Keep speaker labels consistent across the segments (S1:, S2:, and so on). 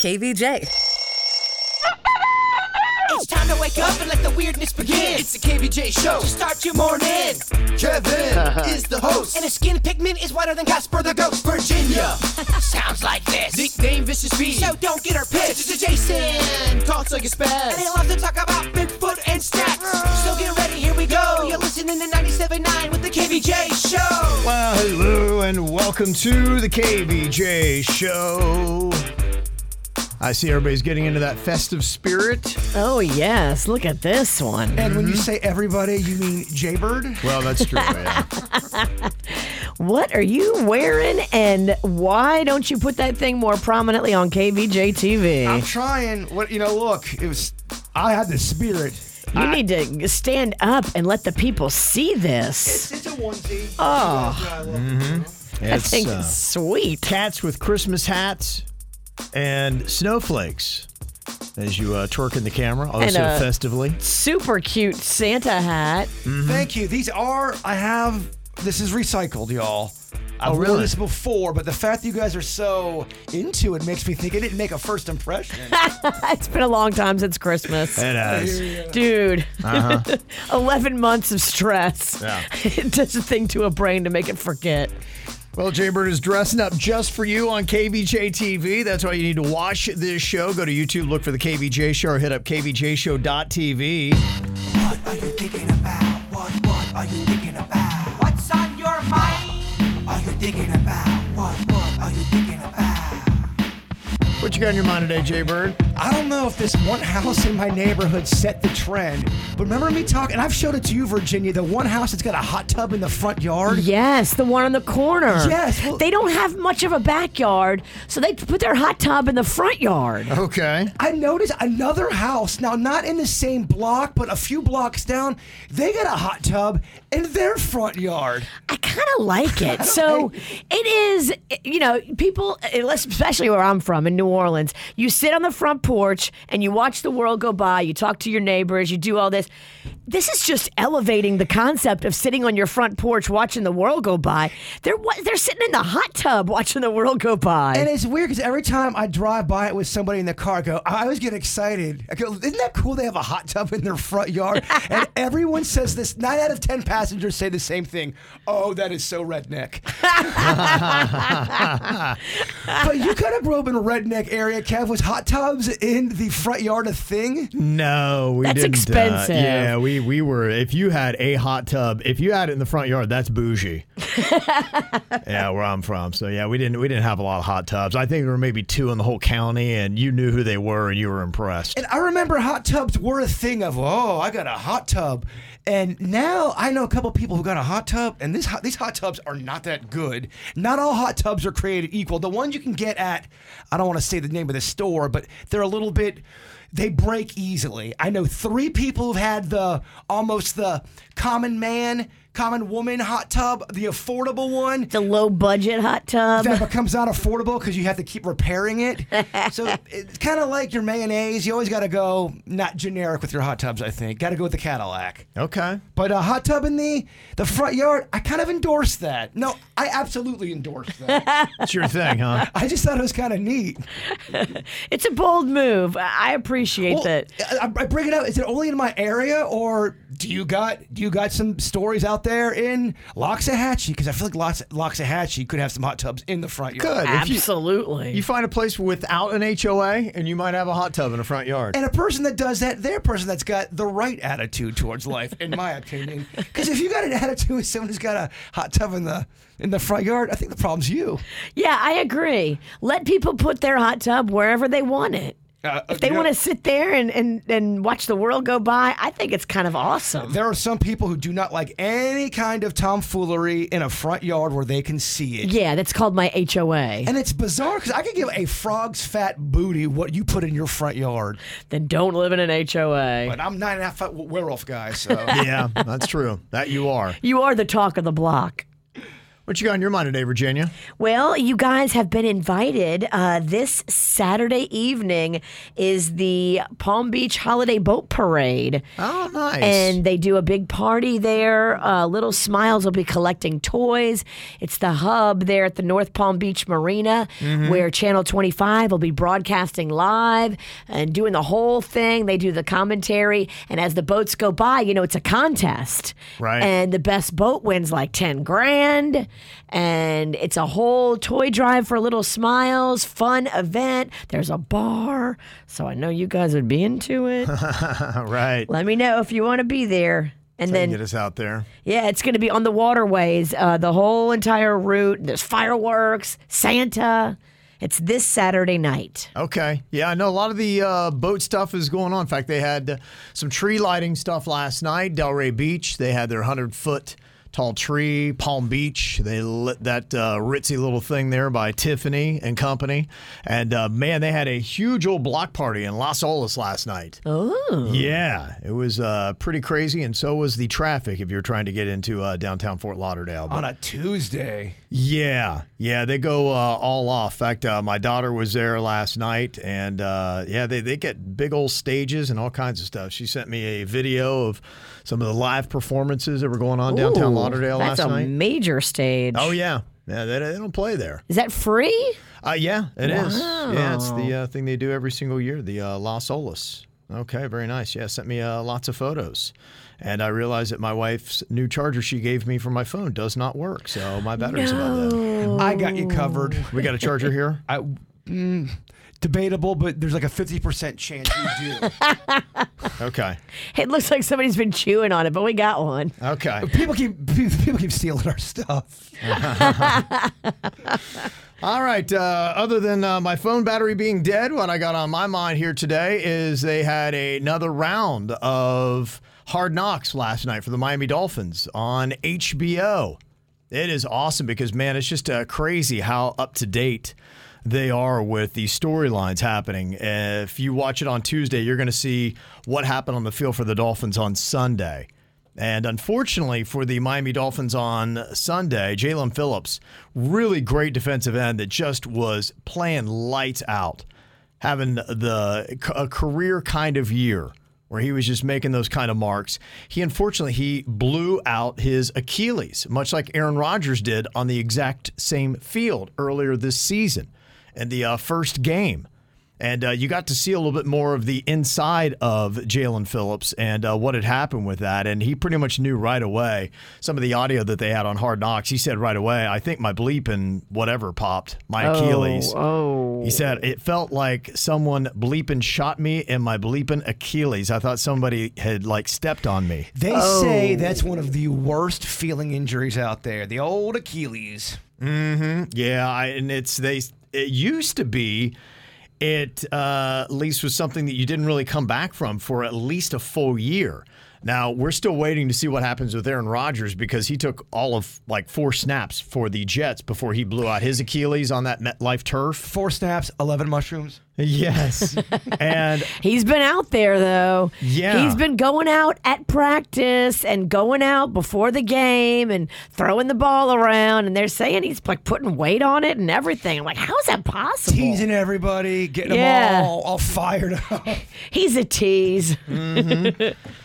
S1: KVJ.
S2: It's time to wake up and let the weirdness begin. It's the KVJ show. To start your morning. Kevin is the host. And his skin pigment is whiter than Casper the Ghost. Virginia sounds like this. Nickname Vicious B. So don't get her pissed. It's Jason talks like a spaz. And he loves to talk about Bigfoot and snacks. So get ready, here we go. You're listening to 97.9 with the KVJ show.
S3: Well, hello and welcome to the KBJ show. I see everybody's getting into that festive spirit.
S1: Oh, yes. Look at this one.
S4: And when you say everybody, you mean Jaybird?
S3: Well, that's true. yeah.
S1: What are you wearing, and why don't you put that thing more prominently on KVJ
S4: I'm
S1: TV?
S4: trying. What you know? Look, it was. I had the spirit.
S1: You need to stand up and let the people see this.
S4: It's a onesie.
S1: I
S3: It's,
S1: think
S3: uh,
S1: it's sweet.
S3: cats with Christmas hats and snowflakes as you uh, twerk in the camera, also
S1: And, uh,
S3: festively.
S1: Super cute Santa hat.
S4: Thank you. These are. I have. This is recycled, y'all.
S3: Oh,
S4: I've
S3: really?
S4: worn this before, but the fact that you guys are so into it makes me think it didn't make a first impression.
S1: It's been a long time since Christmas.
S3: And uh,
S1: Dude, 11 months of stress.
S3: Uh-huh. Yeah.
S1: it does a thing to a brain to make it forget.
S3: Well, Jaybird is dressing up just for you on KVJ TV. That's why you need to watch this show. Go to YouTube, look for the KVJ show, or hit up KVJShow.tv.
S2: What are you thinking about? What what are you thinking about? What's on your mind? Are you thinking about? What what are you thinking about?
S3: What you got on your mind today, Jaybird?
S4: I don't know if this one house in my neighborhood set the trend, but remember me talking, and I've showed it to you, Virginia, the one house that's got a hot tub in the front yard?
S1: Yes, the one on the corner.
S4: Yes, well-
S1: they don't have much of a backyard, so they put their hot tub in the front yard.
S3: Okay.
S4: I noticed another house, now not in the same block, but a few blocks down, they got a hot tub in their front yard.
S1: I kind of like it. So it is, you know, people, unless- especially where I'm from in New Orleans, you sit on the front porch and you watch the world go by, you talk to your neighbors, you do all this. This is just elevating the concept of sitting on your front porch watching the world go by. They're wa- they're sitting in the hot tub watching the world go by.
S4: And it's weird because every time I drive by it with somebody in the car, I go, I always get excited. I go, isn't that cool? They have a hot tub in their front yard. and everyone says this. Nine out of 10 passengers say the same thing. Oh, that is so redneck. but you could have grew up in a redneck area, Kev. Was hot tubs in the front yard a thing?
S3: No, we
S1: That's
S3: didn't. uh,
S1: expensive.
S3: yeah, we we were. If you had a hot tub, if you had it in the front yard, that's bougie. yeah, where I'm from. So yeah, we didn't we didn't have a lot of hot tubs. I think there were maybe two in the whole county, and you knew who they were, and you were impressed.
S4: And I remember hot tubs were a thing of, oh, I got a hot tub. And now I know a couple people who got a hot tub, and this hot, these hot tubs are not that good. Not all hot tubs are created equal. The ones you can get at, I don't want to say the name of the store, but they're a little bit, they break easily. I know three people who've had the almost the common man, common woman hot tub, the affordable one
S1: the low budget hot tub.
S4: that becomes not affordable because you have to keep repairing it. so it's kind of like your mayonnaise. You always got to go not generic with your hot tubs. I think got to go with the Cadillac.
S3: Okay.
S4: But a hot tub in the the front yard, I kind of endorse that. No, I absolutely endorse that.
S3: That's your thing, huh?
S4: I just thought it was kind of neat.
S1: It's a bold move. I I appreciate
S4: Well,
S1: that.
S4: I, I bring it up. Is it only in my area, or do you got do you got some stories out there in Loxahatchee? Because I feel like Lox, Loxahatchee could have some hot tubs in the front yard.
S3: Good. If you,
S1: Absolutely.
S3: you find a place without an HOA, and you might have a hot tub in the front yard.
S4: And a person that does that, they're a person that's got the right attitude towards life, in my opinion. Because if you got an attitude with someone who's got a hot tub in the in the front yard, I think the problem's you.
S1: yeah, I agree. Let people put their hot tub wherever they want it.
S4: Uh,
S1: If they
S4: you know,
S1: want to sit there and, and, and watch the world go by, I think it's kind of awesome.
S4: There are some people who do not like any kind of tomfoolery in a front yard where they can see it.
S1: Yeah, that's called my HOA.
S4: And it's bizarre because I could give a frog's fat booty what you put in your front yard,
S1: Then don't live in an HOA.
S4: but I'm nine and a half foot werewolf guy, so
S3: Yeah, that's true. That you are.
S1: You are the talk of the block.
S3: What you got on your mind today, Virginia?
S1: Well, you guys have been invited. Uh, this Saturday evening is the Palm Beach Holiday Boat Parade.
S3: Oh, nice.
S1: And they do a big party there. Uh, Little Smiles will be collecting toys. It's the hub there at the North Palm Beach Marina
S3: Mm-hmm.
S1: where Channel 25 will be broadcasting live and doing the whole thing. They do the commentary. And as the boats go by, you know, it's a contest.
S3: Right.
S1: And the best boat wins like 10 grand. And it's a whole toy drive for Little Smiles, fun event. There's a bar. So I know you guys would be into it.
S3: All right.
S1: Let me know if you want to be there. And
S3: Then,
S1: then,
S3: get us out there.
S1: yeah, it's going to be on the waterways, uh, the whole entire route. There's fireworks, Santa. It's this Saturday night.
S3: Okay. Yeah, I know a lot of the uh, boat stuff is going on. In fact, they had uh, some tree lighting stuff last night, Delray Beach. They had their 100 foot tall tree, Palm Beach. They lit that uh, ritzy little thing there by Tiffany and Company. And uh, man, they had a huge old block party in Las Olas last night.
S1: Oh,
S3: Yeah, it was uh, pretty crazy, and so was the traffic if you're trying to get into uh, downtown Fort Lauderdale. But
S4: on a Tuesday.
S3: yeah, yeah, they go uh, all off. In fact, uh, my daughter was there last night, and uh, yeah, they, they get big old stages and all kinds of stuff. She sent me a video of some of the live performances that were going on downtown Lauderdale
S1: That's
S3: last
S1: a
S3: night.
S1: major stage.
S3: Oh, yeah. Yeah, they, they don't play there.
S1: Is that free?
S3: Uh, yeah, it is. Yeah, it's the uh, thing they do every single year, the uh, Las Olas. Okay, very nice. Yeah, sent me uh, lots of photos. And I realized that my wife's new charger she gave me for my phone does not work. So my battery's about dead.
S4: I got you covered.
S3: We got a charger here?
S4: I, mm, debatable, but there's like a 50% chance you do.
S3: Okay.
S1: It looks like somebody's been chewing on it, but we got one.
S3: Okay.
S4: people keep people keep stealing our stuff.
S3: All right. Uh, other than uh, my phone battery being dead, what I got on my mind here today is they had another round of hard knocks last night for the Miami Dolphins on HBO. It is awesome because, man, it's just uh, crazy how up to date they are with the storylines happening. If you watch it on Tuesday, you're going to see what happened on the field for the Dolphins on Sunday. And unfortunately for the Miami Dolphins on Sunday, Jalen Phillips, really great defensive end that just was playing lights out, having the a career kind of year where he was just making those kind of marks. He unfortunately he blew out his Achilles, much like Aaron Rodgers did on the exact same field earlier this season in the uh, first game. And uh, you got to see a little bit more of the inside of Jalen Phillips and uh, what had happened with that. And he pretty much knew right away some of the audio that they had on Hard Knocks. He said right away, I think my bleep and whatever popped, my Achilles.
S1: Oh,
S3: He said, it felt like someone bleeping shot me in my bleeping Achilles. I thought somebody had like stepped on me.
S4: They say
S3: Oh.
S4: that's one of the worst feeling injuries out there. The old Achilles.
S3: Yeah, I, and it's they. It used to be, it uh, at least was something that you didn't really come back from for at least a full year. Now we're still waiting to see what happens with Aaron Rodgers because he took all of like four snaps for the Jets before he blew out his Achilles on that MetLife turf.
S4: Four snaps, 11 mushrooms.
S3: Yes, and
S1: He's been out there though.
S3: Yeah.
S1: He's been going out at practice and going out before the game and throwing the ball around and they're saying he's like putting weight on it and everything. I'm like, how is that possible?
S4: Teasing everybody, getting
S1: Yeah.
S4: them all, all fired up.
S1: He's a tease.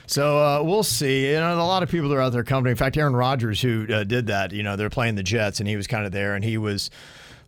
S3: So uh, we'll see. You know, a lot of people are out there coming. In fact, Aaron Rodgers, who uh, did that, you know, they're playing the Jets, and he was kind of there, and he was.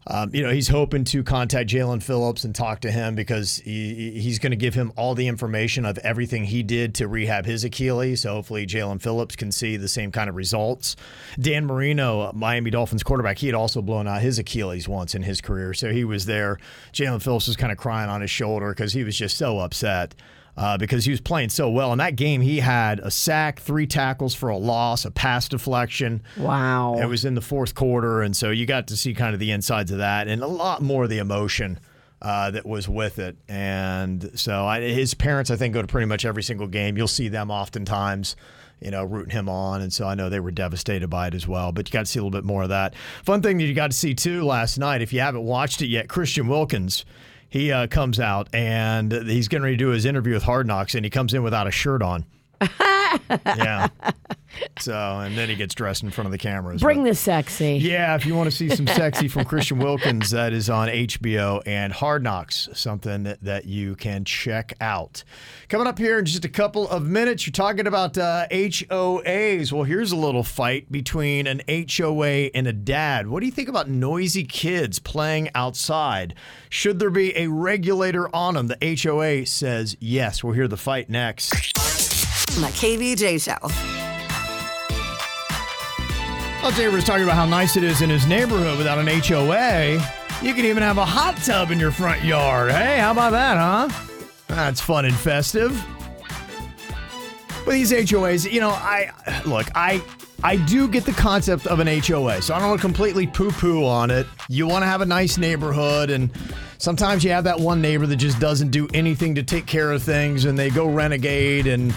S3: Um, you know he's hoping to contact Jalen Phillips and talk to him because he, he's going to give him all the information of everything he did to rehab his Achilles. So hopefully Jalen Phillips can see the same kind of results. Dan Marino, uh, Miami Dolphins quarterback, he had also blown out his Achilles once in his career, so he was there. Jalen Phillips was kind of crying on his shoulder because he was just so upset uh, because he was playing so well. In that game, he had a sack, three tackles for a loss, a pass deflection.
S1: Wow.
S3: It was in the fourth quarter, and so you got to see kind of the insides of that and a lot more of the emotion uh, that was with it. And so I, his parents, I think, go to pretty much every single game. You'll see them oftentimes, you know, rooting him on. And so I know they were devastated by it as well. But you got to see a little bit more of that. Fun thing that you got to see too last night, if you haven't watched it yet, Christian Wilkins. He uh, comes out and he's getting ready to do his interview with Hard Knocks, and he comes in without a shirt on. yeah. So, and then he gets dressed in front of the cameras. but-
S1: Bring the sexy.
S3: yeah, if you want to see some sexy from Christian Wilkins, that is on HBO and Hard Knocks, something that, that you can check out. Coming up here in just a couple of minutes, you're talking about uh, HOAs. Well, here's a little fight between an HOA and a dad. What do you think about noisy kids playing outside? Should there be a regulator on them? The HOA says yes. We'll hear the fight next.
S5: The KVJ Show.
S3: Well, Jay was talking about how nice it is in his neighborhood without an HOA. You can even have a hot tub in your front yard. Hey, how about that, huh? That's fun and festive. But these HOAs, you know, I look, I I do get the concept of an HOA, so I don't want to completely poo-poo on it. You want to have a nice neighborhood, and sometimes you have that one neighbor that just doesn't do anything to take care of things, and they go renegade and.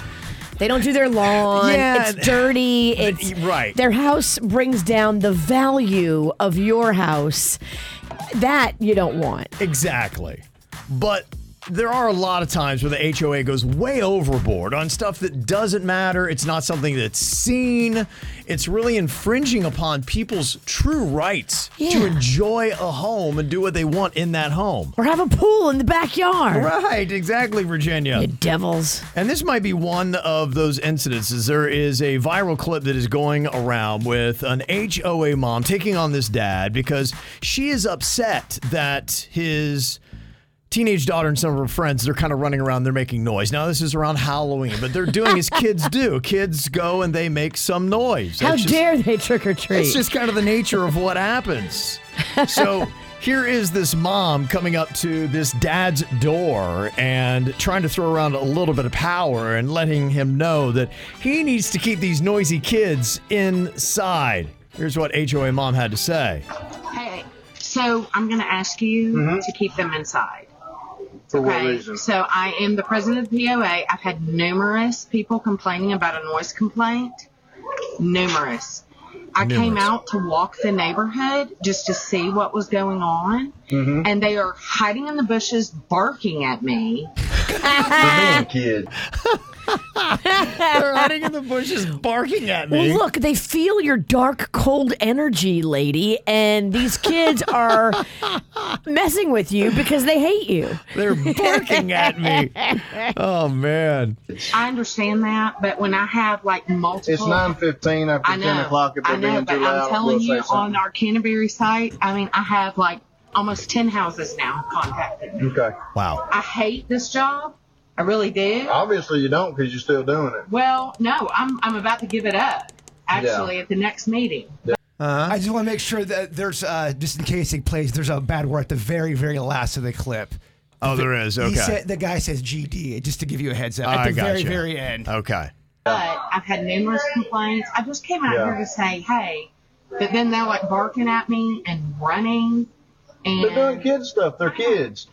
S1: They don't do their lawn.
S3: Yeah.
S1: It's dirty. It's
S3: right.
S1: Their house brings down the value of your house. That you don't want.
S3: Exactly. But there are a lot of times where the HOA goes way overboard on stuff that doesn't matter. It's not something that's seen. It's really infringing upon people's true rights to
S1: Yeah.
S3: enjoy a home and do what they want in that home.
S1: Or have a pool in the backyard.
S3: Right, exactly, Virginia.
S1: You devils.
S3: And this might be one of those incidences. There is a viral clip that is going around with an HOA mom taking on this dad because she is upset that his teenage daughter and some of her friends they're kind of running around they're making noise now this is around halloween but they're doing as kids do kids go and they make some noise
S1: How
S3: It's just-
S1: dare they trick or treat?
S3: it's just kind of the nature of what happens. So here is this mom coming up to this dad's door and trying to throw around a little bit of power and letting him know that he needs to keep these noisy kids inside. Here's what HOA mom had to say.
S6: Hey, so I'm going to ask you to keep them
S7: Mm-hmm.
S6: inside.
S7: For what
S6: okay?
S7: reason?
S6: So I am the president of the POA. I've had numerous people complaining about a noise complaint. Numerous. I came
S3: Numerous.
S6: out to walk the neighborhood just to see what was going on,
S7: Mm-hmm.
S6: and they are hiding in the bushes, barking at me.
S7: Damn kid.
S3: They're hiding in the bushes, barking at
S1: well,
S3: me.
S1: look, they feel your dark, cold energy, lady, and these kids are messing with you because they hate you.
S3: They're barking at me. Oh man.
S6: I understand that, but when I have like multiple.
S7: It's nine fifteen after
S6: Oh. I know.
S7: ten o'clock. If
S6: I
S7: they're
S6: know,
S7: being
S6: but
S7: too loud,
S6: I'm telling
S7: we'll say
S6: you, on
S7: something.
S6: our Canterbury site, I mean, I have like almost 10 houses now contacted me.
S7: Okay.
S3: Wow.
S6: I hate this job. I really do.
S7: Obviously you don't because you're still doing it.
S6: Well, no, I'm, I'm about to give it up, actually, at the next meeting.
S4: I just want to make sure that there's, uh, just in case it plays, there's a bad word at the very, very last of the clip.
S3: Oh, there is.
S4: He
S3: Okay.
S4: said, the guy says GD, just to give you a heads up.
S3: I
S4: At the
S3: gotcha. Uh,
S4: very, very end.
S3: Okay.
S6: But I've had numerous complaints. I just came out
S7: Yeah.
S6: here to say, hey, but then they're like barking at me and running.
S7: They're doing
S6: And
S7: kid stuff. They're kids.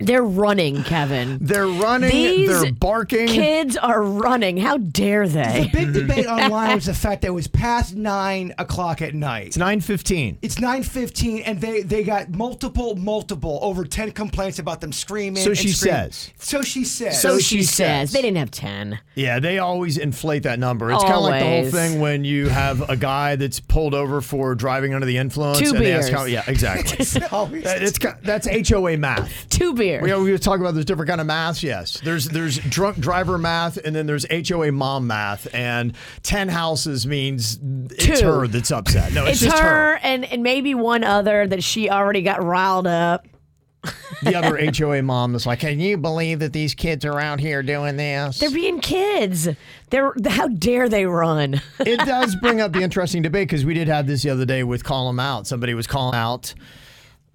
S1: They're running, Kevin.
S3: They're running,
S1: These
S3: they're barking.
S1: Kids are running. How dare
S4: The
S1: they?
S4: big debate online was the fact that it was past nine o'clock at night.
S3: it's 9:15.
S4: It's 9:15 and they they got multiple multiple over 10 complaints about them screaming.
S3: So
S4: and
S3: she
S4: screaming.
S3: says.
S4: So Oh, she says.
S3: So she
S1: she
S3: says.
S1: says. They didn't have 10.
S3: Yeah, they always inflate that number. It's kind of like the whole
S1: Always.
S3: thing when you have a guy that's pulled over for driving under the influence.
S1: Two
S3: and they ask
S1: beers.
S3: how- yeah, exactly.
S4: Always.
S3: That- it's ki- that's HOA math.
S1: Two beers.
S3: We, we were talking about there's different kind of math. Yes, there's there's drunk driver math, and then there's HOA mom math. And ten houses means it's
S1: Two.
S3: her that's upset. No, it's,
S1: it's
S3: just
S1: her, And, and maybe one other that she already got riled up.
S3: The other HOA mom that's like, can you believe that these kids are out here doing this?
S1: They're being kids. They're how dare they run?
S3: it does bring up the interesting debate because we did have this the other day with call 'em out. Somebody was calling out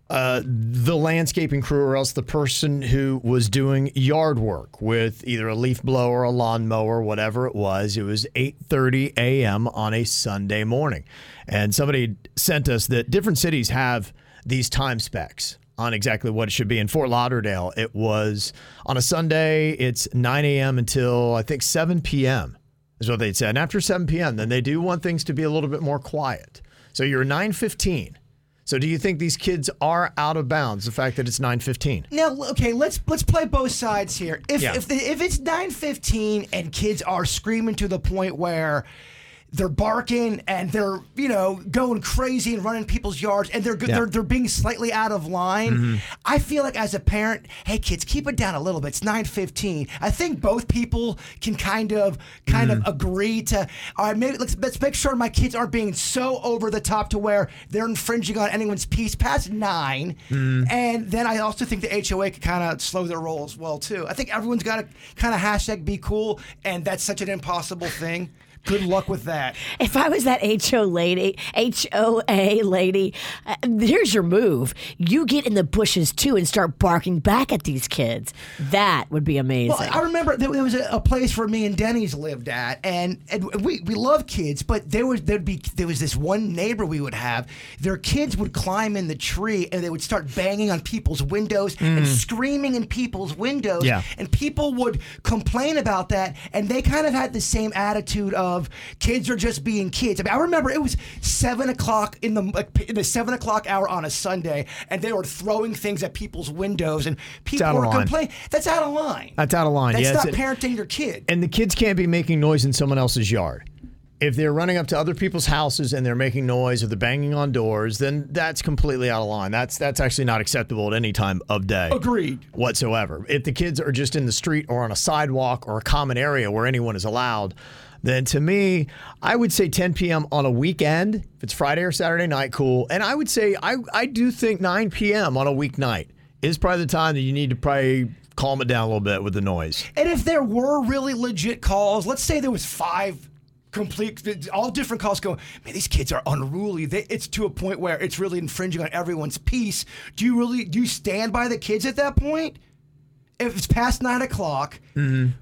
S3: uh, the landscaping crew or else the person who was doing yard work with either a leaf blower, a lawnmower, whatever it was. It was 8:30 a.m. on a Sunday morning, and somebody sent us that different cities have these time specs on exactly what it should be. In Fort Lauderdale, it was on a Sunday, it's 9 a.m. until I think 7 p.m. is what they'd said. And after 7 p.m., then they do want things to be a little bit more quiet. So you're 9:15. So do you think these kids are out of bounds? The fact that it's 9:15.
S4: Now, okay, let's let's play both sides here. If
S3: Yeah.
S4: if the, if it's nine fifteen and kids are screaming to the point where they're barking and they're you know going crazy and running people's yards and they're
S3: Yeah. Mm-hmm.
S4: they're they're being slightly out of line, I feel like as a parent, hey kids, keep it down a little bit. It's nine fifteen. I think both people can kind of kind
S3: Mm-hmm.
S4: of agree to all right. Maybe let's let's make sure my kids aren't being so over the top to where they're infringing on anyone's peace past nine. And then I also think the HOA could kind of slow their roll as well too. I think everyone's got to kind of hashtag be cool, and that's such an impossible thing. Good luck with that.
S1: If I was that HO lady, HOA lady, uh, here's your move. You get in the bushes too and start barking back at these kids. That would be amazing.
S4: Well, I remember there was a, a place where me and Denny's lived at, and, and we, we love kids, but there was there'd be there was this one neighbor we would have. Their kids would climb in the tree and they would start banging on people's windows and screaming in people's windows.
S3: Mm. Yeah.
S4: And people would complain about that, and they kind of had the same attitude of kids are just being kids. I mean, I remember it was seven o'clock in the like, in the seven o'clock hour on a Sunday, and they were throwing things at people's windows, and people
S3: out of
S4: were
S3: line.
S4: complaining. That's out of line.
S3: That's out of line.
S4: That's
S3: yeah,
S4: not
S3: it's-
S4: parenting your kid.
S3: and the kids can't be making noise in someone else's yard. If they're running up to other people's houses and they're making noise or they're banging on doors, then that's completely out of line. That's that's actually not acceptable at any time of day.
S4: Agreed.
S3: Whatsoever. If the kids are just in the street or on a sidewalk or a common area where anyone is allowed, then to me, I would say 10 p.m. on a weekend, if it's Friday or Saturday night, cool. And I would say I, I do think 9 p.m. on a weeknight is probably the time that you need to probably calm it down a little bit with the noise.
S4: And if there were really legit calls, let's say there was five complete, all different calls going, man, these kids are unruly. They, it's to a point where it's really infringing on everyone's peace. Do you really, do you stand by the kids at that point? If it's past nine o'clock,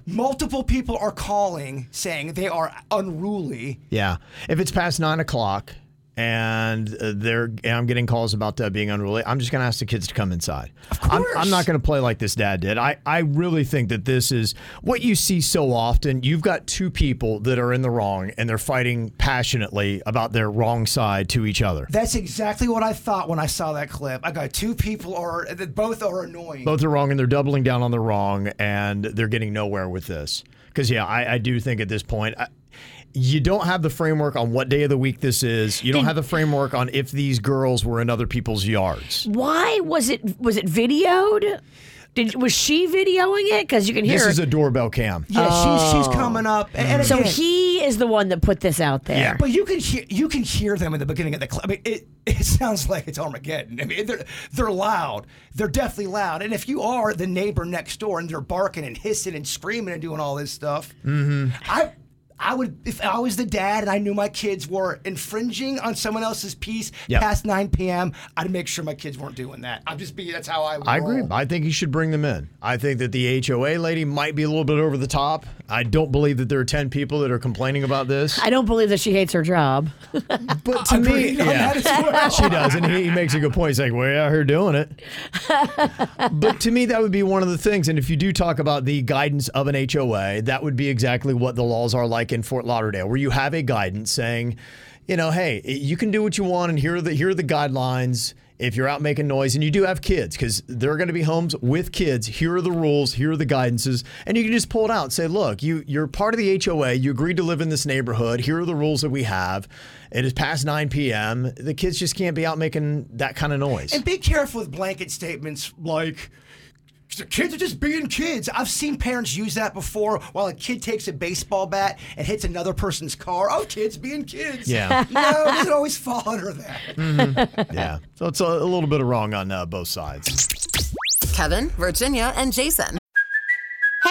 S4: multiple people are calling saying they are unruly.
S3: Yeah. If it's past nine o'clock and uh, they're and I'm getting calls about that being unruly, I'm just going to ask the kids to come inside. Of course. I'm, I'm not going to play like this dad did. I, I really think that this is what you see so often. You've got two people that are in the wrong and they're fighting passionately about their wrong side to each other.
S4: That's exactly what I thought when I saw that clip. I got two people are, both are annoying.
S3: both are wrong and they're doubling down on the wrong and they're getting nowhere with this because yeah I, I do think at this point I, you don't have the framework on what day of the week this is you don't have the framework on if these girls were in other people's yards
S1: Why was it was it videoed? Did was she videoing it? Because you can hear.
S3: this
S1: her.
S3: is a doorbell cam
S4: Yeah, she's, she's coming up. And, and
S1: so
S4: again-
S1: he is the one that put this out there.
S3: Yeah.
S4: But you can hear you can hear them in the beginning of the clip. I mean, it it sounds like it's Armageddon. I mean, they're they're loud. They're definitely loud. And if you are the neighbor next door and they're barking and hissing and screaming and doing all this stuff, I. I would, if I was the dad and I knew my kids were infringing on someone else's peace
S3: Yeah.
S4: past 9 p.m., I'd make sure my kids weren't doing that. I'm just being, that's how I would.
S3: I agree.
S4: roll.
S3: I think you should bring them in. I think that the HOA lady might be a little bit over the top. I don't believe that there are 10 people that are complaining about this.
S1: I don't believe that she hates her job.
S3: But to me,
S4: Agreed on
S3: yeah,
S4: that as well.
S3: she does, and he makes a good point. He's like, "We're out here doing it." but to me, that would be one of the things. And if you do talk about the guidance of an HOA, that would be exactly what the laws are like in Fort Lauderdale, where you have a guidance saying, you know, hey, you can do what you want, and here are the here are the guidelines. If you're out making noise and you do have kids, because there are going to be homes with kids, here are the rules, here are the guidances, and you can just pull it out and say, look, you you're part of the HOA, you agreed to live in this neighborhood, here are the rules that we have. It is past 9 p.m. The kids just can't be out making that kind of noise.
S4: And be careful with blanket statements like "The kids are just being kids. I've seen parents use that before while a kid takes a baseball bat and hits another person's car. Oh, kids being kids.
S3: Yeah.
S4: no, it doesn't always fall under that.
S3: yeah. So it's a, a little bit of wrong on uh, both sides.
S5: Kevin, Virginia, and Jason.
S8: Hey,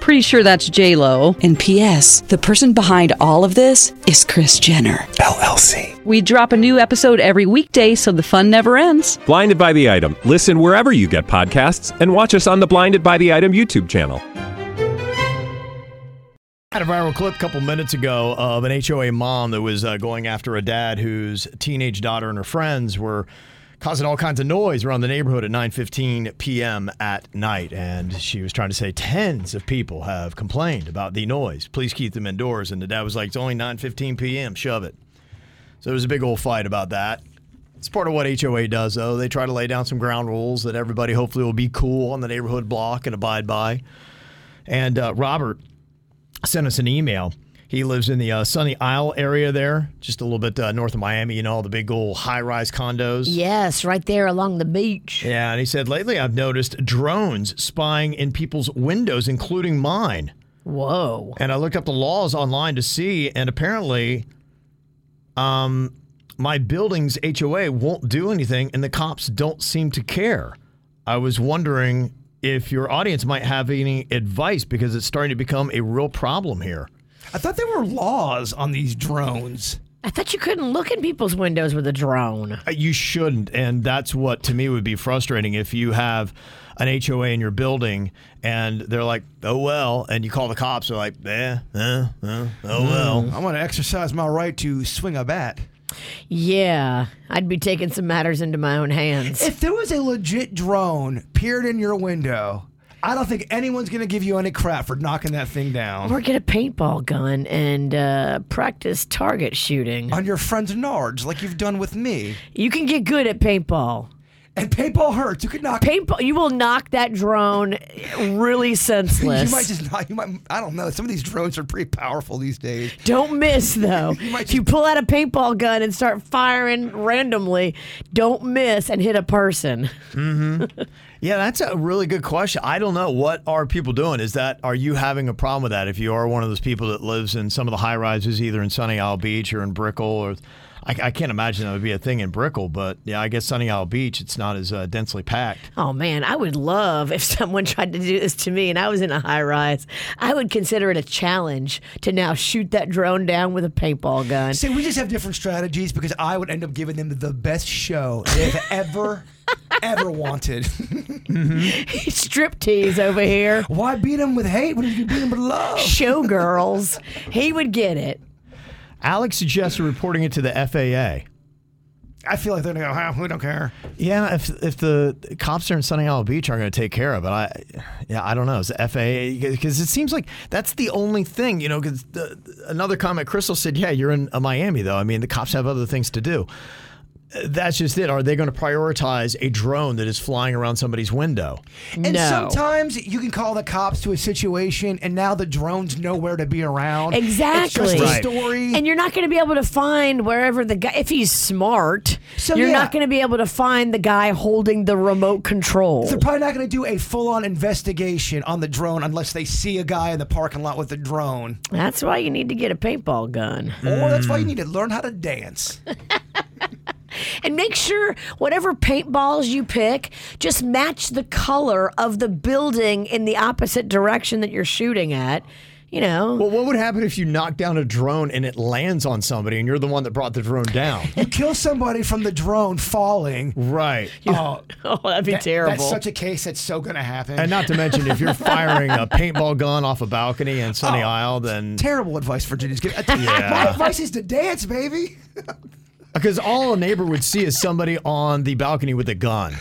S9: Pretty sure that's J Lo. And P.S. The person behind all of this is Chris Jenner
S10: LLC.
S9: We drop a new episode every weekday, so the fun never ends.
S10: Blinded by the item. Listen wherever you get podcasts, and watch us on the Blinded by the Item YouTube channel.
S3: Had a viral clip a couple minutes ago of an HOA mom that was uh, going after a dad whose teenage daughter and her friends were causing all kinds of noise around the neighborhood at 9:15 p.m. at night, and she was trying to say tens of people have complained about the noise. Please keep them indoors. And the dad was like, "It's only 9:15 p.m. Shove it." So there was a big old fight about that. It's part of what HOA does, though. They try to lay down some ground rules that everybody hopefully will be cool on the neighborhood block and abide by. And uh, Robert sent us an email. He lives in the uh, Sunny Isle area there, just a little bit uh, north of Miami, you know, all the big old high rise condos.
S1: Yes, right there along the beach.
S3: Yeah, and he said, lately I've noticed drones spying in people's windows, including mine.
S1: Whoa.
S3: And I looked up the laws online to see, and apparently, um, my building's HOA won't do anything, and the cops don't seem to care. I was wondering if your audience might have any advice because it's starting to become a real problem here.
S4: I thought there were laws on these drones.
S1: I thought you couldn't look in people's windows with a drone.
S3: Uh, You shouldn't. And that's what to me would be frustrating if you have an HOA in your building and they're like, oh, well. And you call the cops, they're like, eh, eh, eh, oh, well.
S4: I want to exercise my right to swing a bat.
S1: Yeah, I'd be taking some matters into my own hands.
S4: If there was a legit drone peered in your window, I don't think anyone's going to give you any crap for knocking that thing down.
S1: or get a paintball gun and uh, practice target shooting.
S4: on your friend's nards like you've done with me.
S1: You can get good at paintball.
S4: And paintball hurts. You could knock
S1: Paintball, you will knock that drone really senseless.
S4: You might just not. You might. I don't know. Some of these drones are pretty powerful these days.
S1: Don't miss though.
S4: You might
S1: if you pull out a paintball gun and start firing randomly, don't miss and hit a person.
S3: Yeah, that's a really good question. I don't know what are people doing. Is that are you having a problem with that? If you are one of those people that lives in some of the high rises, either in Sunny Isle Beach or in Brickell, or I, I can't imagine that would be a thing in Brickell. But yeah, I guess Sunny Isle Beach, it's not as uh, densely packed.
S1: Oh man, I would love if someone tried to do this to me and I was in a high rise. I would consider it a challenge to now shoot that drone down with a paintball gun.
S4: See, we just have different strategies because I would end up giving them the best show they've ever, ever wanted.
S1: Strip tease over here.
S4: Why beat them with hate when you can beat them with love?
S1: Showgirls. he would get it.
S3: Alex suggests reporting it to the FAA.
S4: I feel like they're gonna go. Huh, we don't care.
S3: Yeah, if if the cops are in Sunny Isle Beach aren't going to take care of it, I yeah, I don't know. Is the FAA because it seems like that's the only thing you know. Because another comment, Crystal said, "Yeah, you're in uh, Miami though. I mean, the cops have other things to do." Uh, That's just it. Are they going to prioritize a drone that is flying around somebody's window?
S4: And
S1: No.
S4: sometimes you can call the cops to a situation, and now the drones know where to be around.
S1: Exactly.
S4: It's just
S3: Right.
S4: a story.
S1: And you're not going to be able to find wherever the guy, if he's smart,
S4: So,
S1: you're
S4: yeah.
S1: not going to be able to find the guy holding the remote control.
S4: They're probably not going to do a full-on investigation on the drone unless they see a guy in the parking lot with a drone.
S1: That's why you need to get a paintball gun.
S4: Or that's why you need to learn how to dance.
S1: And make sure whatever paintballs you pick just match the color of the building in the opposite direction that you're shooting at. You know,
S3: Well, what would happen if you knock down a drone and it lands on somebody, and you're the one that brought the drone down?
S4: You kill somebody from the drone falling.
S3: right.
S4: Oh,
S1: oh, that'd be terrible.
S4: That's such a case that's so going to happen.
S3: And not to mention, if you're firing a paintball gun off a balcony in Sunny Isle, then
S4: Terrible advice Virginia's giving.
S3: Yeah.
S4: My advice is to dance, baby.
S3: Because all a neighbor would see is somebody on the balcony with a gun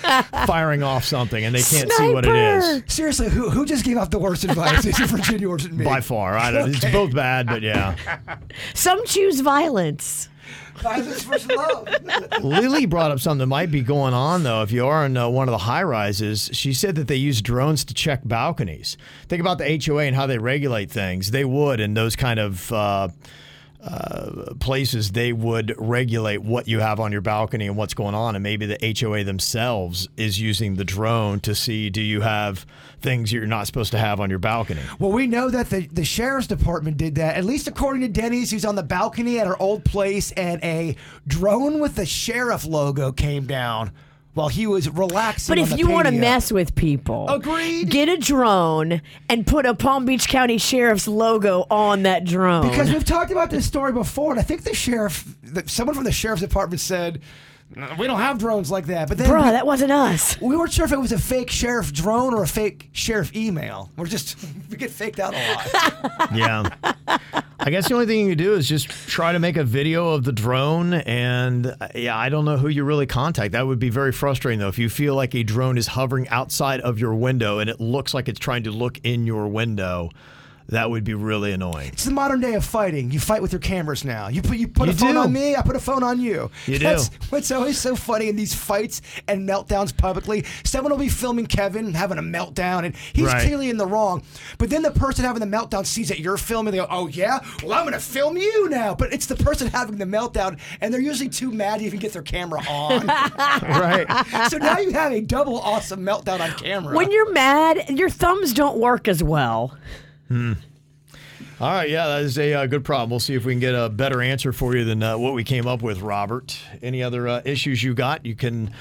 S3: firing off something, and they can't see what it is.
S4: Seriously, who who just gave out the worst advice? Is it Virginia or is it me?
S3: By far, I don't. It's both bad, but yeah.
S1: Some choose violence.
S4: Violence versus love.
S3: Lily brought up something that might be going on though. If you are in uh, one of the high rises, she said that they use drones to check balconies. Think about the HOA and how they regulate things. They would in those kind of. Uh, uh, places they would regulate what you have on your balcony and what's going on, and maybe the HOA themselves is using the drone to see do you have things you're not supposed to have on your balcony.
S4: Well, we know that the, the sheriff's department did that, at least according to Denny's, who's on the balcony at her old place, and a drone with the sheriff logo came down while he was relaxing.
S1: But
S4: on
S1: if
S4: the
S1: you want to
S4: patio.
S1: mess with people, agreed. Get a drone and put a Palm Beach County Sheriff's logo on that drone.
S4: Because we've talked about this story before, and I think the sheriff, that someone from the sheriff's department said, "No, "We don't have drones like that." But then,
S1: Bruh, that wasn't us.
S4: We weren't sure if it was a fake sheriff drone or a fake sheriff email. We're just we get faked out a lot.
S3: yeah. I guess the only thing you can do is just try to make a video of the drone. And uh, yeah, I don't know who you really contact. That would be very frustrating, though. If you feel like a drone is hovering outside of your window and it looks like it's trying to look in your window, that would be really annoying.
S4: It's the modern day of fighting. You fight with your cameras now. You put you put
S3: You
S4: a phone
S3: do.
S4: on me. I put a phone on you.
S3: You do.
S4: That's what's always so funny in these fights and meltdowns publicly. Someone will be filming Kevin having a meltdown, and he's
S3: Right.
S4: clearly in the wrong. But then the person having the meltdown sees that you're filming. They go, "Oh yeah, well I'm going to film you now." But it's the person having the meltdown, and they're usually too mad to even get their camera on.
S1: Right.
S4: So now you have a double awesome meltdown on camera.
S1: when you're mad, your thumbs don't work as well.
S3: Hmm. All right. Yeah, that is a uh, good problem. We'll see if we can get a better answer for you than uh, what we came up with, Robert. Any other uh, issues you got, you can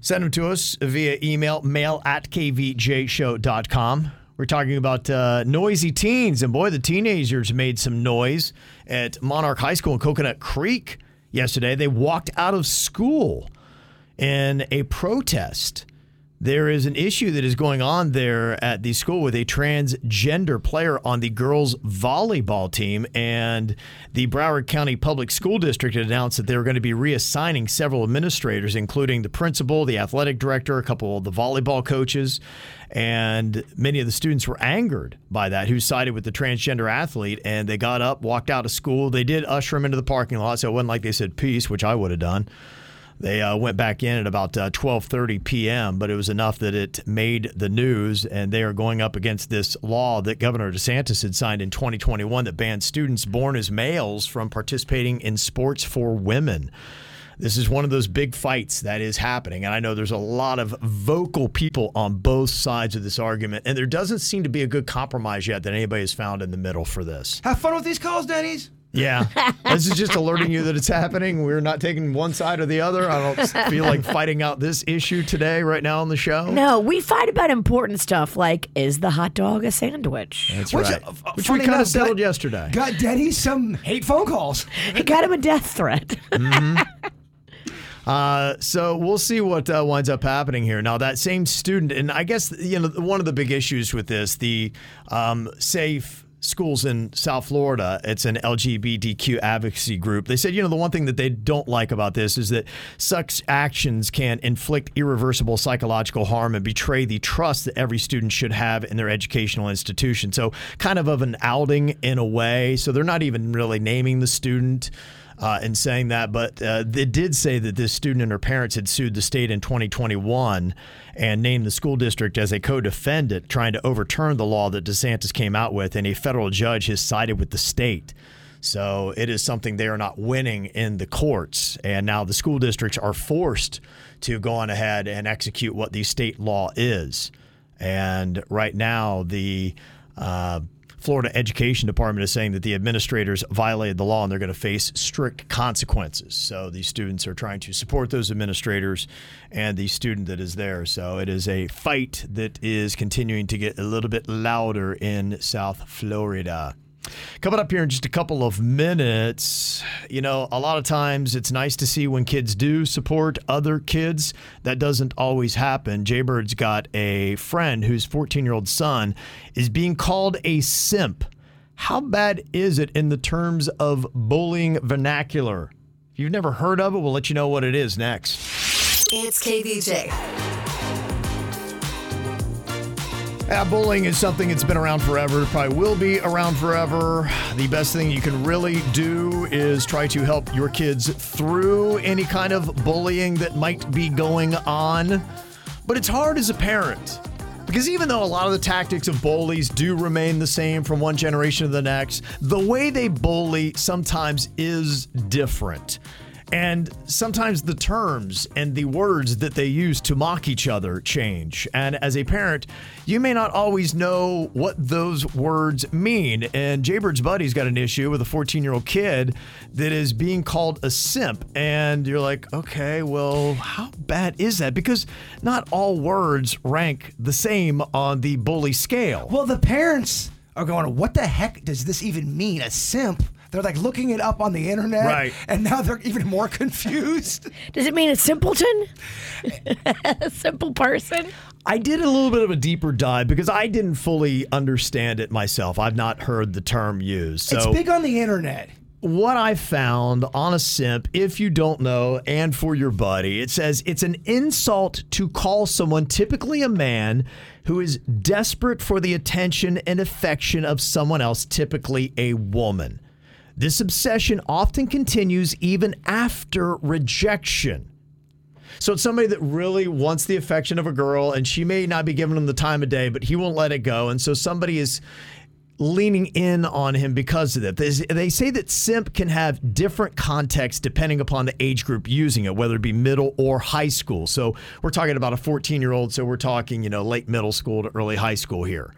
S3: send them to us via email, mail at kvjshow.com. We're talking about uh, noisy teens, and boy, the teenagers made some noise at Monarch High School in Coconut Creek yesterday. They walked out of school in a protest. There is an issue that is going on there at the school with a transgender player on the girls' volleyball team. And the Broward County Public School District announced that they were going to be reassigning several administrators, including the principal, the athletic director, a couple of the volleyball coaches. And many of the students were angered by that, who sided with the transgender athlete. And they got up, walked out of school. They did usher him into the parking lot. So it wasn't like they said peace, which I would have done. They uh, went back in at about uh, 12:30 p.m., but it was enough that it made the news, and they are going up against this law that Governor DeSantis had signed in 2021 that banned students born as males from participating in sports for women. This is one of those big fights that is happening, and I know there's a lot of vocal people on both sides of this argument, and there doesn't seem to be a good compromise yet that anybody has found in the middle for this.
S4: have fun with these calls, Denny's.
S3: Yeah. this is just alerting you that it's happening. We're not taking one side or the other. I don't feel like fighting out this issue today, right now on the show.
S1: No, we fight about important stuff like is the hot dog a sandwich?
S3: That's Which- right. uh, f- Which we funny kinda enough, settled got- yesterday.
S4: Got Denny's some hate phone calls.
S1: it got him a death threat.
S3: Mhm. Uh, so we'll see what uh, winds up happening here. Now that same student, and I guess you know one of the big issues with this, the um, safe schools in South Florida. It's an LGBTQ advocacy group. They said you know the one thing that they don't like about this is that such actions can inflict irreversible psychological harm and betray the trust that every student should have in their educational institution. So kind of of an outing in a way. So they're not even really naming the student uh, in saying that, but uh, they did say that this student and her parents had sued the state in 2021 and named the school district as a co defendant, trying to overturn the law that DeSantis came out with, and a federal judge has sided with the state. So it is something they are not winning in the courts. And now the school districts are forced to go on ahead and execute what the state law is. And right now, the uh, Florida Education Department is saying that the administrators violated the law and they're going to face strict consequences. So these students are trying to support those administrators and the student that is there. So it is a fight that is continuing to get a little bit louder in South Florida. Coming up here in just a couple of minutes, you know, a lot of times it's nice to see when kids do support other kids. That doesn't always happen. Jaybird's got a friend whose 14 year old son is being called a simp. How bad is it in the terms of bullying vernacular? If you've never heard of it, we'll let you know what it is next.
S5: It's KVJ.
S3: Yeah, bullying is something that's been around forever, probably will be around forever. The best thing you can really do is try to help your kids through any kind of bullying that might be going on. But it's hard as a parent Because even though a lot of the tactics of bullies do remain the same from one generation to the next, the way they bully sometimes is different. And sometimes the terms and the words that they use to mock each other change. And as a parent, you may not always know what those words mean. And Jaybird's buddy's got an issue with a 14 year old kid that is being called a simp. And you're like, okay, well, how bad is that? Because not all words rank the same on the bully scale.
S4: Well, the parents are going, what the heck does this even mean? A simp? They're like looking it up on the internet,
S3: Right.
S4: and now they're even more confused.
S1: Does it mean a simpleton? a simple person?
S3: I did a little bit of a deeper dive because I didn't fully understand it myself. I've not heard the term used. So
S4: it's big on the internet.
S3: what I found on a simp, if you don't know, and for your buddy, it says it's an insult to call someone, typically a man, who is desperate for the attention and affection of someone else, typically a woman. This obsession often continues even after rejection. So it's somebody that really wants the affection of a girl, and she may not be giving him the time of day, but he won't let it go. And so somebody is leaning in on him because of that. They, they say that simp can have different contexts depending upon the age group using it, whether it be middle or high school. So we're talking about a 14 year old, so we're talking, you know, late middle school to early high school here.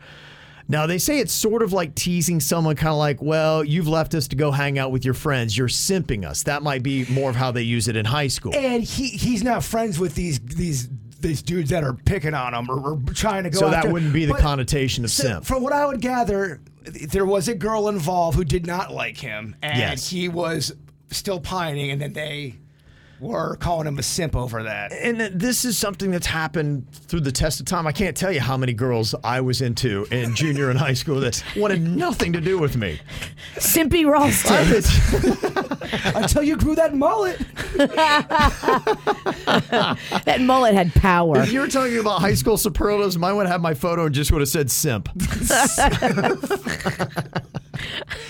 S3: Now, they say it's sort of like teasing someone, kind of like, well, you've left us to go hang out with your friends. You're simping us. That might be more of how they use it in high school.
S4: And he he's not friends with these these these dudes that are picking on him or, or trying to go.
S3: So that
S4: after him.
S3: wouldn't be the
S4: But-
S3: connotation of
S4: so
S3: simp.
S4: From what I would gather, th- there was a girl involved who did not like him, and
S3: Yes.
S4: he was still pining, and then they were calling him a simp over that.
S3: and th- this is something that's happened through the test of time. I can't tell you how many girls I was into in junior and high school that wanted nothing to do with me.
S1: Simpy Ralston.
S4: Until you grew that mullet.
S1: that mullet had power.
S3: If you were talking about high school superlatives, mine would have my photo and just would have said simp.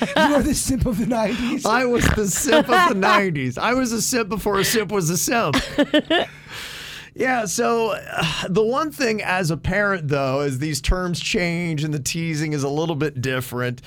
S4: you are the simp of the 90s.
S3: I was the simp of the 90s. I was a simp before a simp was a simp. Yeah, so uh, the one thing as a parent, though, is these terms change and the teasing is a little bit different.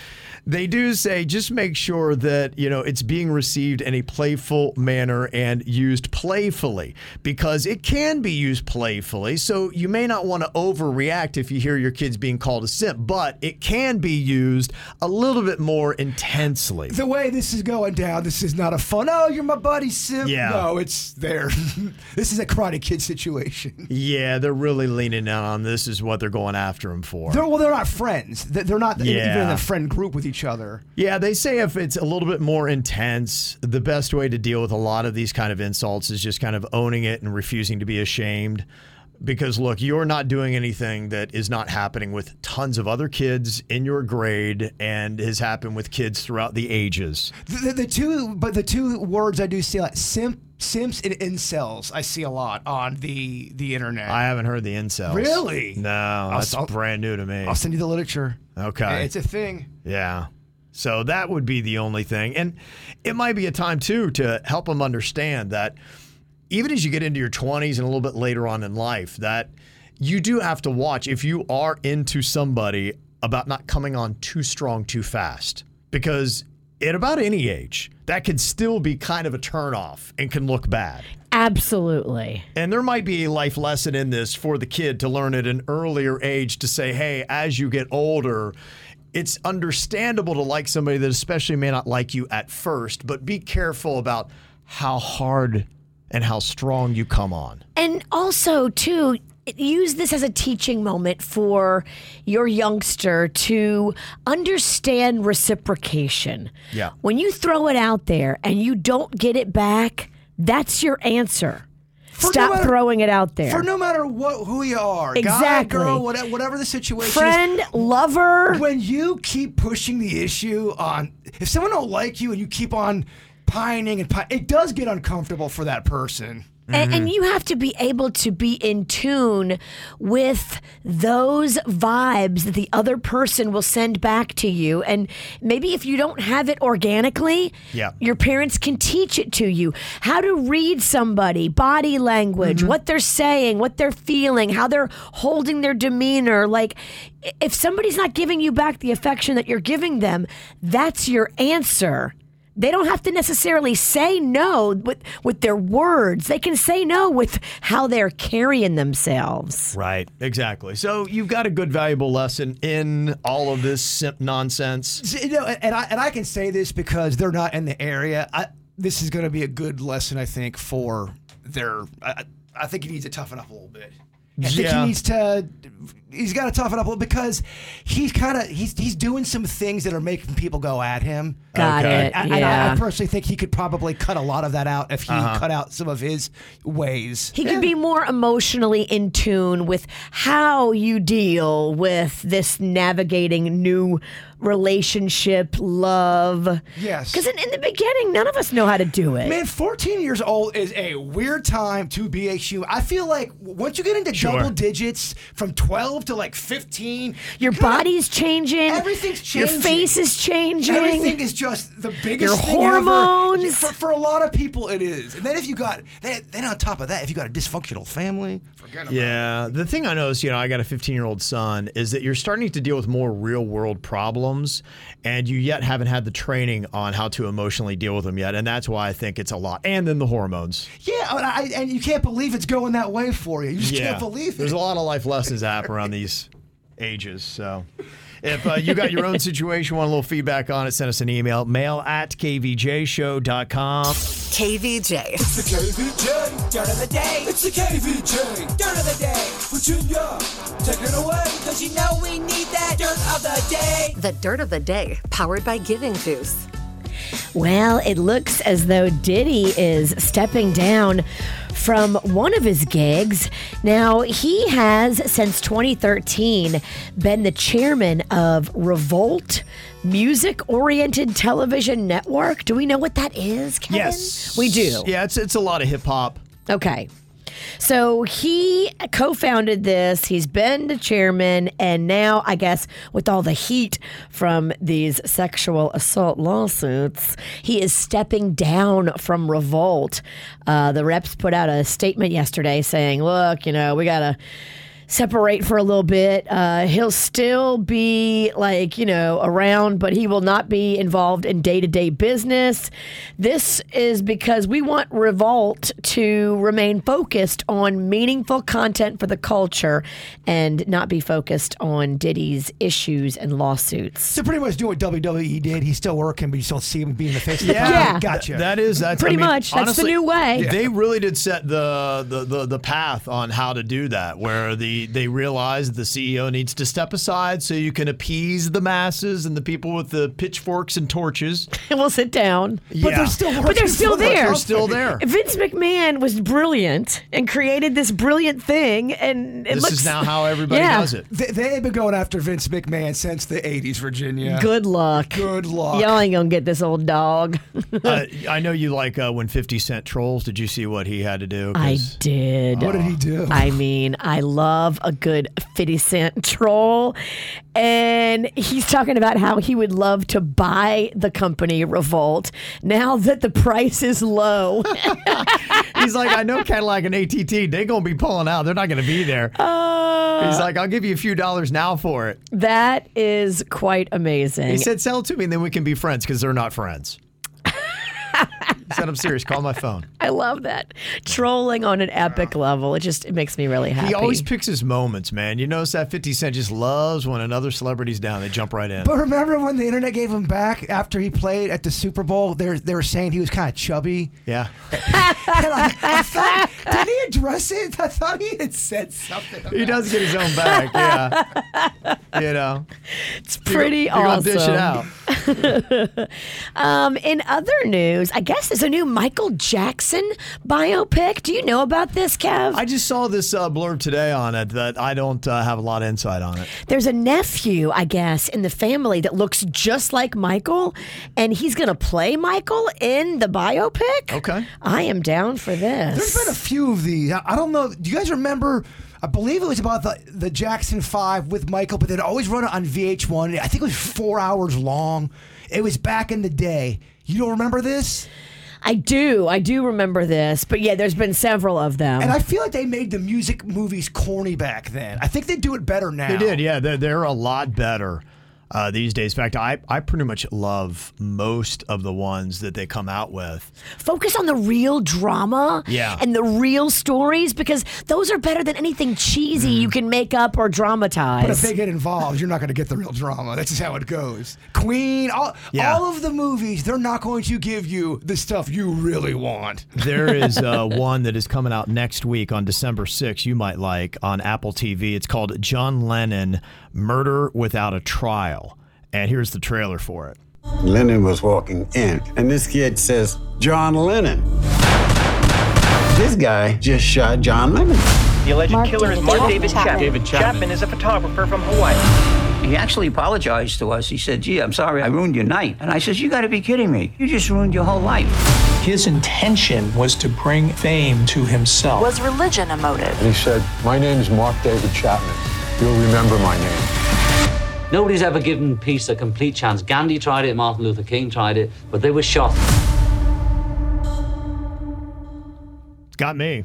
S3: They do say just make sure that, you know, it's being received in a playful manner and used playfully because it can be used playfully. So you may not want to overreact if you hear your kids being called a simp, but it can be used a little bit more intensely.
S4: The way this is going down, this is not a fun. Oh, you're my buddy, simp.
S3: Yeah.
S4: No, it's there. this is a Karate Kid situation.
S3: Yeah, they're really leaning in on this is what they're going after him for.
S4: They're, well, they're not friends. They- They're not even- even in
S3: Yeah.
S4: a friend group with each other.
S3: Yeah, they say if it's a little bit more intense, the best way to deal with a lot of these kind of insults is just kind of owning it and refusing to be ashamed. Because look, you're not doing anything that is not happening with tons of other kids in your grade and has happened with kids throughout the ages.
S4: The, the, the two, but the two words I do see a lot: simp, simps, and incels. I see a lot on the the internet.
S3: I haven't heard the incels.
S4: Really?
S3: No,
S4: I'll-
S3: that's
S4: I'll-
S3: brand new to me.
S4: I'll send you the literature.
S3: Okay.
S4: It's a thing.
S3: Yeah. So that would be the only thing. And it might be a time, too, to help them understand that even as you get into your 20s and a little bit later on in life, that you do have to watch if you are into somebody about not coming on too strong too fast. Because at about any age, that could still be kind of a turnoff and can look bad.
S1: Absolutely.
S3: And there might be a life lesson in this for the kid to learn at an earlier age to say, hey, as you get older, it's understandable to like somebody that especially may not like you at first, but be careful about how hard and how strong you come on.
S1: And also, too, use this as a teaching moment for your youngster to understand reciprocation.
S3: Yeah.
S1: When you throw it out there and you don't get it back, that's your answer.
S4: no
S1: Stop
S4: matter-
S1: throwing it out there.
S4: For no matter what, who you are,
S1: Exactly.
S4: guy, girl, whatever, Oh, whatever the situation, is,
S1: Friend, lover.
S4: When you keep pushing the issue on, if someone don't like you and you keep on pining and pining, it does get uncomfortable for that person.
S1: And, and you have to be able to be in tune with those vibes that the other person will send back to you. And maybe if you don't have it organically,
S11: Yeah.
S1: your parents can teach it to you how to read somebody, body language,
S4: Mm-hmm.
S1: what they're saying, what they're feeling, how they're holding their demeanor. Like, i- if somebody's not giving you back the affection that you're giving them, that's your answer. They don't have to necessarily say no with, with their words. They can say no with how they're carrying themselves.
S3: Right, exactly. So you've got a good, valuable lesson in all of this simp nonsense.
S4: See, You know, and and I and I can say this because they're not in the area. I, this is going to be a good lesson, I think, for their. I, I- I think he needs to toughen up a little bit. I think
S3: Yeah.
S4: he needs to. He's got to toughen up a little because he's kind of he's he's doing some things that are making people go at him.
S1: Got Okay. it,
S4: And I- and I,
S1: yeah.
S4: I personally think he could probably cut a lot of that out if he
S1: Uh-huh.
S4: cut out some of his ways.
S1: He could be more emotionally in tune with how you deal with this navigating new relationship, love.
S4: Yes.
S1: Because in, in the beginning, none of us know how to do it.
S4: Man, 14 years old is a weird time to be a human. I feel like w- once you get into
S1: Sure.
S4: double digits from 12 to like 15,
S1: Your body's changing.
S4: Everything's
S1: Your
S4: changing.
S1: face is changing.
S4: Everything is just the biggest
S1: Your
S4: thing ever.
S1: hormones.
S4: For, for a lot of people, it is. And then if you got, then, then on top of that, if you got a dysfunctional family, forget about
S3: Yeah. The thing I noticed, you know, I got a 15 year old son, is that you're starting to deal with more real world problems and you yet haven't had the training on how to emotionally deal with them yet. And that's why I think it's a lot. And then the hormones.
S4: it. Yeah, and, I, and you can't believe it's going that way for you. You just can't believe it.
S3: There's a lot of life lessons that happen around these ages. So if uh, you got your own situation, want a little feedback on it, send us an email mail at kvjshow.com.
S5: KVJ.
S2: It's the KVJ dirt of the day. It's the KVJ dirt of the day. Virginia, take it away. Cause you know we need that dirt of the day.
S5: The dirt of the day, powered by Giving Juice.
S1: Well, it looks as though Diddy is stepping down from one of his gigs. Now, he has, since 2013, been the chairman of Revolt Music Oriented Television Network. Do we know what that is, Kevin?
S3: Yes.
S1: We do.
S3: Yeah, it's, it's a lot of hip hop.
S1: Okay. So he co founded this. He's been the chairman. And now, I guess, with all the heat from these sexual assault lawsuits, he is stepping down from Revolt. Uh, the reps put out a statement yesterday saying, look, you know, we got to separate for a little bit. Uh, he'll still be like, you know, around, but he will not be involved in day to day business. This is because we want Revolt to remain focused on meaningful content for the culture and not be focused on Diddy's issues and lawsuits.
S4: So pretty much do what WWE did. He's still working, but you still see him being the face. Of the
S3: Yeah.
S4: company.
S3: Yeah.
S4: gotcha.
S3: That is that's I
S1: Pretty
S3: mean,
S1: much. That's the
S3: honestly,
S1: new way.
S3: They really did set the, the the the path on how to do that, where the they realized the CEO needs to step aside so you can appease the masses and the people with the pitchforks and torches.
S1: we'll sit down.
S3: Yeah.
S1: But they're still there.
S3: They're still there.
S1: Vince McMahon was brilliant and created this brilliant thing, and it looks Yeah.
S4: They, they have been going after Vince McMahon since the '80s, Virginia.
S1: Good luck.
S4: Good luck.
S1: Y'all ain't gonna get this old dog.
S3: uh, I know you like uh, when Fifty Cent trolls. Did you see what he had to do?
S1: I
S3: 'Cause-
S1: did.
S3: What did he
S4: do?
S1: I mean, I love a good 50 cent troll. And he's talking about how he would love to buy the company Revolt now that the price is low.
S3: He's like, I know Cadillac and ATT. They're gonna be pulling out. They're not gonna be there.
S1: Uh,
S3: He's like, I'll give you a few dollars now for it.
S1: that is quite amazing.
S3: He said, "Sell it to me, and then we can be friends because they're not friends." he said, "I'm serious. Call my phone."
S1: I love that. Trolling on an epic level. It just it makes me really happy.
S3: He always picks his moments, man. You notice that 50 Cent just loves when another celebrity's down. They jump right in.
S4: But remember when the internet gave him back after he played at the Super Bowl? They were, they were saying he was kind of chubby.
S3: yeah.
S4: And I, I thought, did he address it? I thought he had said something.
S3: He does get his own back. Yeah. you know.
S1: It's pretty
S3: You're gonna-
S1: awesome.
S3: You're gonna dish it out.
S1: um, in other news, I guess there's a new Michael Jackson biopic. Do you know about this, Kev?
S3: I just saw this uh, blurb today on it that I don't uh, have a lot of insight on it.
S1: There's a nephew, I guess, in the family that looks just like Michael, and he's going to play Michael in the biopic.
S3: Okay.
S1: I am down for this.
S4: There's been a few of these. I I don't know. Do you guys remember? I believe it was about the, the Jackson Five with Michael, but they'd always run it on VH1. I think it was four hours long. It was back in the day. You don't remember this?
S1: I do. I do remember this. But yeah, there's been several of them.
S4: And I feel like they made the music movies corny back then. I think they do it better now.
S3: They did, yeah. They're, they're a lot better uh, these days. In fact, I, I pretty much love most of the ones that they come out with.
S1: Focus on the real drama
S3: Yeah.
S1: and the real stories because those are better than anything cheesy
S4: Mm.
S1: you can make up or dramatize.
S4: But if they get involved, you're not going to get the real drama. That's just how it goes. Queen, all,
S3: Yeah.
S4: all of the movies, they're not going to give you the stuff you really want.
S3: There is uh, one that is coming out next week on December 6th, you might like, on Apple TV. It's called John Lennon Murder Without a Trial. And here's the trailer for it.
S11: Lennon was walking in, and this kid says, John Lennon. This guy just shot John Lennon.
S12: The alleged killer is Mark David Chapman.
S13: David Chapman.
S12: is a photographer from Hawaii.
S13: He actually apologized to us. He said, Gee, I'm sorry, I ruined your night. And I says, You gotta be kidding me. You just ruined your whole life.
S14: His intention was to bring fame to himself.
S15: Was religion a motive?
S16: And he said, My name is Mark David Chapman. You'll remember my name.
S17: Nobody's ever given peace a complete chance. Gandhi tried it, Martin Luther King tried it, but they were shot.
S3: It's got me.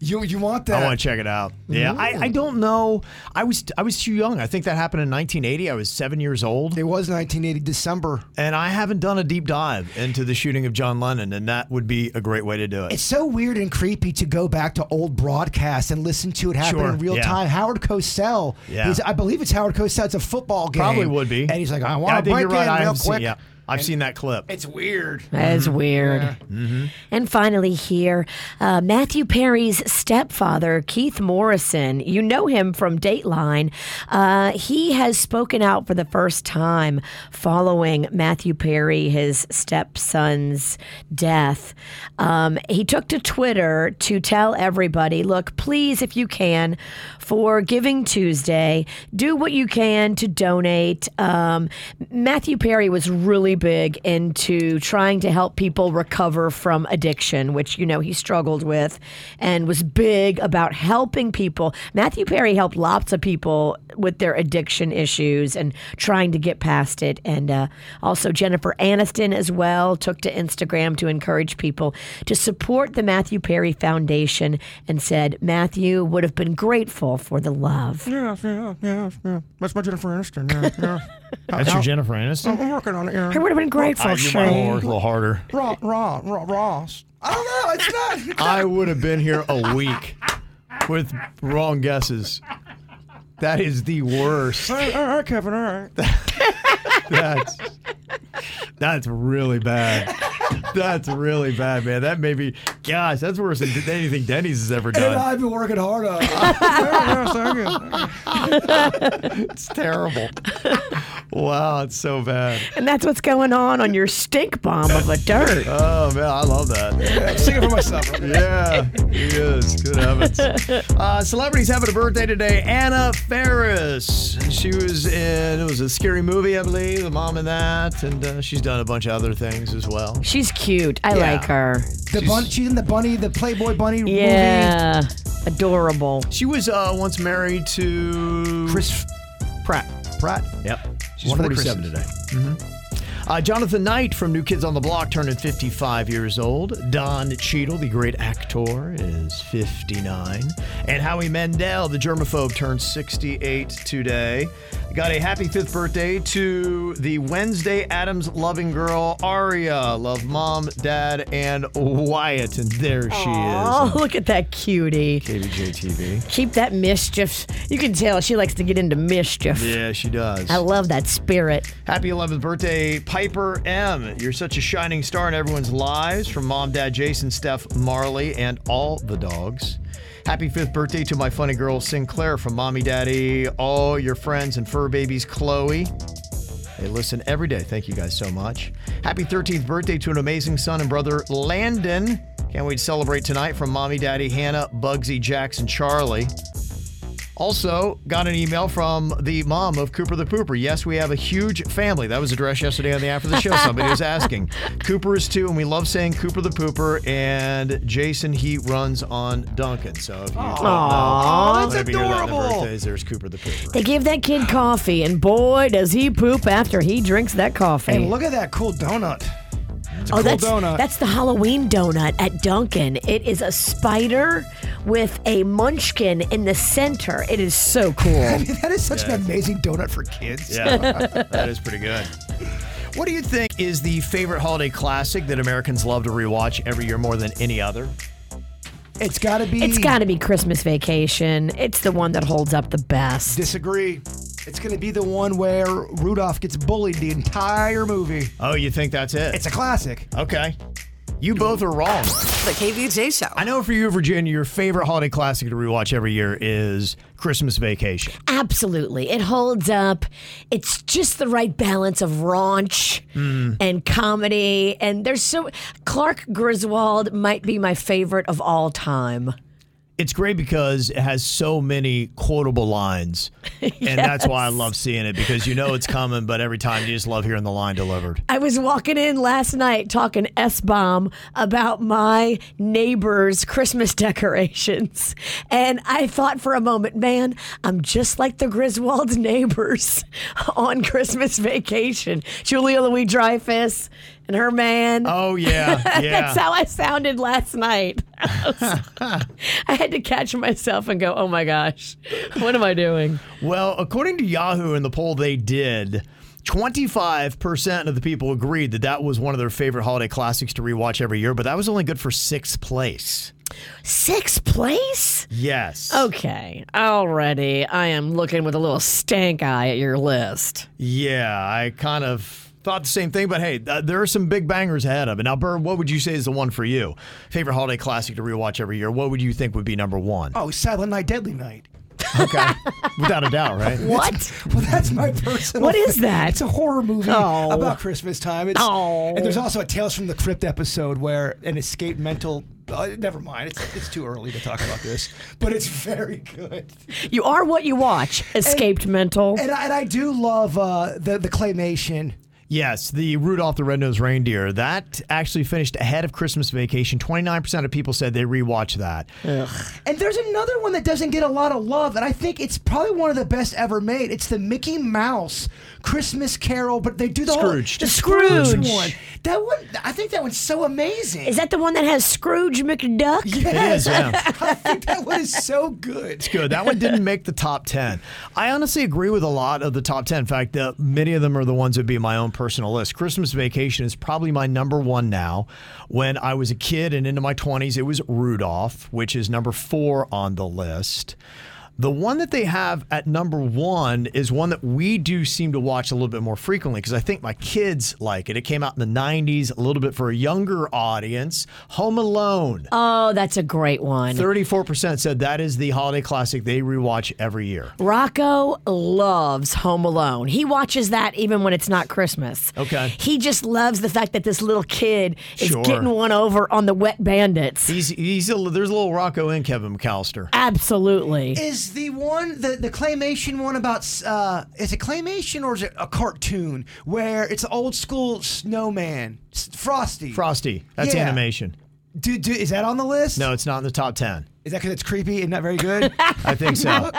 S4: You you want
S3: I want to check it out. Yeah,
S4: Mm-hmm.
S3: I, I don't know. I was I was too young. I think that happened in 1980. I was seven years old.
S4: It was 1980 December,
S3: and I haven't done a deep dive into the shooting of John Lennon, and that would be a great way to do it.
S4: It's so weird and creepy to go back to old broadcasts and listen to it happen
S3: Sure,
S4: in real
S3: yeah.
S4: time. Howard Cosell,
S3: Yeah.
S4: he's- I believe it's Howard Cosell. It's a football game.
S3: Probably would be.
S4: And he's like, I
S3: Yeah,
S4: want to
S3: think
S4: break
S3: you're right.
S4: in
S3: I
S4: real
S3: have seen-
S4: quick.
S3: yeah, I've seen that clip.
S4: It's weird.
S1: That is weird.
S3: Mm-hmm.
S1: And finally, here, uh, Matthew Perry's stepfather, Keith Morrison, you know him from Dateline. Uh, he has spoken out for the first time following Matthew Perry, his stepson's death. Um, he took to Twitter to tell everybody look, please, if you can, for Giving Tuesday, do what you can to donate. Um, Matthew Perry was really big into trying to help people recover from addiction, which, you know, he struggled with and was big about helping people. Matthew Perry helped lots of people with their addiction issues and trying to get past it. And uh, also, Jennifer Aniston as well took to Instagram to encourage people to support the Matthew Perry Foundation and said Matthew would have been grateful for the love.
S4: Yeah, yeah, yeah, yeah. That's my Jennifer Aniston. Yeah, yeah.
S3: That's your Jennifer
S4: I'm,
S3: Aniston.
S4: I'm working on it. Yeah.
S1: I would've been grateful,
S3: I, you might wanna work a little harder.
S4: Raw, raw, raw, Ross. I don't know. It's not.
S3: I would have been here a week with wrong guesses. That is the worst.
S4: all, right, all right, Kevin. All right.
S3: That's that's really bad. That's really bad, man. That may be, gosh, that's worse than anything Denny's has ever
S4: And
S3: done.
S4: I've been working hard on it. Yeah, yeah, thank you.
S3: It's terrible. Wow, it's so bad.
S1: And that's what's going on on your stink bomb of a dirt.
S3: Oh man, I love that.
S4: I'm singing for myself.
S3: Yeah, he is. Good heavens. Uh, celebrities having a birthday today. Anna Ferris. She was in it was a scary movie, I believe. The mom in that, and uh, she's done a bunch of other things as well.
S1: She's cute. I
S3: Yeah.
S1: like her.
S4: The bun- she's in the bunny, the Playboy bunny movie.
S1: Yeah. Adorable.
S3: She was uh, once married to Chris Pratt. Pratt. Yep. She's
S4: One of the
S3: 47 today. Uh, Jonathan Knight from New Kids on the Block turning 55 years old. Don Cheadle, the great actor, is 59. And Howie Mandel, the germaphobe, turned 68 today. Got a happy fifth birthday to the Wednesday Adams loving girl, Aria. Love mom, dad, and Wyatt. And there she
S1: Oh,
S3: is.
S1: look at that cutie.
S3: KBJ TV.
S1: Keep that mischief. You can tell she likes to get into mischief.
S3: Yeah, she does.
S1: I love that spirit.
S3: Happy 11th birthday, Piper M. You're such a shining star in everyone's lives from mom, dad, Jason, Steph, Marley, and all the dogs. Happy 5th birthday to my funny girl, Sinclair, from mommy, daddy, all your friends, and fur babies, Chloe. They listen every day. Thank you guys so much. Happy 13th birthday to an amazing son and brother, Landon. Can't wait to celebrate tonight from mommy, daddy, Hannah, Bugsy, Jackson, Charlie. Also, got an email from the mom of Cooper the Pooper. Yes, we have a huge family. That was addressed yesterday on the after the show. Somebody was asking. Cooper is two, and we love saying Cooper the Pooper. And Jason, he runs on Duncan. So if you don't know,
S1: Aw, that's
S3: whenever you hear that in the
S1: adorable.
S3: birthdays, there's Cooper the Pooper.
S1: They give that kid coffee, and boy, does he poop after he drinks that coffee.
S4: And look at that cool donut. It's a
S1: oh,
S4: cool
S1: that's
S4: donut.
S1: that's the Halloween donut at Dunkin'. It is a spider with a munchkin in the center. It is so cool.
S4: that is such an amazing donut for kids.
S3: Yeah, that is pretty good. What do you think is the favorite holiday classic that Americans love to rewatch every year more than any other?
S4: It's got to be.
S1: It's got to be Christmas Vacation. It's the one that holds up the best.
S4: Disagree. It's going to be the one where Rudolph gets bullied the entire movie.
S3: Oh, you think that's it?
S4: It's a classic.
S3: Okay. You both are wrong.
S5: The KVJ Show.
S3: I know for you, Virginia, your favorite holiday classic to rewatch every year is Christmas Vacation.
S1: Absolutely. It holds up. It's just the right balance of raunch and comedy. And there's so. Clark Griswold might be my favorite of all time.
S3: It's great because it has so many quotable lines. And that's why I
S1: Yes.
S3: love seeing it because you know it's coming, but every time you just love hearing the line delivered.
S1: I was walking in last night talking S bomb about my neighbor's Christmas decorations. And I thought for a moment, man, I'm just like the Griswold's neighbors on Christmas vacation. Julia Louis Dreyfus and her man.
S3: Oh, yeah, yeah.
S1: That's how I sounded last night. I, was- I had to catch myself and go, oh my gosh, what am I doing?
S3: Well, according to Yahoo in the poll they did, 25% of the people agreed that that was one of their favorite holiday classics to rewatch every year, but that was only good for sixth place.
S1: Sixth place?
S3: Yes.
S1: Okay, already I am looking with a little stank eye at your list.
S3: Yeah, I kind of thought the same thing, but hey, th- there are some big bangers ahead of it. Now, Burr, what would you say is the one for you? Favorite holiday classic to rewatch every year? What would you think would be number one?
S4: Oh, Silent Night, Deadly Night.
S3: Without a doubt, right?
S1: What?
S4: well, that's my personal.
S1: What is that?
S4: It's a horror movie
S1: Oh.
S4: about Christmas time. It's,
S1: Oh.
S4: And there's also a Tales from the Crypt episode where an escaped mental. Uh, never mind. It's, it's too early to talk about this, but it's very good.
S1: You are what you watch, escaped mental.
S4: And I, and I do love uh, the the claymation.
S3: Yes, the Rudolph the Red-Nosed Reindeer. That actually finished ahead of Christmas Vacation. 29% of people said they rewatched that.
S4: And there's another one that doesn't get a lot of love, and I think it's probably one of the best ever made. It's the Mickey Mouse Christmas Carol, but they do the
S3: Scrooged.
S4: whole the Scrooge,
S1: Scrooge.
S4: one. That one, I think that one's so amazing.
S1: is that the one that has Scrooge McDuck?
S3: It is, yeah.
S4: I think that one is so good.
S3: It's good. That one didn't make the top 10. I honestly agree with a lot of the top 10. In fact, uh, many of them are the ones that would be my own personal list. Christmas Vacation is probably my number one now. When I was a kid and into my 20s, it was Rudolph, which is number four on the list. The one that they have at number one is one that we do seem to watch a little bit more frequently because I think my kids like it. It came out in the 90s, a little bit for a younger audience. Home Alone.
S1: Oh, that's a great one.
S3: 34% said that is the holiday classic they rewatch every year.
S1: Rocco loves Home Alone. He watches that even when it's not Christmas.
S3: Okay.
S1: He just loves the fact that this little kid is
S3: Sure.
S1: getting one over on the wet bandits.
S3: He's, he's a, there's a little Rocco in Kevin McAllister.
S1: Absolutely.
S4: Is the one the the claymation one about uh, is it claymation or is it a cartoon where it's an old school snowman S- Frosty?
S3: Frosty, that's
S4: Yeah.
S3: animation.
S4: Do, do, is that on the list?
S3: No, it's not in the top 10.
S4: Is that because it's creepy and not very good?
S3: I think so.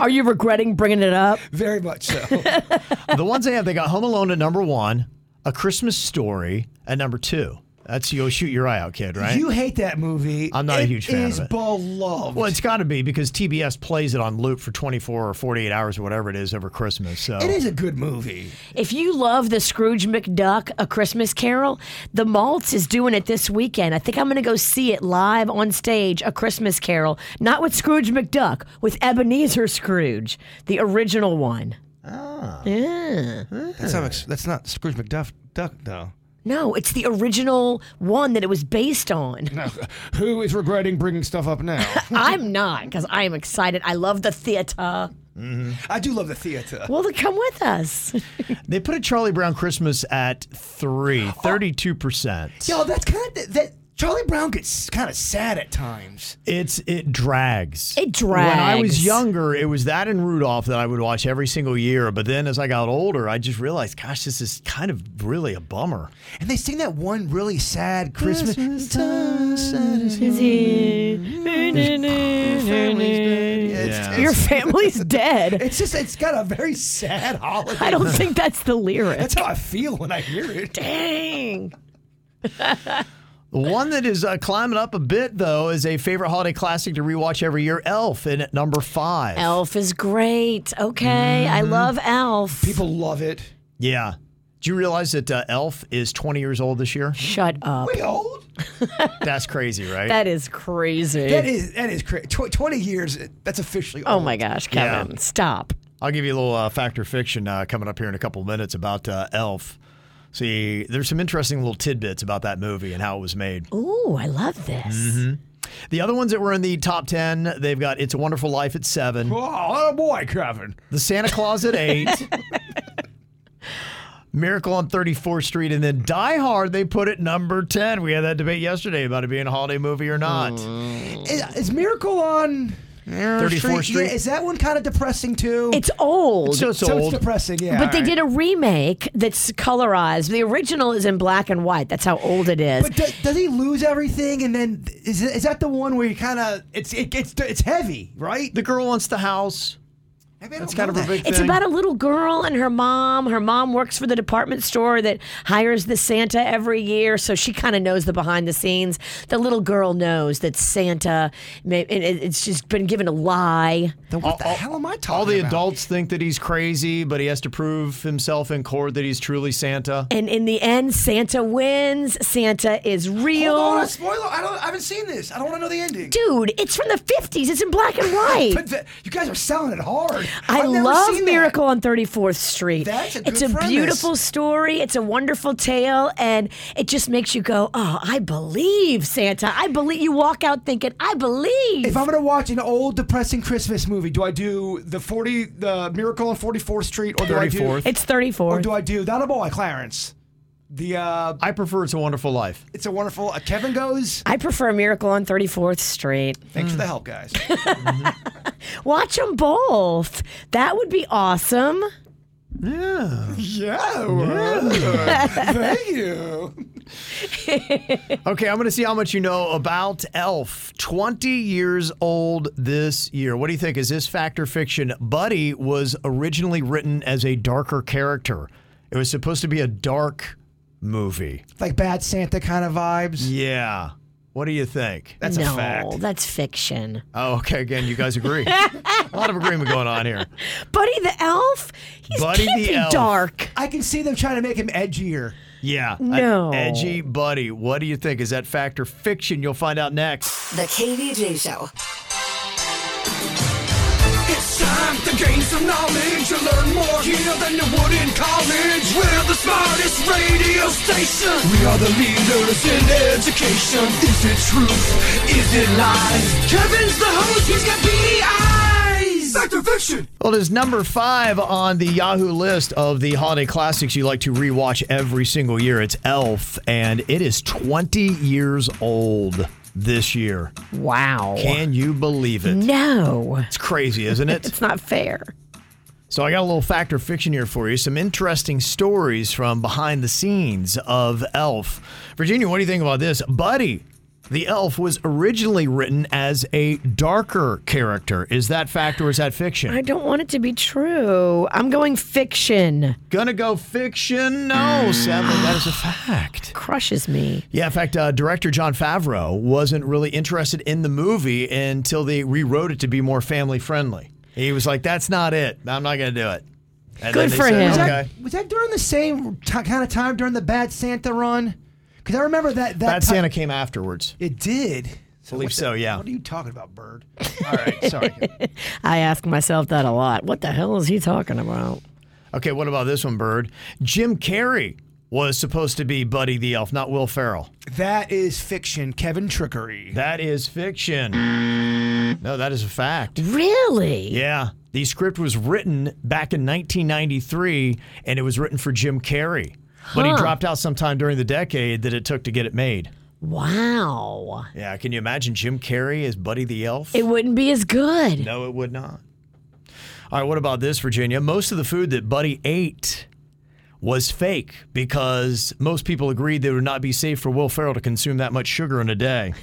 S1: Are you regretting bringing it up?
S4: very much so.
S3: the ones they have, they got Home Alone at number one, A Christmas Story at number two. That's You'll Shoot Your Eye Out Kid, right?
S4: You hate that movie.
S3: I'm not a huge fan of
S4: It is
S3: it.
S4: beloved.
S3: well, it's got to be because TBS plays it on loop for 24 or 48 hours or whatever it is over Christmas. So
S4: it is a good movie.
S1: If you love the Scrooge McDuck, A Christmas Carol, the Maltz is doing it this weekend. I think I'm going to go see it live on stage, A Christmas Carol, not with Scrooge McDuck, with Ebenezer Scrooge, the original one. Oh. Yeah.
S4: That's not that's not Scrooge McDuck Duck though.
S1: No, it's the original one that it was based on.
S4: Who is regretting bringing stuff up now?
S1: I'm not because I am excited. I love the theater.
S4: I do love the theater.
S1: Well, then come with us.
S3: They put a Charlie Brown Christmas at three, 32%.
S4: Yo, that's kind of that. Charlie Brown gets kind of sad at times.
S3: It's it drags.
S1: It
S3: When I was
S4: drags.
S3: younger, it was that and Rudolph that I would watch every single year. But then as I got older, I just realized, gosh, this is kind of really a bummer.
S4: And they sing that one really sad Christmas.
S3: Yeah.
S1: Your family's dead.
S4: It's just it's got a very sad holiday.
S1: I don't think that's the lyric.
S4: That's how I feel when I hear it.
S1: Dang.
S3: The one that is uh, climbing up a bit, though, is a favorite holiday classic to rewatch every year, Elf, in at number five.
S1: Elf is great. Okay, I love Elf.
S4: Mm-hmm. People love it.
S3: Yeah. Do you realize that uh, Elf is 20 years old this year?
S1: Shut up.
S4: We old?
S3: That's crazy, right?
S1: That is crazy.
S4: That is that is crazy. Tw- Twenty years. That's officially.
S1: Oh
S4: Old.
S1: my gosh, Kevin, stop.
S3: I'll give you a little uh, fact or fiction uh, coming up here in a couple of minutes about uh, Elf. See, there's some interesting little tidbits about that movie and how it was made.
S1: Ooh, I love this.
S4: Mm-hmm.
S3: Mhm. The other ones that were in the top 10, they've got It's a Wonderful Life at seven.
S4: Oh, boy, Kevin.
S3: The Santa Claus at eight. Miracle on 34th Street, and then Die Hard, they put it number 10. We had that debate yesterday about it being a holiday movie or not.
S4: Is, is Miracle on
S3: 34th Street?
S4: Yeah, is that one kind of depressing too?
S1: It's old.
S4: So it's, depressing. Yeah.
S1: but they did a remake that's colorized. The original is in black and white. That's how old it is.
S4: But do, does he lose everything? And then is is that the one where you kind of it's it gets it's heavy, right?
S3: The girl wants the house.
S4: That's
S3: kind of a big
S1: It's
S3: thing.
S1: about a little girl and her mom. Her mom works for the department store that hires the Santa every year, so she kind of knows the behind the scenes. The little girl knows that Santa, may- and it- it's just been given a lie.
S4: what the hell am I talking
S3: All the adults think that he's crazy, but he has to prove himself in court that he's truly Santa.
S1: And in the end, Santa wins. Santa is real.
S4: Hold on, spoiler! I don't. I haven't seen this. I don't want to know the ending.
S1: Dude, it's from the 50s. It's in black and white.
S4: But the- you guys are selling it hard.
S1: I
S4: I've never
S1: love
S4: seen that.
S1: Miracle on 34th Street.
S4: That's a
S1: it's
S4: good
S1: a
S4: premise.
S1: beautiful story. It's a wonderful tale, and it just makes you go, "Oh, I believe Santa. I believe." You walk out thinking, "I believe."
S4: If I'm gonna watch an old depressing Christmas movie, do I do the forty, the Miracle on 44th Street, or do I do
S3: 34th. It's
S1: 34th.
S4: Or do I do that a boy, Clarence? The uh,
S3: I prefer It's a Wonderful Life.
S4: It's a wonderful. Uh, Kevin goes.
S1: I prefer Miracle on 34th Street.
S4: Thanks
S3: Mm.
S4: for the help, guys.
S1: Watch them both. That would be awesome.
S3: Yeah.
S4: yeah. well, Thank you.
S3: Okay, I'm going to see how much you know about Elf. 20 years old this year. What do you think? Is this fact or fiction? Buddy was originally written as a darker character, it was supposed to be a dark movie.
S4: Like bad Santa kind of vibes.
S3: Yeah. What do you think?
S1: no, that's fiction.
S3: Oh, okay. Again, you guys agree. a lot of agreement going on here.
S1: Buddy the Elf. He's
S3: Buddy
S1: can't
S3: the
S1: be
S3: Elf.
S1: dark.
S4: I can see them trying to make him edgier.
S3: Yeah. an
S1: No.
S3: edgy buddy. What do you think? Is that fact or fiction? You'll find out next.
S5: The KVJ Show.
S2: It's time to gain some knowledge. You learn more here than you would in college. We're the smartest radio station. We are the leaders in education. Is it truth? Is it lies? Kevin's the host. He's got beady eyes. Fact or fiction?
S3: Well, it is number five on the Yahoo list of the holiday classics you like to rewatch every single year. It's Elf, and it is 20 years old this year.
S1: Wow.
S3: Can you believe it?
S1: No.
S3: It's crazy, isn't it?
S1: It's not fair.
S3: So I got a little fact or fiction here for you. Some interesting stories from behind the scenes of Elf. Virginia, what do you think about this? Buddy, the elf was originally written as a darker character. Is that fact or is that fiction?
S1: I don't want it to be true. I'm going fiction.
S3: Gonna go fiction? No, sadly, that is a fact.
S1: Crushes me.
S3: Yeah, in fact, uh, director John Favreau wasn't really interested in the movie until they rewrote it to be more family friendly. He was like, "That's not it. I'm not gonna do it." And then they said,
S4: Was
S3: Okay.
S4: that, was that during the same t- kind of time during the Bad Santa run? Because I remember that. That
S3: Bad
S4: ti-
S3: Santa came afterwards.
S4: It did. So
S3: Believe
S4: what the-
S3: so, yeah.
S4: What are you talking about, Bird? All right, sorry.
S1: I ask myself that a lot. What the hell is he talking about?
S3: Okay, what about this one, Bird? Jim Carrey was supposed to be Buddy the Elf, not Will Ferrell.
S4: That is fiction. Kevin Trickery.
S3: That is fiction. No, that is a fact.
S1: Really?
S3: Yeah. The script was written back in 1993, and it was written for Jim Carrey. But he
S1: Huh.
S3: dropped out sometime during the decade that it took to get it made.
S1: Wow.
S3: Yeah, can you imagine Jim Carrey as Buddy the Elf?
S1: It wouldn't be as good.
S3: No, it would not. All right, what about this, Virginia? Most of the food that Buddy ate was fake because most people agreed that it would not be safe for Will Ferrell to consume that much sugar in a day.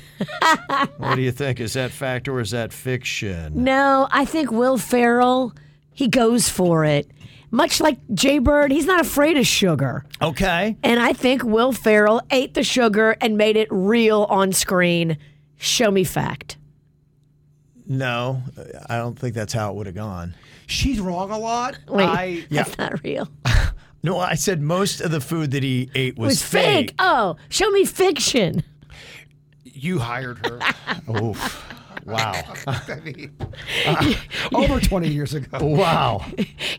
S3: what do you think? Is that fact or is that fiction?
S1: No, I think Will Ferrell, he goes for it. Much like Jay Bird, he's not afraid of sugar.
S3: Okay.
S1: And I think Will Ferrell ate the sugar and made it real on screen. Show me fact.
S3: No, I don't think that's how it would have gone.
S4: She's wrong a lot.
S1: Wait,
S4: I,
S1: that's not real.
S3: No, I said most of the food that he ate was, fake.
S1: Oh, show me fiction.
S4: You hired her.
S3: Oof. Wow.
S4: I mean, over 20 years ago.
S3: Wow.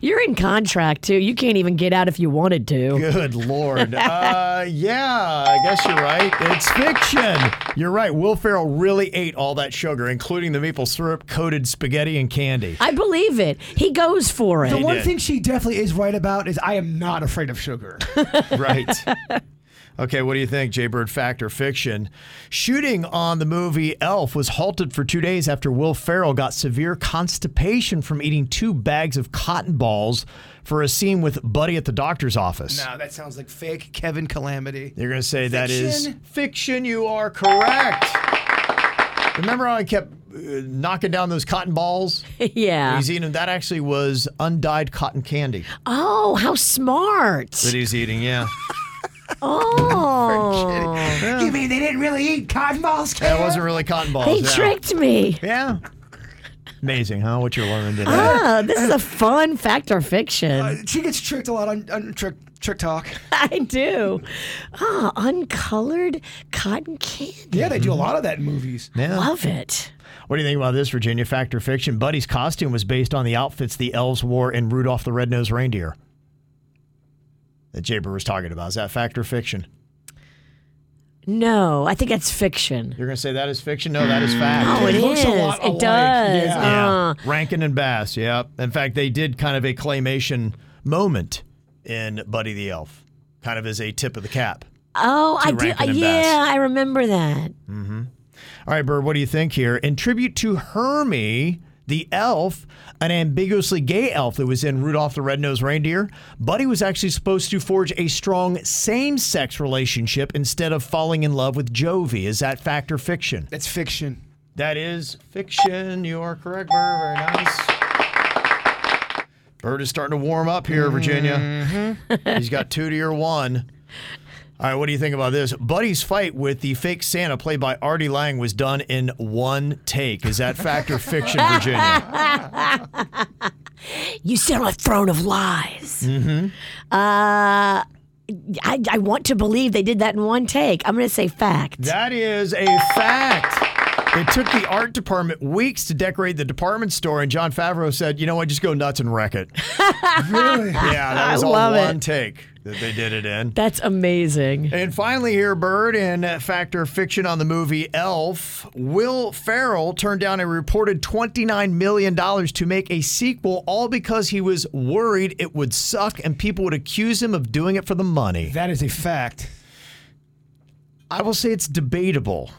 S1: You're in contract too. You can't even get out if you wanted to.
S3: Good lord. Uh, yeah, I guess you're right. It's fiction. You're right. Will Ferrell really ate all that sugar, including the maple syrup coated spaghetti and candy.
S1: I believe it. He goes for it.
S4: The
S3: He
S4: one
S3: did.
S4: thing she definitely is right about is I am not afraid of sugar.
S3: right. Okay, what do you think, Jay Bird? Fact or fiction? Shooting on the movie Elf was halted for two days after Will Ferrell got severe constipation from eating two bags of cotton balls for a scene with Buddy at the doctor's office.
S4: no, that sounds like fake Kevin Calamity.
S3: You're going to say that is
S4: Fiction.
S3: fiction. You are correct. Remember how I kept uh, knocking down those cotton balls?
S1: yeah.
S3: He's eating that actually was undyed cotton candy
S1: Oh, how smart.
S3: that he's eating. Yeah.
S1: Oh.
S4: You mean they didn't really eat cotton balls?
S3: That wasn't really cotton balls.
S1: They
S3: yeah.
S1: tricked me.
S3: Yeah. Amazing, huh? What you're learning today.
S1: Ah, this is a fun fact or fiction.
S4: She gets tricked a lot on, on trick, trick talk.
S1: I do. Ah, uncolored cotton candy.
S4: Yeah, they
S3: Mm-hmm.
S4: do a lot of that in movies.
S3: Yeah.
S1: Love it.
S3: What do you think about this, Virginia? Fact or fiction? Buddy's costume was based on the outfits the elves wore in Rudolph the Red-Nosed Reindeer that Jaber was talking about. Is that fact or fiction?
S1: No, I think that's fiction.
S3: You're going to say that is fiction? No, that is fact.
S1: Oh, it
S4: looks a
S1: is.
S4: lot
S1: It
S4: alike.
S1: does.
S4: Yeah.
S3: Yeah.
S1: Uh,
S3: Rankin and Bass, yeah. In fact, they did kind of a claymation moment in Buddy the Elf, kind of as a tip of the cap.
S1: oh,
S3: To
S1: I do.
S3: Rankin and Bass.
S1: yeah, I remember that.
S3: All right, Bird, what do you think here? In tribute to Hermie, the elf, an ambiguously gay elf that was in Rudolph the Red-Nosed Reindeer, Buddy was actually supposed to forge a strong same-sex relationship instead of falling in love with Jovi. Is that fact or fiction?
S4: That's fiction.
S3: That is fiction. You are correct, Bird. Very nice. Bird is starting to warm up here, Virginia.
S1: Mm-hmm.
S3: He's got two to your one. All right, what do you think about this? Buddy's fight with the fake Santa played by Artie Lang was done in one take. Is that fact or fiction, Virginia?
S1: You sit on a throne of lies. Mm-hmm. Uh, I, I want to believe they did that in one take. I'm going to say fact.
S3: That is a fact. It took the art department weeks to decorate the department store, and John Favreau said, you know what, just go nuts and wreck it.
S4: Really?
S3: Yeah, that was all
S1: love it.
S3: one take that they did it in.
S1: That's amazing.
S3: And finally, here, Bird, in uh, fact or fiction on the movie Elf, Will Farrell turned down a reported $29 million to make a sequel, all because he was worried it would suck and people would accuse him of doing it for the money.
S4: That is a fact.
S3: I will say it's debatable.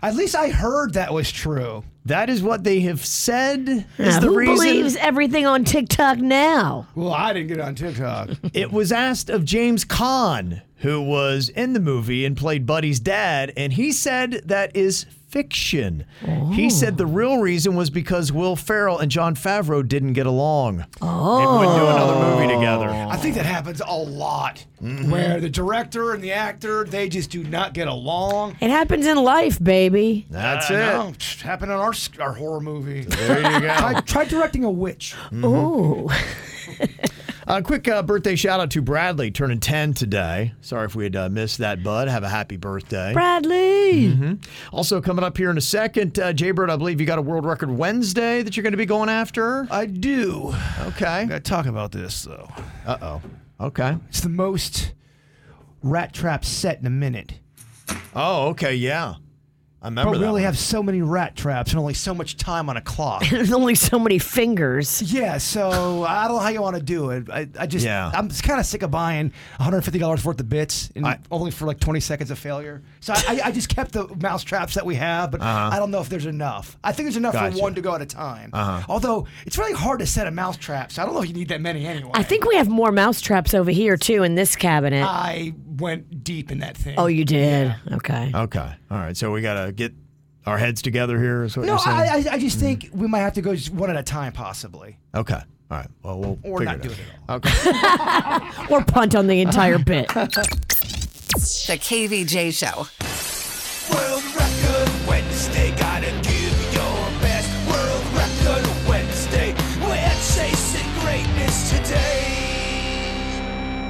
S4: At least I heard that was true.
S3: That is what they have said is
S1: Uh,
S3: the
S1: who
S3: reason.
S1: believes everything on TikTok now?
S4: Well, I didn't get on TikTok.
S3: It was asked of James Caan, who was in the movie and played Buddy's dad, and he said that is fiction.
S4: Oh.
S3: He said the real reason was because Will Ferrell and John Favreau didn't get along. Oh. And wouldn't do another movie together.
S4: I think that happens a lot,
S3: Mm-hmm.
S4: where the director and the actor they just do not get along.
S1: It happens in life, baby.
S3: That's
S4: I
S3: it.
S4: know. Psh, Happened on our s- our horror movie.
S3: There you go.
S4: Try, try directing a witch.
S3: Mm-hmm.
S1: Ooh.
S3: A quick uh, birthday shout out to Bradley, turning 10 today. Sorry if we had uh, missed that, bud. Have a happy birthday.
S1: Bradley.
S3: also, coming up here in a second, uh, Jay Bird, I believe you got a world record Wednesday that you're going to be going after.
S4: I do.
S3: Okay.
S4: Gotta talk about this though.
S3: Uh oh. Okay.
S4: It's the most rat trap set in a minute.
S3: Oh, okay, yeah. I remember
S4: but we
S3: that
S4: only have so many rat traps and only so much time on a clock.
S1: There's
S3: Mm-hmm.
S1: only so many fingers.
S4: Yeah, so I don't know how you want to do it. I, I just,
S3: Yeah.
S4: I'm kind of sick of buying $150 worth of bits and only for like 20 seconds of failure. So I, I, I just kept the mouse traps that we have, but
S3: Uh-huh.
S4: I don't know if there's enough. I think there's enough
S3: Gotcha.
S4: for one to go at a time.
S3: Uh-huh.
S4: Although it's really hard to set a mouse trap, so I don't know if you need that many anyway.
S1: I think we have more mouse traps over here too in this cabinet.
S4: I went deep in that thing.
S1: oh, you did. Okay.
S3: Okay. All right. So we got to get our heads together here. Is what
S4: No,
S3: you're saying?
S4: I, I, I just think we might have to go just one at a time, possibly.
S3: okay. All right. Well, we'll
S4: Or
S3: figure
S4: not
S3: it
S4: do
S3: out.
S4: it
S1: or punt on the entire bit.
S5: The KVJ Show.
S2: World Record Wednesday, gotta give your best. World Record Wednesday, we're chasing greatness today.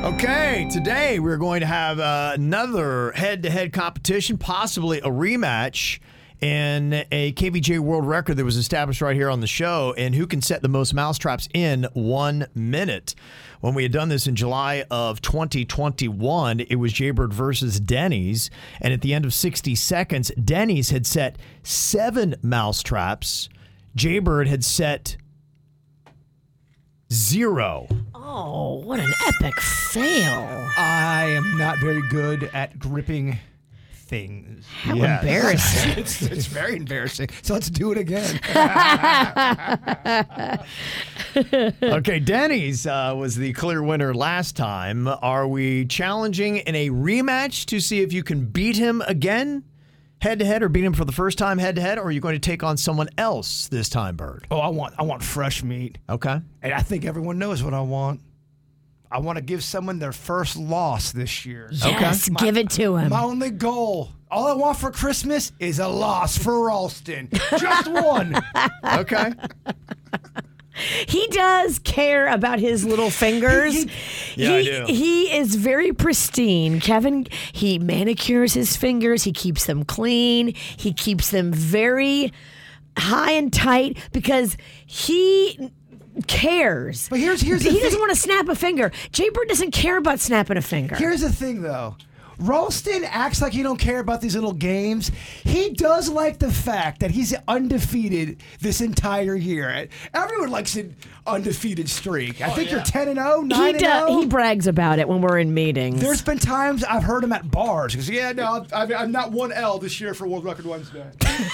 S3: Okay, today we're going to have uh, another head to head competition, possibly a rematch in a KVJ world record that was established right here on the show, and who can set the most mousetraps in one minute. When we had done this in July of 2021, it was Jaybird versus Denny's, and at the end of 60 seconds, Denny's had set seven mousetraps, Jaybird had set zero.
S1: Oh, what an epic fail.
S4: I am not very good at gripping things.
S1: How Yes. embarrassing.
S4: it's, it's very embarrassing. So let's do it again.
S3: okay, Denny's uh, was the clear winner last time. Are we challenging in a rematch to see if you can beat him again? Head to head, or beat him for the first time head to head, or are you going to take on someone else this time, Bird?
S4: Oh, I want I want fresh meat.
S3: Okay.
S4: And I think everyone knows what I want. I want to give someone their first loss this year.
S1: Yes,
S4: My-
S1: give it to him.
S4: My only goal, all I want for Christmas is a loss for Ralston. Just one.
S3: okay.
S1: He does care about his little fingers.
S3: Yeah, I
S1: he,
S3: do.
S1: he is very pristine. Kevin, he manicures his fingers, he keeps them clean, he keeps them very high and tight because he cares. But
S4: here's here's
S1: he
S4: the
S1: doesn't
S4: thing-
S1: want to snap a finger. Jay Bird doesn't care about snapping a finger.
S4: Here's the thing, though. Ralston acts like he don't care about these little games. He does like the fact that he's undefeated this entire year. Everyone likes an undefeated streak. I think you're 10 and 0, 9
S1: he
S4: and
S1: do-
S4: 0.
S1: he brags about it when we're in meetings.
S4: There's been times I've heard him at bars because yeah, no, I've, I've not one L this year for World Record Wednesday.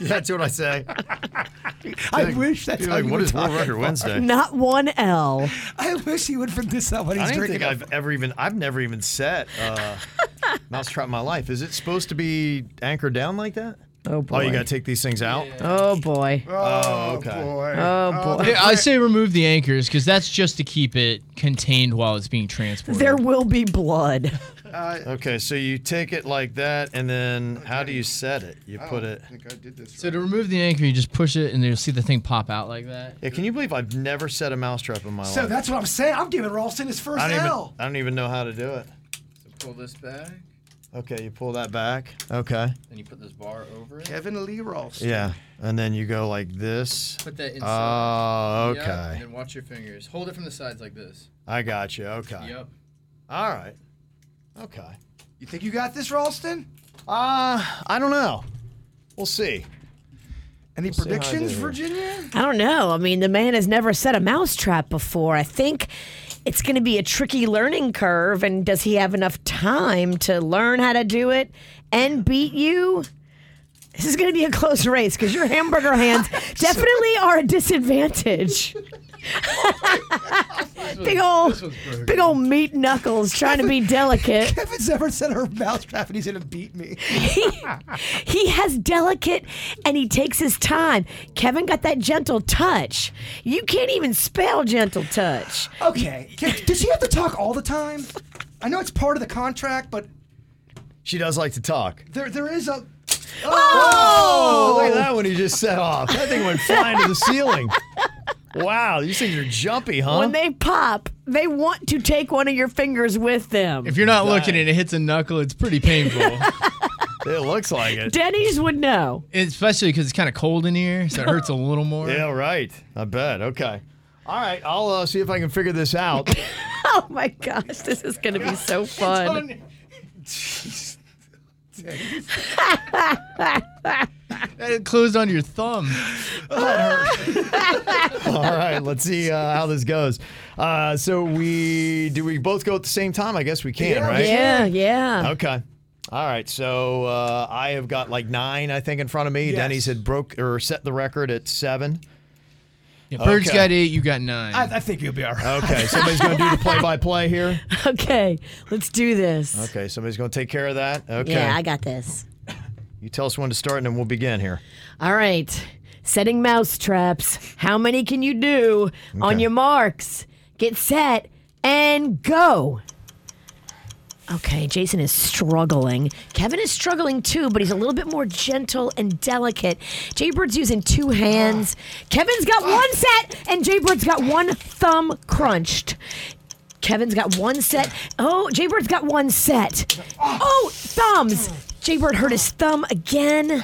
S3: That's what I say.
S4: I wish that's
S3: You're
S4: how
S3: like,
S4: you
S3: "What
S4: would
S3: is World
S4: talk at
S3: Record
S4: bars."
S3: Wednesday?"
S1: Not one L.
S4: I wish he would forget
S3: I
S4: somebody
S3: don't
S4: he's
S3: even think
S4: drinking.
S3: I've ever even I've never even set uh, mousetrap in my life. Is it supposed to be anchored down like that?
S1: Oh
S3: Oh,
S1: boy.
S3: you got to take these things out.
S1: Oh boy.
S3: Oh, okay.
S1: Oh boy.
S15: Yeah, I say remove the anchors because that's just to keep it contained while it's being transported.
S1: there will be blood.
S3: okay, so you take it like that, and then how do you set it? You put it.
S15: So to remove the anchor, you just push it and you'll see the thing pop out like that.
S3: Yeah, can you believe I've never set a mousetrap in my
S4: So
S3: life?
S4: that's what I'm saying. I'm giving Ralston his first
S3: I don't
S4: L.
S3: even. I don't even know how to do it.
S15: Pull this back,
S3: Okay, you pull that back. Okay.
S15: then you put this bar over it.
S4: Kevin Lee Ralston.
S3: Yeah, and then you go like this.
S15: Put that
S3: Oh,
S15: inside.
S3: okay.
S15: and then watch your fingers. Hold it from the sides like this.
S3: I got you. Okay.
S15: Yep.
S3: All right. Okay.
S4: You think you got this, Ralston?
S3: Uh, I don't know. We'll see.
S4: Any
S3: how I
S4: predictions,
S3: do here.
S4: Virginia?
S1: I don't know. I mean, the man has never set a mousetrap before. I think it's going to be a tricky learning curve. And does he have enough time to learn how to do it and beat you? This is going to be a close race because your hamburger hands definitely are a disadvantage. big old, big old meat knuckles trying to be delicate.
S4: Kevin's ever said her mousetrap and he's gonna beat me.
S1: He has delicate and he takes his time. Kevin got that gentle touch. You can't even spell gentle touch.
S4: Okay. Can- Does she have to talk all the time? I know it's part of the contract, but
S3: She does like to talk.
S4: there there is a.
S3: Oh! Look at that one he just set off. That thing went flying to the ceiling. Wow, these things are jumpy, huh?
S1: When they pop, they want to take one of your fingers with them.
S15: If you're not looking and it hits a knuckle, it's pretty painful.
S3: it looks like it.
S1: Denny's would know.
S15: Especially because it's kind of cold in here, so it hurts a little more.
S3: Yeah, right. I bet. Okay. All right, I'll uh, see if I can figure this out.
S1: Oh my gosh, this is going to be so fun.
S15: It closed on your thumb.
S3: All right, let's see uh, how this goes. Uh, so we do we both go at the same time? I guess we can,
S1: Yeah,
S3: right?
S1: yeah, yeah.
S3: Okay. All right. So uh, I have got like nine, I think, in front of me.
S15: Yes.
S3: Denny's had broke or set the record at seven.
S15: Yeah, Bird's got eight. You got nine.
S4: I, I think you'll be all right.
S3: Okay, somebody's going to do the play-by-play here.
S1: Okay, let's do this.
S3: Okay, somebody's going to take care of that. Okay.
S1: Yeah, I got this.
S3: You tell us when to start, and then we'll begin here.
S1: All right. Setting mouse traps. How many can you do on
S3: Okay.
S1: your marks? Get set and go. Okay, Jason is struggling. Kevin is struggling too, but he's a little bit more gentle and delicate. Jaybird's using two hands. Kevin's got one set, and Jaybird's got one thumb crunched. Kevin's got one set. Oh, Jaybird's got one set. Oh, thumbs. Jaybird hurt his thumb again.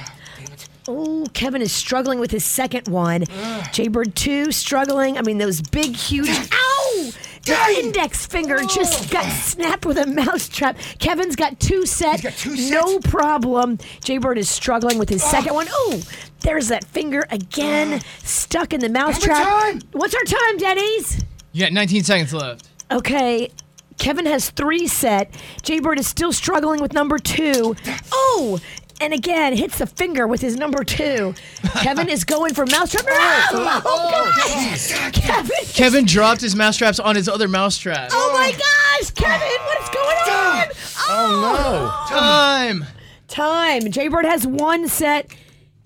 S1: Oh, Kevin is struggling with his second one. Jaybird 2 struggling. I mean, those big, huge. Ow! The index finger just got snapped with a mousetrap. Kevin's got two set. No problem. Jaybird is struggling with his second one. Oh, there's that finger again, stuck in the mousetrap. What's our time, Denny's?
S15: You got 19 seconds left.
S1: Okay. Kevin has three set. Jaybird is still struggling with number two. Oh! And again, hits the finger with his number two. Kevin is going for mousetrap. Oh, God! Kevin!
S15: Kevin dropped his mousetraps on his other mousetrap.
S1: Oh my gosh, Kevin! What's going on?
S15: Oh, no. Time.
S1: Time. Jaybird has one set.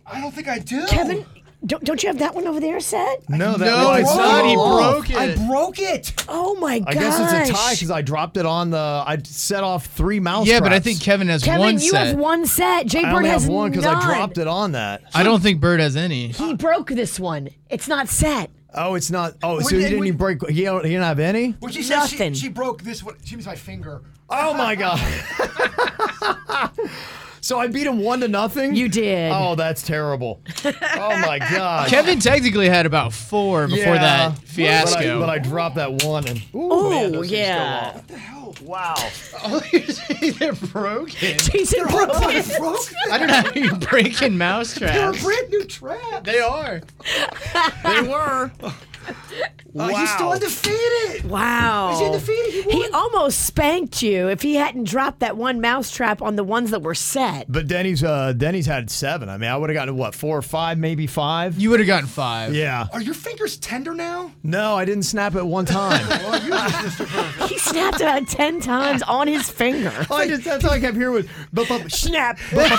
S4: I don't think I do.
S1: Kevin, don't, don't you have that one over there set?
S3: Oh. No, that
S4: No,
S15: Oh,
S3: was
S4: it's not. He broke
S3: I,
S4: I broke it.
S1: Oh my gosh.
S3: I guess it's a tie because I dropped it on the. I set off three mouse.
S15: Yeah, but I
S3: traps.
S15: think Kevin has
S1: Kevin,
S15: one
S1: you
S15: set.
S1: have one set. Jaybird
S3: I only
S1: has
S3: have one
S1: because
S3: I dropped it on that.
S15: I don't think Bird has any.
S1: He broke this one. It's not set.
S3: Oh, it's not. Oh,
S4: Well,
S3: so he
S4: then
S3: didn't
S4: we-
S3: even break. He don't, he didn't have any.
S4: Well, she
S1: Nothing.
S4: said she, she broke this one. She was my finger.
S3: Oh my god. so I beat him one to nothing. You
S1: did.
S3: Oh, that's terrible. oh my god.
S15: Kevin technically had about four before
S3: Yeah.
S15: that fiasco.
S3: But I, but I dropped that one and.
S1: Ooh,
S3: man, those things go
S1: Oh, yeah.
S3: off.
S15: Wow. Oh, you're saying they're broken.
S1: Jason broke it.
S15: I don't know how you break in mousetraps.
S4: brand new trap.
S15: They are.
S3: They were.
S4: Oh, he's still undefeated.
S1: Wow.
S4: He's undefeated. He
S1: He
S4: won.
S1: almost spanked you if he hadn't dropped that one mousetrap on the ones that were set.
S3: But Denny's uh, Denny's had seven. I mean, I would have gotten what four or five, maybe five.
S15: You would have gotten five.
S3: Yeah.
S4: Are your fingers tender now?
S3: No, I didn't snap at one time.
S4: Well, yours is just
S1: He snapped about 10 times on his finger.
S3: I just that's all I kept hearing was bup, bup,
S1: Snap, snap.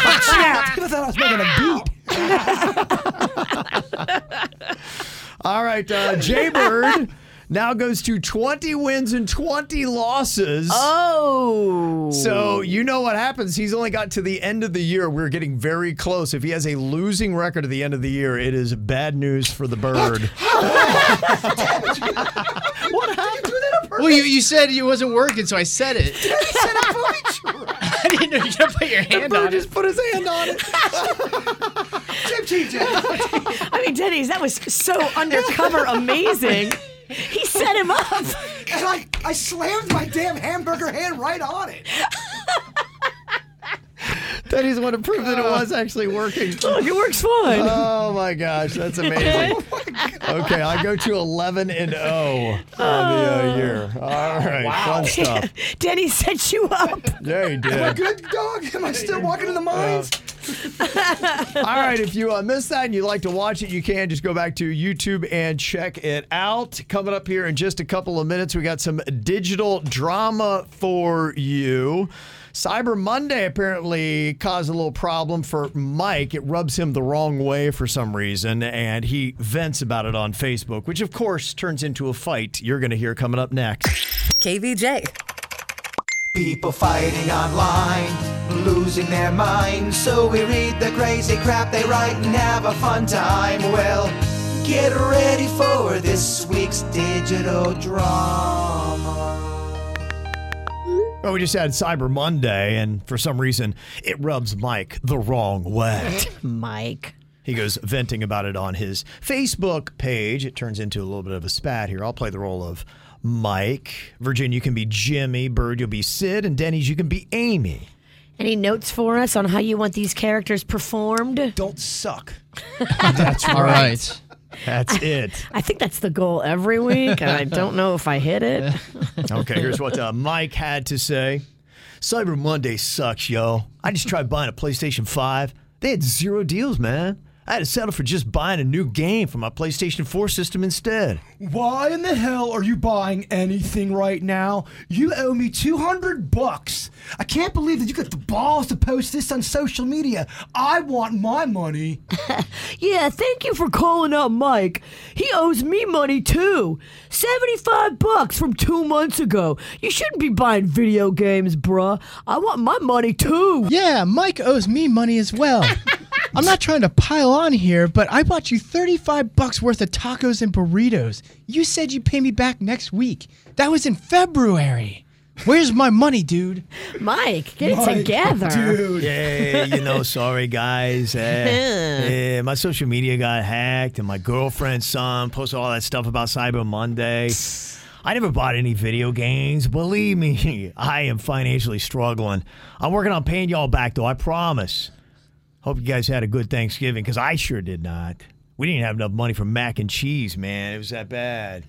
S4: I thought I was making a beat.
S3: All right, uh, Jaybird now goes to 20 wins and 20 losses.
S1: Oh.
S3: So you know what happens. He's only got to the end of the year. We're getting very close. If he has a losing record at the end of the year, it is bad news for the bird.
S4: what happened? Did you do that on purpose?
S15: Well, you, you said it wasn't working, so I said it.
S4: He said a movie trap.
S15: I didn't know you got to put your
S3: the
S15: hand
S3: bird
S15: on it.
S3: just put his hand on it.
S4: Jim, Jim, Jim.
S1: I mean, Denny's, that was so undercover amazing. He set him up.
S4: And I, I slammed my damn hamburger hand right on it.
S3: Denny's want to prove that it was actually working.
S1: Look, it works fine.
S3: Oh my gosh, that's amazing. okay, I go to 11 and 0 on the uh, year. All right, fun stuff.
S1: Denny set you up.
S3: Yeah, he
S4: Am I
S3: did.
S4: good, dog? Am I still walking in the mines?
S3: All right, if you uh, missed that and you'd like to watch it, you can just go back to YouTube and check it out. Coming up here in just a couple of minutes, we got some digital drama for you. Cyber Monday apparently caused a little problem for Mike. It rubs him the wrong way for some reason, and he vents about it on Facebook, which of course turns into a fight you're going to hear coming up next.
S5: KVJ.
S2: People fighting online, losing their minds. So we read the crazy crap they write and have a fun time. Well, get ready for this week's digital drama.
S3: Well, we just had Cyber Monday, and for some reason, it rubs Mike the wrong way.
S1: Mike.
S3: He goes venting about it on his Facebook page. It turns into a little bit of a spat here. I'll play the role of Mike. Virginia, you can be Jimmy. Bird, you'll be Sid. And Denny's, you can be Amy.
S1: Any notes for us on how you want these characters performed?
S4: Don't suck.
S1: That's
S15: All right.
S3: That's it.
S1: I think that's the goal every week, and I don't know if I hit it.
S3: Okay, here's what uh, Mike had to say. Cyber Monday sucks, yo. I just tried buying a PlayStation 5. They had zero deals, man. I had to settle for just buying a new game for my PlayStation 4 system instead.
S4: Why in the hell are you buying anything right now? You owe me 200 bucks. I can't believe that you got the balls to post this on social media. I want my money.
S1: yeah, thank you for calling out Mike. He owes me money too. 75 bucks from 2 months ago. You shouldn't be buying video games, bruh. I want my money too.
S15: Yeah, Mike owes me money as well. I'm not trying to pile on here, but I bought you 35 bucks worth of tacos and burritos. You said you'd pay me back next week. That was in February. Where's my money, dude?
S1: Mike, get it together.
S3: Yeah, you know, sorry guys. Uh, yeah, my social media got hacked, and my girlfriend's son posted all that stuff about Cyber Monday. I never bought any video games. Believe me, I am financially struggling. I'm working on paying y'all back, though. I promise. Hope you guys had a good Thanksgiving, because I sure did not. We didn't have enough money for mac and cheese, man. It was that bad.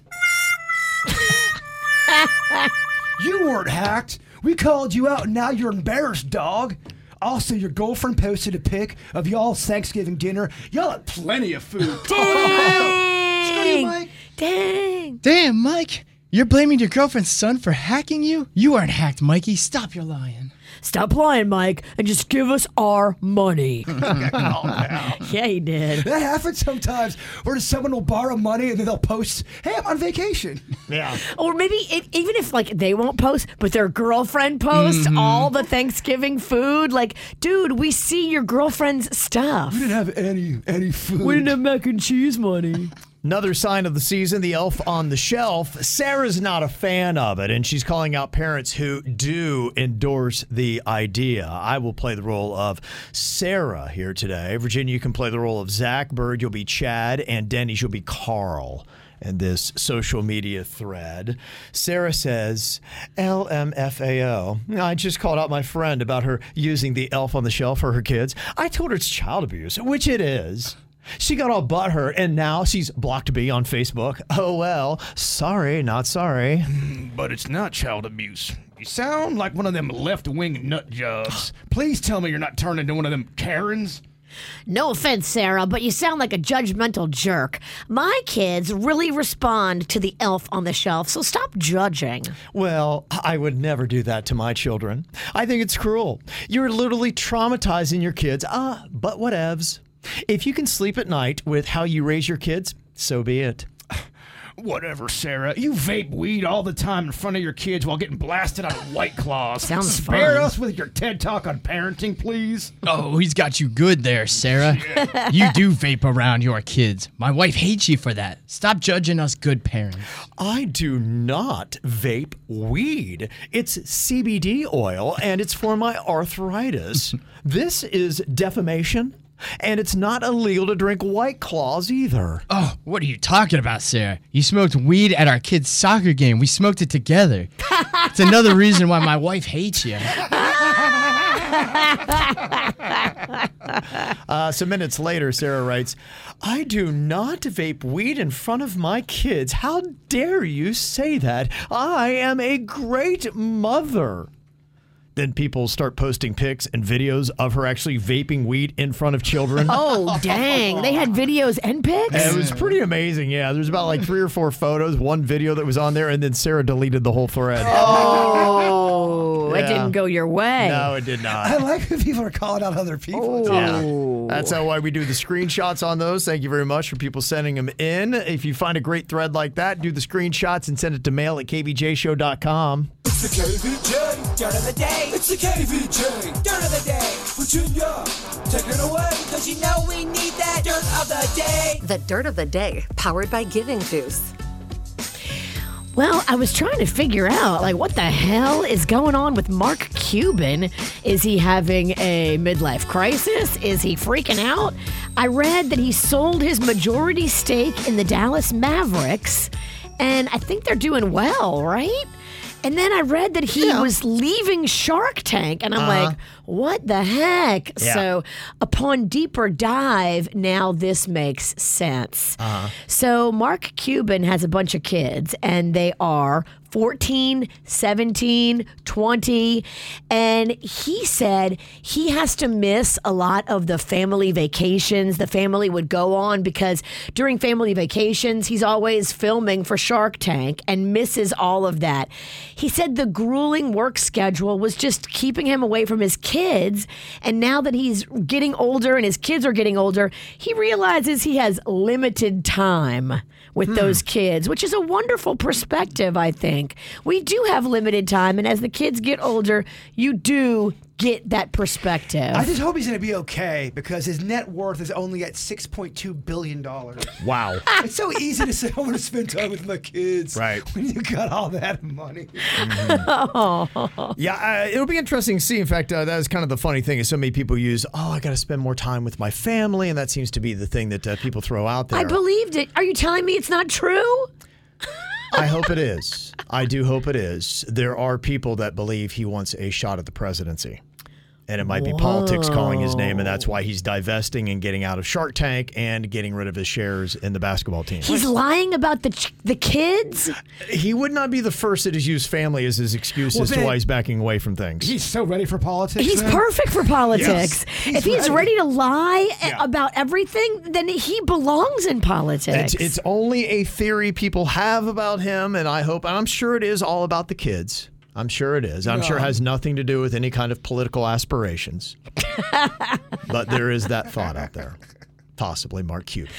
S4: You weren't hacked. We called you out, and now you're embarrassed, dog. Also, your girlfriend posted a pic of y'all's Thanksgiving dinner. Y'all had plenty of food.
S1: Dang. Dang.
S15: Damn, Mike. You're blaming your girlfriend's son for hacking you? You aren't hacked, Mikey. Stop your lying.
S1: Stop lying, Mike, and just give us our money. yeah, he did.
S4: That happens sometimes where someone will borrow money and then they'll post, hey, I'm on vacation.
S3: Yeah.
S1: Or maybe if, even if like they won't post, but their girlfriend posts
S4: Mhm.
S1: all the Thanksgiving food. Like, dude, we see your girlfriend's stuff.
S4: We didn't have any any food.
S1: We didn't have mac and cheese money.
S3: Another sign of the season, the elf on the shelf. Sarah's not a fan of it, and she's calling out parents who do endorse the idea. I will play the role of Sarah here today. Virginia, you can play the role of Zach Bird, you'll be Chad, and Denny's, you'll be Carl in this social media thread. Sarah says, LMFAO. I just called out my friend about her using the elf on the shelf for her kids. I told her it's child abuse, which it is. She got all but her, and now she's blocked me on Facebook. Oh well, sorry, not sorry.
S4: But it's not child abuse. You sound like one of them left wing nut jobs. Please tell me you're not turning into one of them Karens.
S1: No offense, Sarah, but you sound like a judgmental jerk. My kids really respond to the elf on the shelf, so stop judging.
S3: Well, I would never do that to my children. I think it's cruel. You're literally traumatizing your kids. Ah, but whatevs. If you can sleep at night with how you raise your kids, so be it.
S4: Whatever, Sarah. You vape weed all the time in front of your kids while getting blasted out of White Claws.
S15: Sounds
S4: Spare
S15: fun.
S4: us with your TED talk on parenting, please.
S15: Oh, he's got you good there, Sarah. you do vape around your kids. My wife hates you for that. Stop judging us good parents.
S3: I do not vape weed. It's CBD oil and it's for my arthritis. this is defamation, and it's not illegal to drink White Claws either.
S15: Oh, what are you talking about, Sarah? You smoked weed at our kids' soccer game. We smoked it together. it's another reason why my wife hates you.
S3: Uh, some minutes later, Sarah writes, I do not vape weed in front of my kids. How dare you say that? I am a great mother. Then people start posting pics and videos of her actually vaping weed in front of children.
S1: Oh, dang. They had videos and pics?
S3: And it was pretty amazing. Yeah, there's about like three or four photos, one video that was on there, and then Sarah deleted the whole thread.
S1: Oh, it
S3: Yeah.
S1: didn't go your way.
S3: No, it did not.
S4: I like when people are calling out other
S3: Oh.
S4: people.
S3: Yeah. That's how why we do the screenshots on those. Thank you very much for people sending them in. If you find a great thread like that, do the screenshots and send it to mail at kvjshow.com.
S2: It's the KVJ dirt of the day. It's the KVJ dirt of the day. Virginia, take it away. Cause you know we need that dirt of the day.
S5: The dirt of the day, powered by Giving Juice.
S1: Well, I was trying to figure out, like, what the hell is going on with Mark Cuban? Is he having a midlife crisis? Is he freaking out? I read that he sold his majority stake in the Dallas Mavericks, and I think they're doing well, right? And then I read that he was leaving Shark Tank, and I'm
S18: Uh-huh.
S1: like, what the heck?
S18: Yeah.
S1: So, upon deeper dive, now this makes sense.
S18: Uh-huh.
S1: So, Mark Cuban has a bunch of kids, and they are 14, 17, 20. And he said he has to miss a lot of the family vacations the family would go on because during family vacations, he's always filming for Shark Tank and misses all of that. He said the grueling work schedule was just keeping him away from his kids. And now that he's getting older and his kids are getting older, he realizes he has limited time with those kids, which is a wonderful perspective, I think. We do have limited time. And as the kids get older, you do get that perspective.
S4: I just hope he's going to be okay because his net worth is only at $6.2 billion.
S3: Wow.
S4: it's so easy to say, I want to spend time with my kids. Right. When you got all that money.
S3: Yeah, uh, it'll be interesting to see. In fact, uh, that is kind of the funny thing is so many people use, oh, I got to spend more time with my family, and that seems to be the thing that uh, people throw out there.
S1: I believed it. Are you telling me it's not true?
S3: I hope it is. I do hope it is. There are people that believe he wants a shot at the presidency. And it might be politics calling his name, and that's why he's divesting and getting out of Shark Tank and getting rid of his shares in the basketball team.
S1: He's lying about the ch- the kids.
S3: He would not be the first that has used family as his excuse
S4: Well,
S3: as to
S4: then-
S3: why he's backing away from things.
S4: He's so ready for politics.
S1: He's
S4: man.
S1: perfect for politics.
S4: He's
S1: if he's
S4: ready.
S1: ready. to lie a- about everything, then he belongs in politics.
S3: It's, it's only a theory people have about him, and I hope, and I'm sure it is all about the kids. I'm sure it is. I'm sure it
S1: No.
S3: has nothing to do with any kind of political aspirations. but there is that thought out there. Possibly Mark Cuban.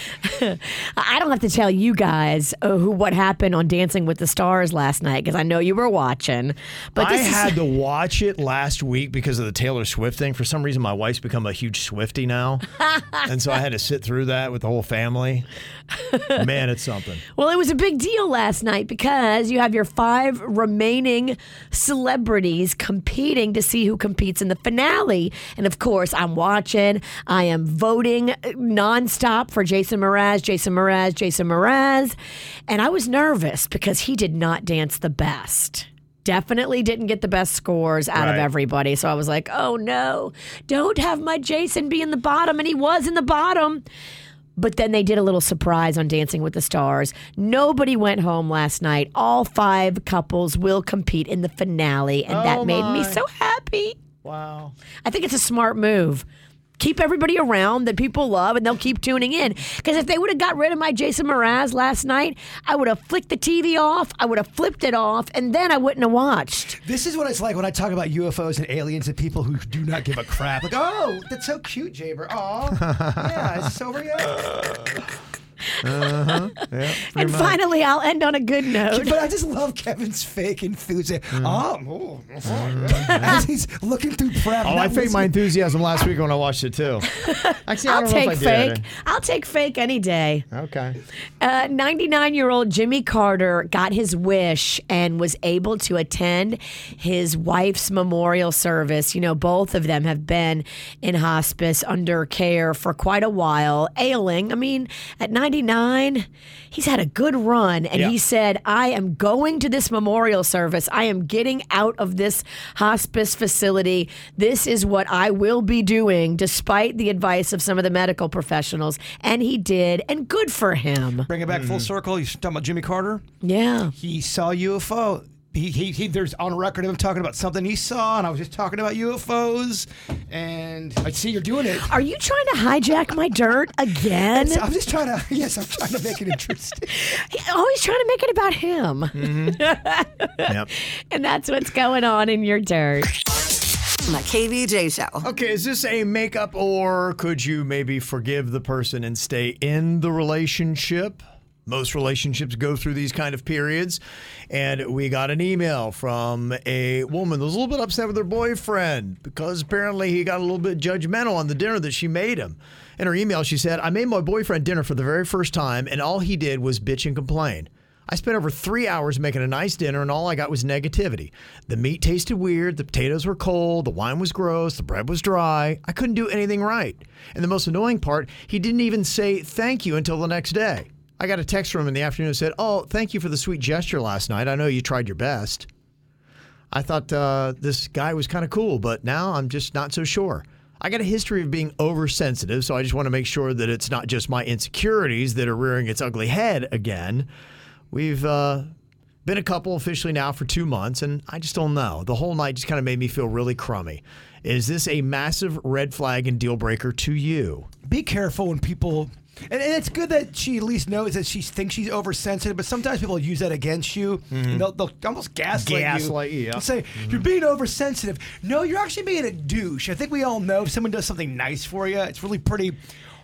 S1: I don't have to tell you guys uh, who what happened on Dancing with the Stars last night because I know you were watching. But
S3: I
S1: this is,
S3: had to watch it last week because of the Taylor Swift thing. For some reason, my wife's become a huge Swifty now. and so I had to sit through that with the whole family. Man, it's something.
S1: Well, it was a big deal last night because you have your five remaining celebrities competing to see who competes in the finale. And of course, I'm watching. I am voting nonstop for Jason Mraz, Jason Mraz, Jason Mraz. And I was nervous because he did not dance the best. Definitely didn't get the best scores out of
S18: Right.
S1: everybody. So I was like, oh no, don't have my Jason be in the bottom. And he was in the bottom. But then they did a little surprise on Dancing with the Stars. Nobody went home last night. All five couples will compete in the finale, and
S18: Oh,
S1: that made me
S18: my.
S1: so happy.
S3: Wow.
S1: I think it's a smart move. Keep everybody around that people love, and they'll keep tuning in. Because if they would have got rid of my Jason Mraz last night, I would have flicked the TV off, I would have flipped it off, and then I wouldn't have watched.
S4: This is what it's like when I talk about UFOs and aliens and people who do not give a crap. Like, oh, that's so cute, Jaber. Oh, yeah, it's so real.
S3: Uh-huh. Yeah,
S1: And
S3: pretty much.
S1: finally, I'll end on a good note.
S4: But I just love Kevin's fake enthusiasm. Oh, oh, oh, yeah. as he's looking through prep.
S3: Oh,
S4: not
S3: I faked my
S4: listening.
S3: enthusiasm last week when I watched it too. Actually,
S1: I'll
S3: don't know if
S1: take
S3: I did.
S1: fake. I'll take fake any day.
S3: Okay.
S1: 99 year old Uh, Jimmy Carter got his wish and was able to attend his wife's memorial service. You know, both of them have been in hospice under care for quite a while, ailing. I mean, at 99, he's had a good run. And
S18: Yeah.
S1: he said, I am going to this memorial service. I am getting out of this hospice facility. This is what I will be doing, despite the advice of some of the medical professionals. And he did. And good for him.
S4: Bring it back full circle. You're talking about Jimmy Carter?
S1: Yeah.
S4: He saw UFO. He, he, he, there's on record of him talking about something he saw, and I was just talking about UFOs, and I see you're doing it.
S1: Are you trying to hijack my dirt again?
S4: It's- I'm just trying to, yes, I'm trying to make it interesting.
S1: Always trying to make it about him.
S4: Mm.
S1: and that's what's going on in your dirt.
S5: My KVJ show.
S3: Okay, is this a makeup or could you maybe forgive the person and stay in the relationship? Most relationships go through these kind of periods. And we got an email from a woman that was a little bit upset with her boyfriend because apparently he got a little bit judgmental on the dinner that she made him. In her email, she said, I made my boyfriend dinner for the very first time, and all he did was bitch and complain. I spent over three hours making a nice dinner, and all I got was negativity. The meat tasted weird, the potatoes were cold, the wine was gross, the bread was dry. I couldn't do anything right. And the most annoying part, he didn't even say thank you until the next day. I got a text from him in the afternoon that said, Oh, thank you for the sweet gesture last night. I know you tried your best. I thought uh, this guy was kind of cool, but now I'm just not so sure. I got a history of being oversensitive, so I just want to make sure that it's not just my insecurities that are rearing its ugly head again. We've uh, been a couple officially now for two months, and I just don't know. The whole night just kind of made me feel really crummy. Is this a massive red flag and deal breaker to you?
S4: Be careful when people And, and it's good that she at least knows that she thinks she's oversensitive, but sometimes people use that against you. And they'll, they'll almost gaslight,
S3: Mm-hmm. Gaslight you,
S4: you.
S3: yeah. Mm-hmm.
S4: And say, you're being oversensitive. No, you're actually being a douche. I think we all know if someone does something nice for you, it's really pretty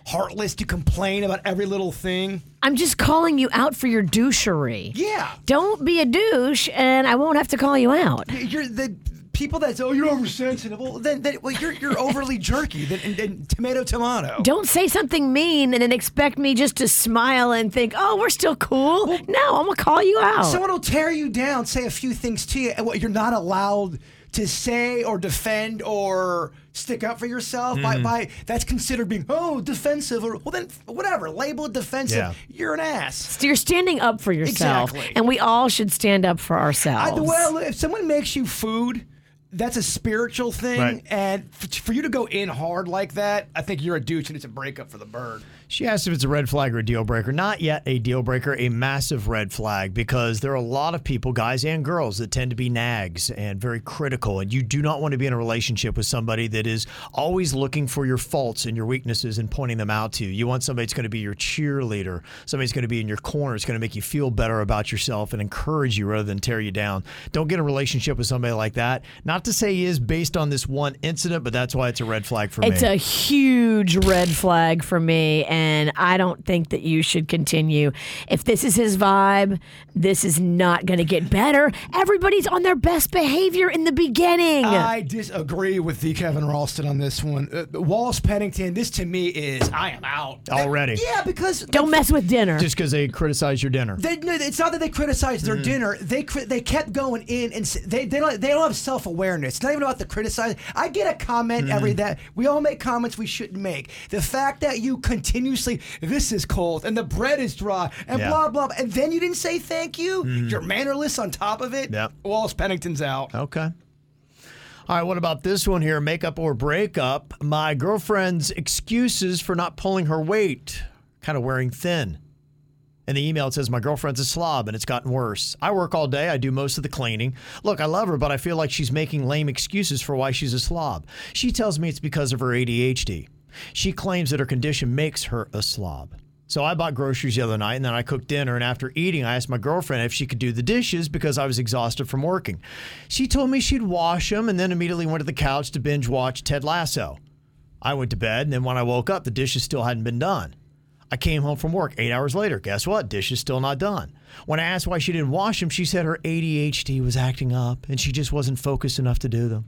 S4: heartless to complain about every little thing.
S1: I'm just calling you out for your douchery.
S4: Yeah.
S1: Don't be a douche, and I won't have to call you out.
S4: Y- You're the people that say, oh, you're oversensitive. Well, then, then well, you're, you're overly jerky. Then, and, and tomato, tomato.
S1: Don't say something mean and then expect me just to smile and think, oh, we're still cool. no, I'm going to call you out.
S4: Someone will tear you down, say a few things to you, and what you're not allowed to say or defend or stick up for yourself by,
S3: Mhm.
S4: by that's considered being oh defensive or well then whatever label it defensive
S1: Yeah.
S4: you're an ass
S1: So you're standing up for yourself,
S4: Exactly.
S1: and we all should stand up for
S4: I,
S1: ourselves.
S4: well if someone makes you food that's a spiritual thing
S3: Right.
S4: and f- for you to go in hard like that i think you're a douche and it's a breakup for the bird
S3: She asked if it's a red flag or a deal breaker. Not yet a deal breaker, a massive red flag, because there are a lot of people, guys and girls, that tend to be nags and very critical. And you do not want to be in a relationship with somebody that is always looking for your faults and your weaknesses and pointing them out to you. You want somebody that's going to be your cheerleader, somebody that's going to be in your corner, it's going to make you feel better about yourself and encourage you rather than tear you down. Don't get in a relationship with somebody like that. Not to say he is based on this one incident, but that's why it's a red flag for
S1: it's
S3: me.
S1: a huge red flag for me, and I don't think that you should continue. If this is his vibe, this is not going to get better. Everybody's on their best behavior in the beginning.
S4: I disagree with the Kevin Ralston on this one. Uh, Wallace Pennington, this to me is I am out
S3: Already.
S4: Yeah, because
S1: don't mess with dinner.
S3: Just because they criticize your dinner.
S4: They, no, it's not that they criticized
S3: Hmm.
S4: their dinner. They cri- they kept going in and s- they they don't, they don't have self awareness. It's not even about the criticize. I get a comment every
S3: Mhm.
S4: that we all make comments we shouldn't make. The fact that you continuously this is cold and the bread is dry and
S3: Yeah.
S4: blah blah, and then you didn't say thank you.
S3: Mhm.
S4: You're mannerless on top of it.
S3: Yep.
S4: Wallace Pennington's out.
S3: Okay. All right, what about this one here? Makeup or breakup? My girlfriend's excuses for not pulling her weight, kind of wearing thin. And the email it says, My girlfriend's a slob and it's gotten worse. I work all day. I do most of the cleaning. Look, I love her, but I feel like she's making lame excuses for why she's a slob. She tells me it's because of her ADHD. She claims that her condition makes her a slob. So I bought groceries the other night and then I cooked dinner. And after eating, I asked my girlfriend if she could do the dishes because I was exhausted from working. She told me she'd wash them and then immediately went to the couch to binge watch Ted Lasso. I went to bed, and then when I woke up, the dishes still hadn't been done. I came home from work eight hours later. Guess what? Dishes still not done. When I asked why she didn't wash them, she said her ADHD was acting up and she just wasn't focused enough to do them.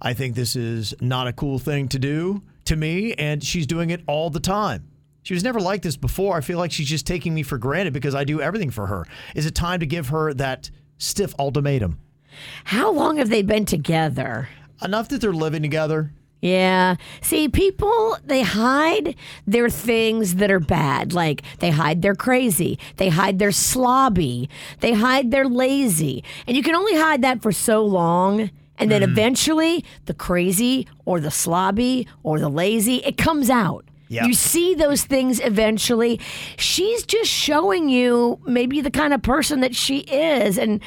S3: I think this is not a cool thing to do to me, and she's doing it all the time. She was never like this before. I feel like she's just taking me for granted because I do everything for her. Is it time to give her that stiff ultimatum?
S1: How long have they been together?
S3: Enough that they're living together.
S1: Yeah. See, people, they hide their things that are bad. Like, they hide they're crazy. They hide they're slobby. They hide they're lazy. And you can only hide that for so long. And then eventually, the crazy or the slobby or the lazy, it comes out.
S18: Yeah.
S1: You see those things eventually. She's just showing you maybe the kind of person that she is. And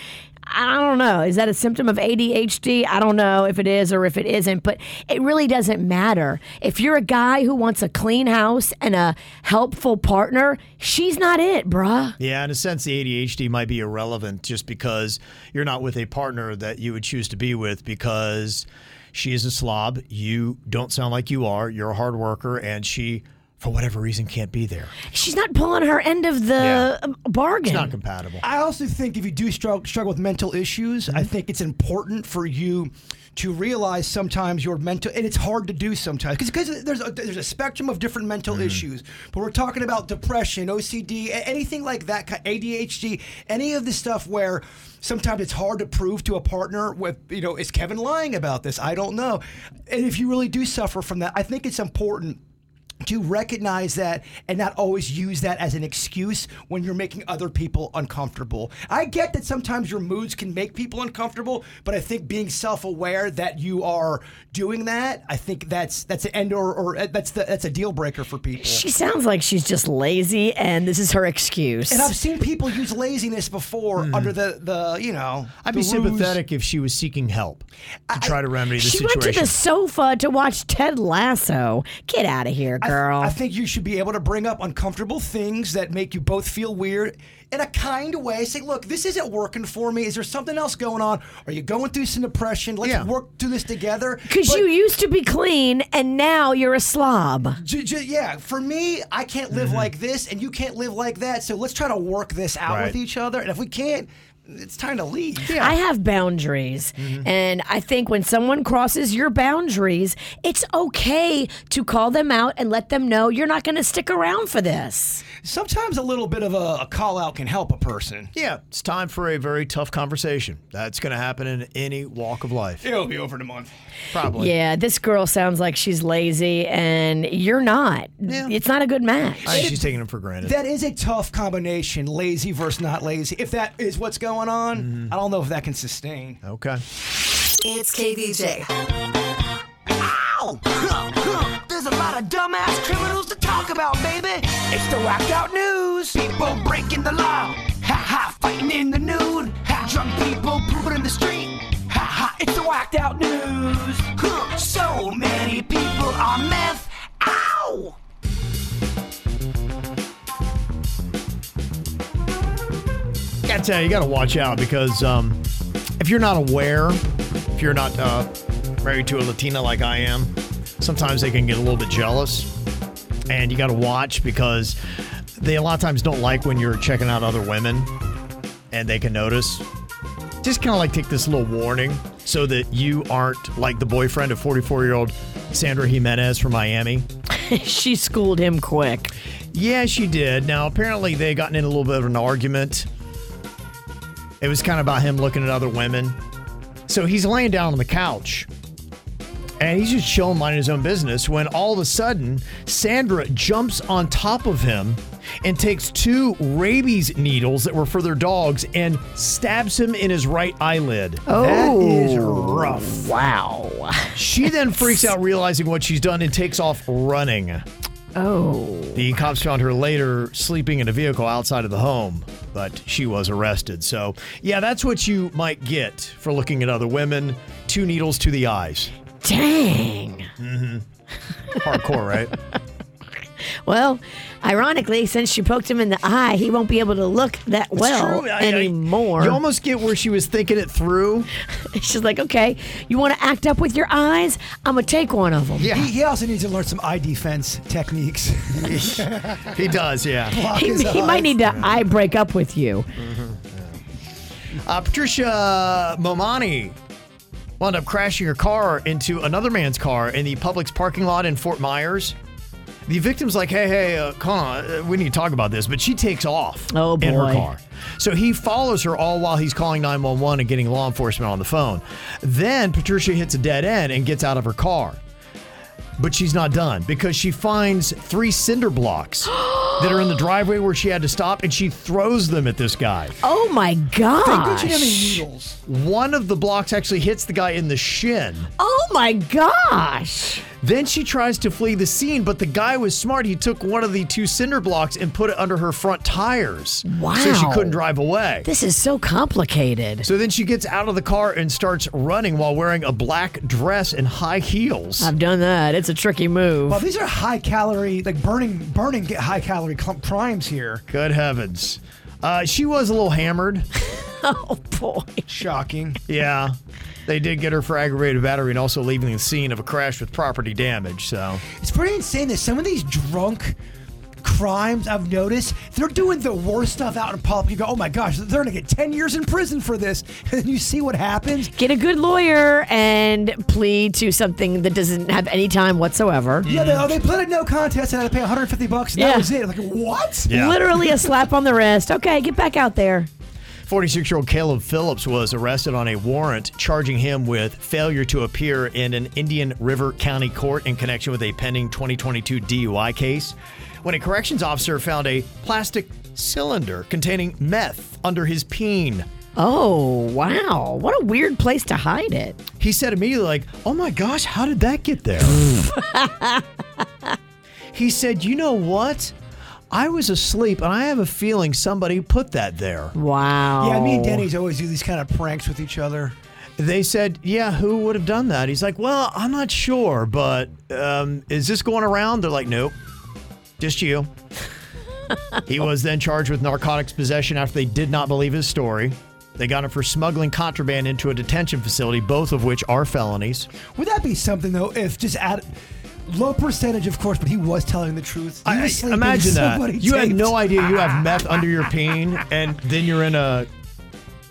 S1: I don't know. Is that a symptom of ADHD? I don't know if it is or if it isn't, but it really doesn't matter. If you're a guy who wants a clean house and a helpful partner, she's not it, bruh.
S3: Yeah, in a sense, the ADHD might be irrelevant just because you're not with a partner that you would choose to be with because she is a slob. You don't sound like you are. You're a hard worker, and she, for whatever reason, can't be there.
S1: She's not pulling her end of the um, bargain.
S3: It's not compatible.
S4: I also think if you do struggle, struggle with mental issues, I think it's important for you to realize sometimes your mental, and it's hard to do sometimes because there's a, there's a spectrum of different mental issues. But we're talking about depression, OCD, a- anything like that, ki- ADHD, any of this stuff where sometimes it's hard to prove to a partner with you know is Kevin lying about this? I don't know. And if you really do suffer from that, I think it's important to recognize that and not always use that as an excuse when you're making other people uncomfortable. I get that sometimes your moods can make people uncomfortable, but I think being self-aware that you are doing that, I think that's that's an end or, or uh, that's the, that's a deal breaker for people.
S1: She sounds like she's just lazy, and this is her excuse.
S4: and I've seen people use laziness before under the, the you know
S3: Hmm. I'd be
S4: the ruse.
S3: sympathetic if she was seeking help to try to remedy the
S1: she
S3: situation.
S1: went to the sofa to watch Ted Lasso. Get out of here,
S4: I th-
S1: girl.
S4: I, think you should be able to bring up uncomfortable things that make you both feel weird in a kind way. Say, look, this isn't working for me. Is there something else going on? Are you going through some depression? Let's work through this together.
S1: because
S4: But
S1: you used to be clean and now you're a slob.
S4: j- j- yeah, for me, I can't live
S1: Mm-hmm.
S4: like this, and you can't live like that. So let's try to work this out
S1: Right.
S4: with each other. And if we can't, it's time to leave.
S1: I have boundaries.
S4: Mm-hmm.
S1: And I think when someone crosses your boundaries, it's okay to call them out and let them know you're not going to stick around for this.
S4: Sometimes a little bit of a, a call out can help a person.
S3: yeah, it's time for a very tough conversation. That's going to happen in any walk of life.
S4: It'll be over in a month.
S3: Probably.
S1: Yeah, this girl sounds like she's lazy and you're not. It's not a good match.
S3: I think she's taking it for granted.
S4: That is a tough combination, lazy versus not lazy. If that is what's going on, I don't know if that can sustain.
S3: Okay.
S5: It's KVJ.
S2: Ow! Huh, huh. Oh, There's a lot of dumbass criminals to talk about, baby. It's the whacked out news. People breaking the law. Ha ha, fighting in the nude. Ha, drunk people pooping in the street. Ha ha, it's the whacked out news. Huh, so many people are meth. Ow!
S3: Gotta tell you, you gotta watch out because um, if you're not aware, if you're not uh, married to a Latina like I am, sometimes they can get a little bit jealous. And you gotta watch because they a lot of times don't like when you're checking out other women and they can notice. Just kind of like take this little warning so that you aren't like the boyfriend of 44 year old Sandra Jimenez from Miami.
S1: she schooled him quick.
S3: Yeah, she did. Now, apparently, they gotten in a little bit of an argument. It was kind of about him looking at other women. So he's laying down on the couch and he's just chilling, minding his own business. When all of a sudden, Sandra jumps on top of him and takes two rabies needles that were for their dogs and stabs him in his right eyelid. That is rough.
S1: Wow.
S3: She then freaks out, realizing what she's done, and takes off running.
S1: Oh.
S3: The cops found her later sleeping in a vehicle outside of the home, but she was arrested. So, yeah, that's what you might get for looking at other women. Two needles to the eyes.
S1: Dang.
S3: hmm Hardcore, right?
S1: Well, ironically, since she poked him in the eye, he won't be able to look that well
S3: true. I- I-
S1: anymore.
S3: you almost get where she was thinking it through.
S1: She's like, okay, you want to act up with your eyes? I'm going to take one of them.
S4: He, he also needs to learn some eye defense techniques.
S3: he does, yeah. Block
S1: He,
S3: his
S1: he
S3: eyes.
S1: might need to eye break up with you.
S3: Uh, Patricia Momani wound up crashing her car into another man's car in the public's parking lot in Fort Myers. The victim's like, hey, hey, uh, come on, uh, we need to talk about this. But she takes off
S1: oh,
S3: in her
S1: boy.
S3: car. So he follows her all while he's calling 911 and getting law enforcement on the phone. Then Patricia hits a dead end and gets out of her car. But she's not done because she finds three cinder blocks that are in the driveway where she had to stop and she throws them at this guy.
S1: Oh my
S3: Think that you have any
S1: gosh.
S4: needles.
S3: One of the blocks actually hits the guy in the shin.
S1: Oh my gosh.
S3: Then she tries to flee the scene, but the guy was smart. He took one of the two cinder blocks and put it under her front tires.
S1: Wow.
S3: So she couldn't drive away.
S1: This is so complicated.
S3: So then she gets out of the car and starts running while wearing a black dress and high heels.
S1: I've done that. It's a tricky move.
S4: Well, these are high calorie, like burning, burning get high calorie clump crimes here.
S3: Good heavens. Uh, she was a little hammered.
S1: oh, boy.
S4: Shocking.
S3: Yeah. They did get her for aggravated battery and also leaving the scene of a crash with property damage. So
S4: It's pretty insane that some of these drunk crimes I've noticed, they're doing the worst stuff out in public. You go, oh my gosh, they're going to get 10 years in prison for this. And then you see what happens.
S1: Get a good lawyer and plead to something that doesn't have any time whatsoever.
S4: Yeah, they, oh, they pleaded no contest and I had to pay 150 bucks. And
S1: Yeah.
S4: That was it. I'm like, what?
S1: Literally a slap on the wrist. Okay, get back out there.
S3: 46 year old Caleb Phillips was arrested on a warrant charging him with failure to appear in an Indian River County court in connection with a pending 2022 DUI case when a corrections officer found a plastic cylinder containing meth under his peen.
S1: Oh, wow. What a weird place to hide it.
S3: He said immediately, like, oh my gosh, how did that get there? he said, you know what? I was asleep and I have a feeling somebody put that there.
S1: Wow.
S4: Yeah,
S3: Oh.
S4: me and Denny's always do these kind of pranks with each other.
S3: They said, yeah, who would have done that? He's like, well, I'm not sure, but um, is this going around? They're like, nope, just you. he was then charged with narcotics possession after they did not believe his story. They got him for smuggling contraband into a detention facility, both of which are felonies.
S4: Would that be something though? If just at low percentage, of course, but he was telling the truth. He
S3: I,
S4: was
S3: I-
S4: sleeping,
S3: imagine
S4: somebody
S3: that. You have
S4: taped.
S3: no idea you have meth under your peen, and then you're in a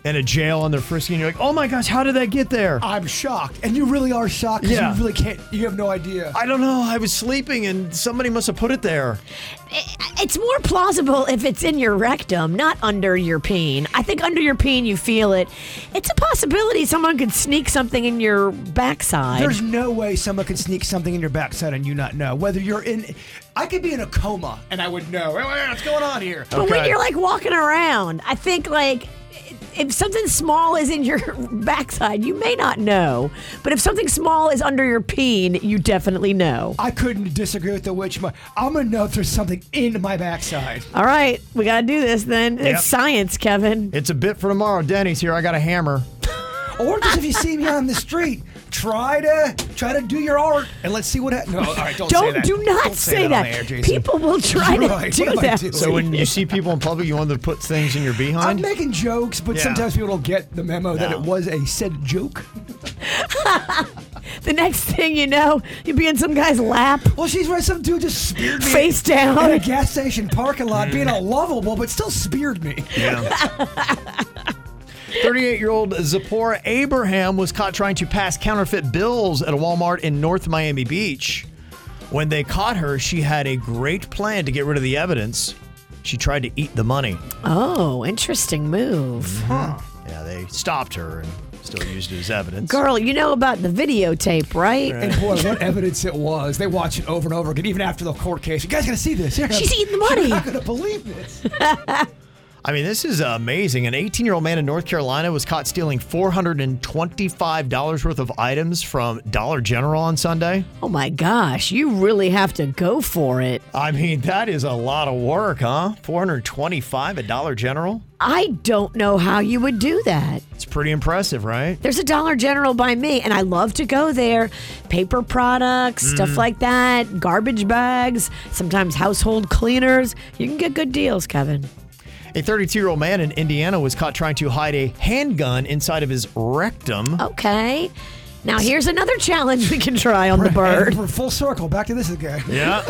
S3: in a jail and they're frisking. you. You're like, oh my gosh, how did that get there?
S4: I'm shocked, and you really are shocked. 'cause
S3: Yeah.
S4: you really can't. You have no idea.
S3: I don't know. I was sleeping and somebody must have put it there.
S1: It's more plausible if it's in your rectum, not under your peen. I think under your peen you feel it. It's a possibility someone could sneak something in your backside.
S4: There's no way someone could sneak something in your backside and you not know. Whether you're in, I could be in a coma and I would know. "Hey, what's going on here?
S1: But when you're like walking around, I think like if something small is in your backside, you may not know. But if something small is under your peen, you definitely know.
S4: I couldn't disagree with the witch. mo- I'm gonna know if there's something in my backside.
S1: All right, we got to do this then.
S3: Yep.
S1: It's science, Kevin.
S3: It's a bit for tomorrow. Denny's here. I got a hammer.
S4: Or just if you see me on the street, try to try to do your art and let's see what happens. No, all right, don't, say that.
S1: do not
S4: Don't
S1: say,
S4: on
S1: that.
S4: the air, Jason.
S1: People will try
S4: You're
S1: to
S4: right.
S1: do
S4: What am I
S1: that.
S4: doing?
S3: So when you see people in public, you want them to put things in your
S4: I'm
S3: behind?
S4: making jokes, but
S3: Yeah.
S4: sometimes people don't get the memo that it was a said joke.
S1: the next thing you know, you'll be in some guy's lap.
S4: Well, she's right. Some dude just speared me
S1: face down.
S4: in a gas station parking lot, being all lovable, but still speared me.
S3: Yeah. 38 year old Zipporah Abraham was caught trying to pass counterfeit bills at a Walmart in North Miami Beach. When they caught her, she had a great plan to get rid of the evidence. She tried to eat the money.
S1: Oh, interesting move.
S3: Yeah, they stopped her and still used it as evidence.
S1: Girl, you know about the videotape, right?
S4: And boy, what evidence it was. They watch it over and over again, even after the court case. You guys gonna see this. You're gonna-
S1: She's eating the money.
S4: You're not gonna believe this.
S3: I mean, this is amazing. An 18 year old man in North Carolina was caught stealing $425 worth of items from Dollar General on Sunday.
S1: Oh my gosh, you really have to go for it.
S3: I mean, that is a lot of work, huh? 425 at Dollar General?
S1: I don't know how you would do that.
S3: It's pretty impressive, right?
S1: There's a Dollar General by me, and I love to go there. Paper products,
S4: Mm.
S1: stuff like that, garbage bags, sometimes household cleaners. You can get good deals, Kevin.
S3: A 32 year old man in Indiana was caught trying to hide a handgun inside of his rectum.
S1: Okay. Now, here's another challenge we can try on the bird.
S4: And we're full circle. Back to this again.
S3: Yeah.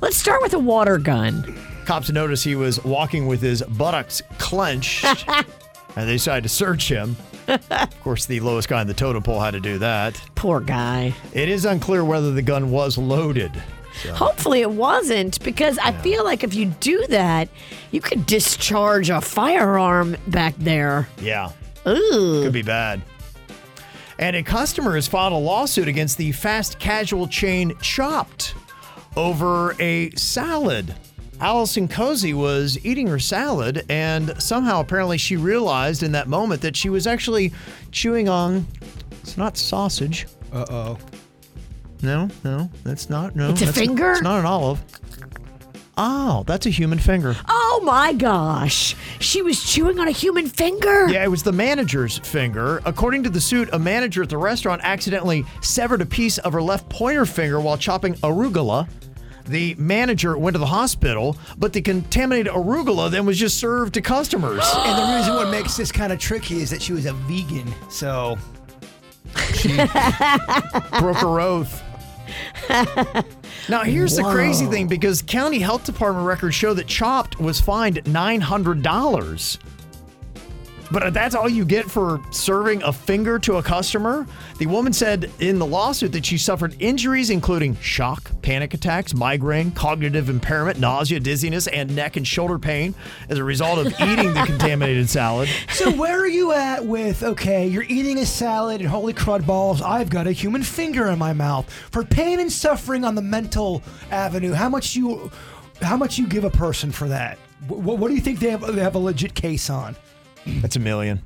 S1: Let's start with a water gun.
S3: Cops noticed he was walking with his buttocks clenched and they decided to search him. of course, the lowest guy in the totem pole had to do that.
S1: Poor guy.
S3: It is unclear whether the gun was loaded. So-
S1: Hopefully it wasn't because I feel like if you do that, you could discharge a firearm back there.
S3: Yeah.
S1: Ooh.
S3: Could be bad. And a customer has filed a lawsuit against the fast casual chain Chopped over a salad. Allison Cozy was eating her salad, and somehow, apparently, she realized in that moment that she was actually chewing on. It's not sausage.
S4: Uh oh.
S3: No, no, that's not. No,
S1: It's a
S3: that's-
S1: finger?
S3: It's not an olive. Oh, that's a human finger.
S1: Oh my gosh. She was chewing on a human finger.
S3: Yeah, it was the manager's finger. According to the suit, a manager at the restaurant accidentally severed a piece of her left pointer finger while chopping arugula. The manager went to the hospital, but the contaminated arugula then was just served to customers.
S4: And the reason what makes this kind of tricky is that she was a vegan. So
S3: Broke her oath. now, here's the crazy
S1: Whoa.
S3: thing because county health department records show that Chopped was fined $900. But if that's all you get for serving a finger to a customer? The woman said in the lawsuit that she suffered injuries including shock, panic attacks, migraine, cognitive impairment, nausea, dizziness, and neck and shoulder pain as a result of eating the contaminated salad.
S4: So where are you at with okay, you're eating a salad and holy crud balls, I've got a human finger in my mouth. For pain and suffering on the mental avenue, how much you how much you give a person for that? What, what do you think they have they have a legit case on?
S3: That's a million.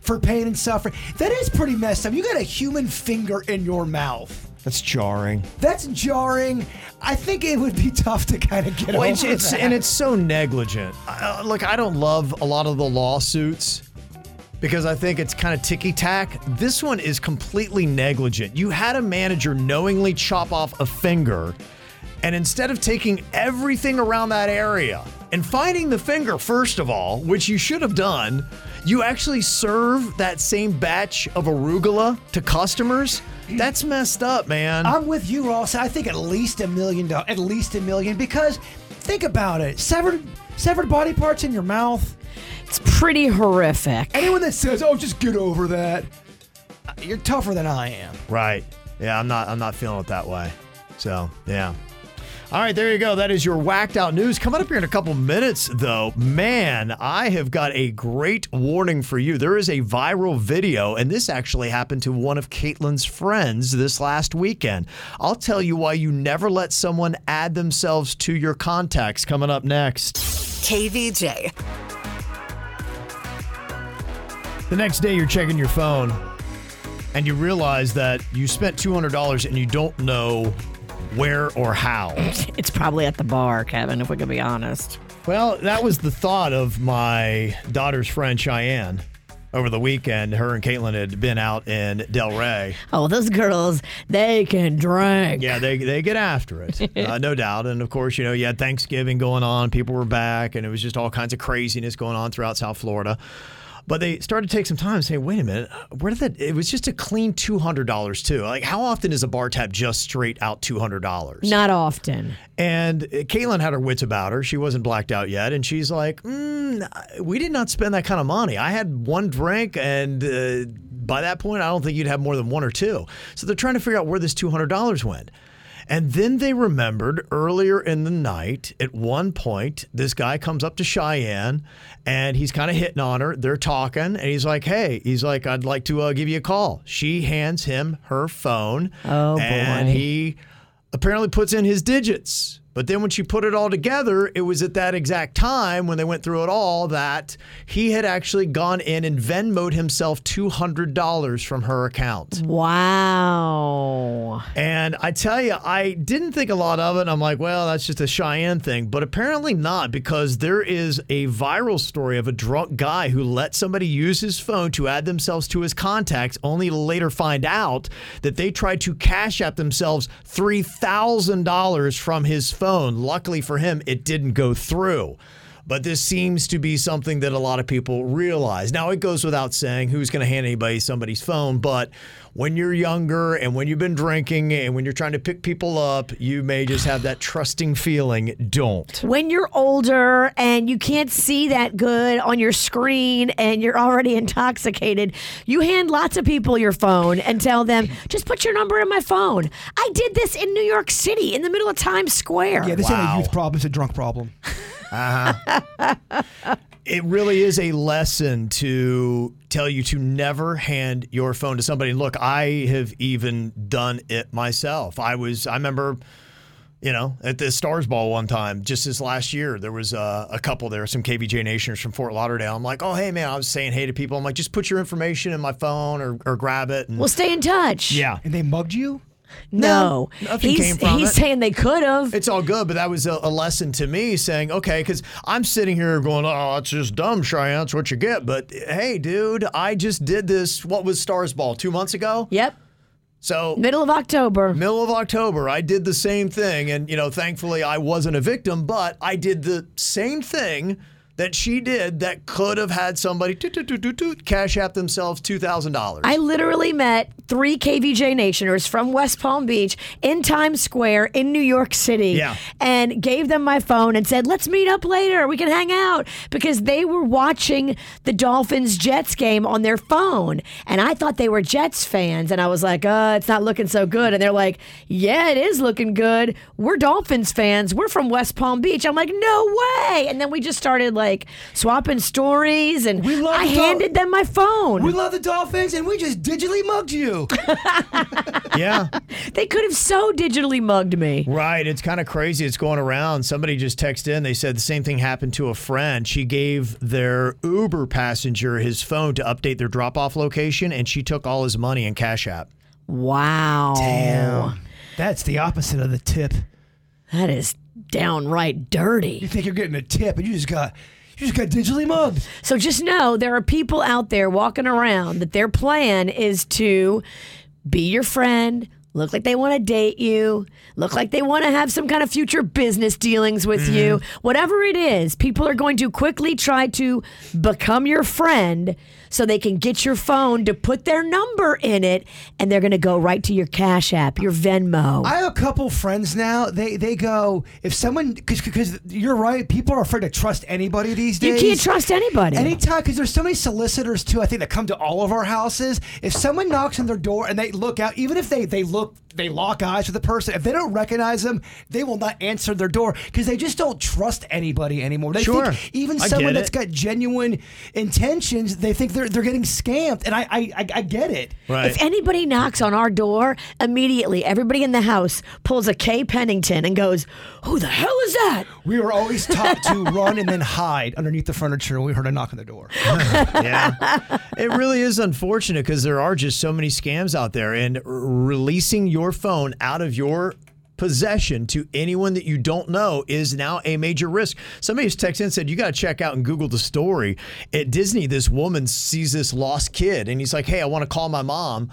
S4: For pain and suffering. That is pretty messed up. You got a human finger in your mouth.
S3: That's jarring.
S4: That's jarring. I think it would be tough to kind of get
S3: Well,
S4: over
S3: it's, it's
S4: that.
S3: and it's so negligent. Uh, look, I don't love a lot of the lawsuits because I think it's kind of ticky tack. This one is completely negligent. You had a manager knowingly chop off a finger, and instead of taking everything around that area and finding the finger first of all, which you should have done, you actually serve that same batch of arugula to customers. That's messed up, man.
S4: I'm with you, Ross. I think at least a million dollars. At least a million, because think about it: severed, severed body parts in your mouth.
S1: It's pretty horrific.
S4: Anyone that says, "Oh, just get over that," uh, you're tougher than I am.
S3: Right. Yeah, I'm not I'm not feeling it that way. So, yeah. All right, there you go. That is your whacked out news. Coming up here in a couple minutes, though, man, I have got a great warning for you. There is a viral video, and this actually happened to one of Caitlin's friends this last weekend. I'll tell you why you never let someone add themselves to your contacts coming up next.
S5: KVJ.
S3: The next day, you're checking your phone and you realize that you spent $200 and you don't know where or how.
S1: It's probably at the bar, Kevin, if we can be honest.
S3: Well, that was the thought of my daughter's friend Cheyenne over the weekend. Her and Caitlin had been out in Del Rey.
S1: Oh, those girls, they can drink.
S3: Yeah, they, they get after it, uh, no doubt. And of course, you know, you had Thanksgiving going on, people were back, and it was just all kinds of craziness going on throughout South Florida. But they started to take some time and say, wait a minute, where did that? It was just a clean $200 too. Like, how often is a bar tab just straight out $200?
S1: Not often.
S3: And Caitlin had her wits about her. She wasn't blacked out yet. And she's like, mm, we did not spend that kind of money. I had one drink, and uh, by that point, I don't think you'd have more than one or two. So they're trying to figure out where this $200 went. And then they remembered earlier in the night, at one point, this guy comes up to Cheyenne and he's kind of hitting on her. They're talking and he's like, Hey, he's like, I'd like to uh, give you a call. She hands him her phone.
S1: Oh, boy.
S3: And he apparently puts in his digits. But then when she put it all together, it was at that exact time when they went through it all that he had actually gone in and Venmoed himself $200 from her account.
S1: Wow.
S3: And I tell you, I didn't think a lot of it. I'm like, well, that's just a Cheyenne thing. But apparently not, because there is a viral story of a drunk guy who let somebody use his phone to add themselves to his contacts, only to later find out that they tried to cash out themselves $3,000 from his phone. Luckily for him, it didn't go through. But this seems to be something that a lot of people realize. Now, it goes without saying who's going to hand anybody somebody's phone, but when you're younger and when you've been drinking and when you're trying to pick people up, you may just have that trusting feeling don't.
S1: When you're older and you can't see that good on your screen and you're already intoxicated, you hand lots of people your phone and tell them, just put your number in my phone. I did this in New York City in the middle of Times Square.
S4: Yeah, this ain't a youth problem; it's a drunk problem.
S3: Uh-huh. it really is a lesson to tell you to never hand your phone to somebody. And Look, I have even done it myself. I was, I remember. You know, at the Stars Ball one time, just this last year, there was uh, a couple there, some KVJ Nationers from Fort Lauderdale. I'm like, oh, hey, man, I was saying hey to people. I'm like, just put your information in my phone or, or grab it. And
S1: Well, stay in touch.
S3: Yeah.
S4: And they mugged you?
S1: No.
S3: Nothing
S1: he's
S3: came from
S1: he's
S3: it.
S1: saying they could have.
S3: It's all good, but that was a, a lesson to me saying, okay, because I'm sitting here going, oh, it's just dumb, Cheyenne. That's what you get. But hey, dude, I just did this. What was Stars Ball two months ago?
S1: Yep.
S3: So
S1: middle of October.
S3: Middle of October, I did the same thing, and you know, thankfully, I wasn't a victim, but I did the same thing that she did that could have had somebody toot, toot, toot, toot, toot, cash app themselves $2,000.
S1: I literally met three KVJ Nationers from West Palm Beach in Times Square in New York City
S3: Yeah.
S1: and gave them my phone and said, let's meet up later. We can hang out because they were watching the Dolphins Jets game on their phone. And I thought they were Jets fans. And I was like, uh, it's not looking so good. And they're like, yeah, it is looking good. We're Dolphins fans. We're from West Palm Beach. I'm like, no way. And then we just started like swapping stories and we I
S4: the Dol-
S1: handed them my phone.
S4: We love the Dolphins, and we just digitally mugged you.
S3: yeah.
S1: They could have so digitally mugged me.
S3: Right. It's kind of crazy. It's going around. Somebody just texted in. They said the same thing happened to a friend. She gave their Uber passenger his phone to update their drop off location, and she took all his money in Cash App.
S1: Wow.
S3: Damn.
S4: That's the opposite of the tip.
S1: That is downright dirty.
S4: You think you're getting a tip, and you just got you just got digitally mugged.
S1: So just know there are people out there walking around that their plan is to be your friend, look like they want to date you, look like they want to have some kind of future business dealings with you. Whatever it is, people are going to quickly try to become your friend so they can get your phone to put their number in it and they're going to go right to your Cash App, your Venmo.
S4: I have a couple friends now. They they go if someone because because you're right. People are afraid to trust anybody these
S1: You
S4: days.
S1: can't trust anybody.
S4: Anytime because there's so many solicitors too. I think that come to all of our houses. If someone knocks on their door and they look out, even if they they look they lock eyes with the person, if they don't recognize them, they will not answer their door because they just don't trust anybody anymore. They
S3: Sure.
S4: think even
S3: I
S4: someone
S3: get
S4: that's
S3: it.
S4: got genuine intentions, they think they're they're getting scammed, and I I, I, I get it.
S1: If anybody knocks on our door, immediately everybody in the house pulls a K Pennington and goes, Who the hell is that?
S4: We were always taught to run and then hide underneath the furniture when we heard a knock on the door.
S3: yeah. It really is unfortunate because there are just so many scams out there, and r- releasing your phone out of your possession to anyone that you don't know is now a major risk. Somebody just texted in and said, You got to check out and Google the story. At Disney, this woman sees this lost kid, and he's like, Hey, I want to call my mom.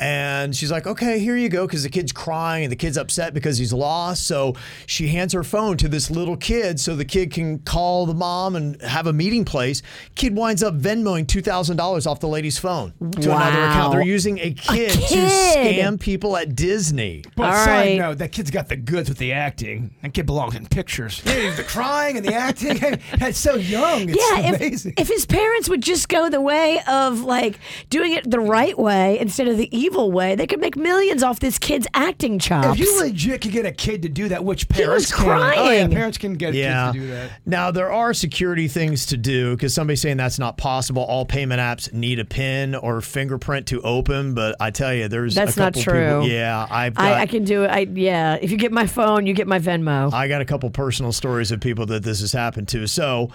S3: And she's like, okay, here you go. Cause the kid's crying and the kid's upset because he's lost. So she hands her phone to this little kid so the kid can call the mom and have a meeting place. Kid winds up Venmoing $2,000 off the lady's phone to another account. They're
S1: Wow.
S3: using a kid, to
S1: kid.
S3: scam people at Disney.
S4: But side note, that kid's got the goods with the acting. That kid belongs in pictures. Yeah, the crying and the acting. That's so young. It's
S1: yeah, if,
S4: amazing.
S1: if his parents would just go the way of like doing it the right way instead of the evil way, they could make millions off this kid's acting chops.
S4: If you legit could get a kid to do that, which parents
S1: was
S4: can, oh yeah,
S1: crying.
S4: parents can get kids to do that.
S3: Now there are security things to do because somebody's saying that's not possible. All payment apps need a PIN or fingerprint to open, but I tell you, there's a
S1: That's not
S3: couple people-
S1: true.
S3: yeah, I've got,
S1: I, I can do it. I, yeah, if you get my phone, you get my Venmo.
S3: I got a couple personal stories of people that this has happened to. So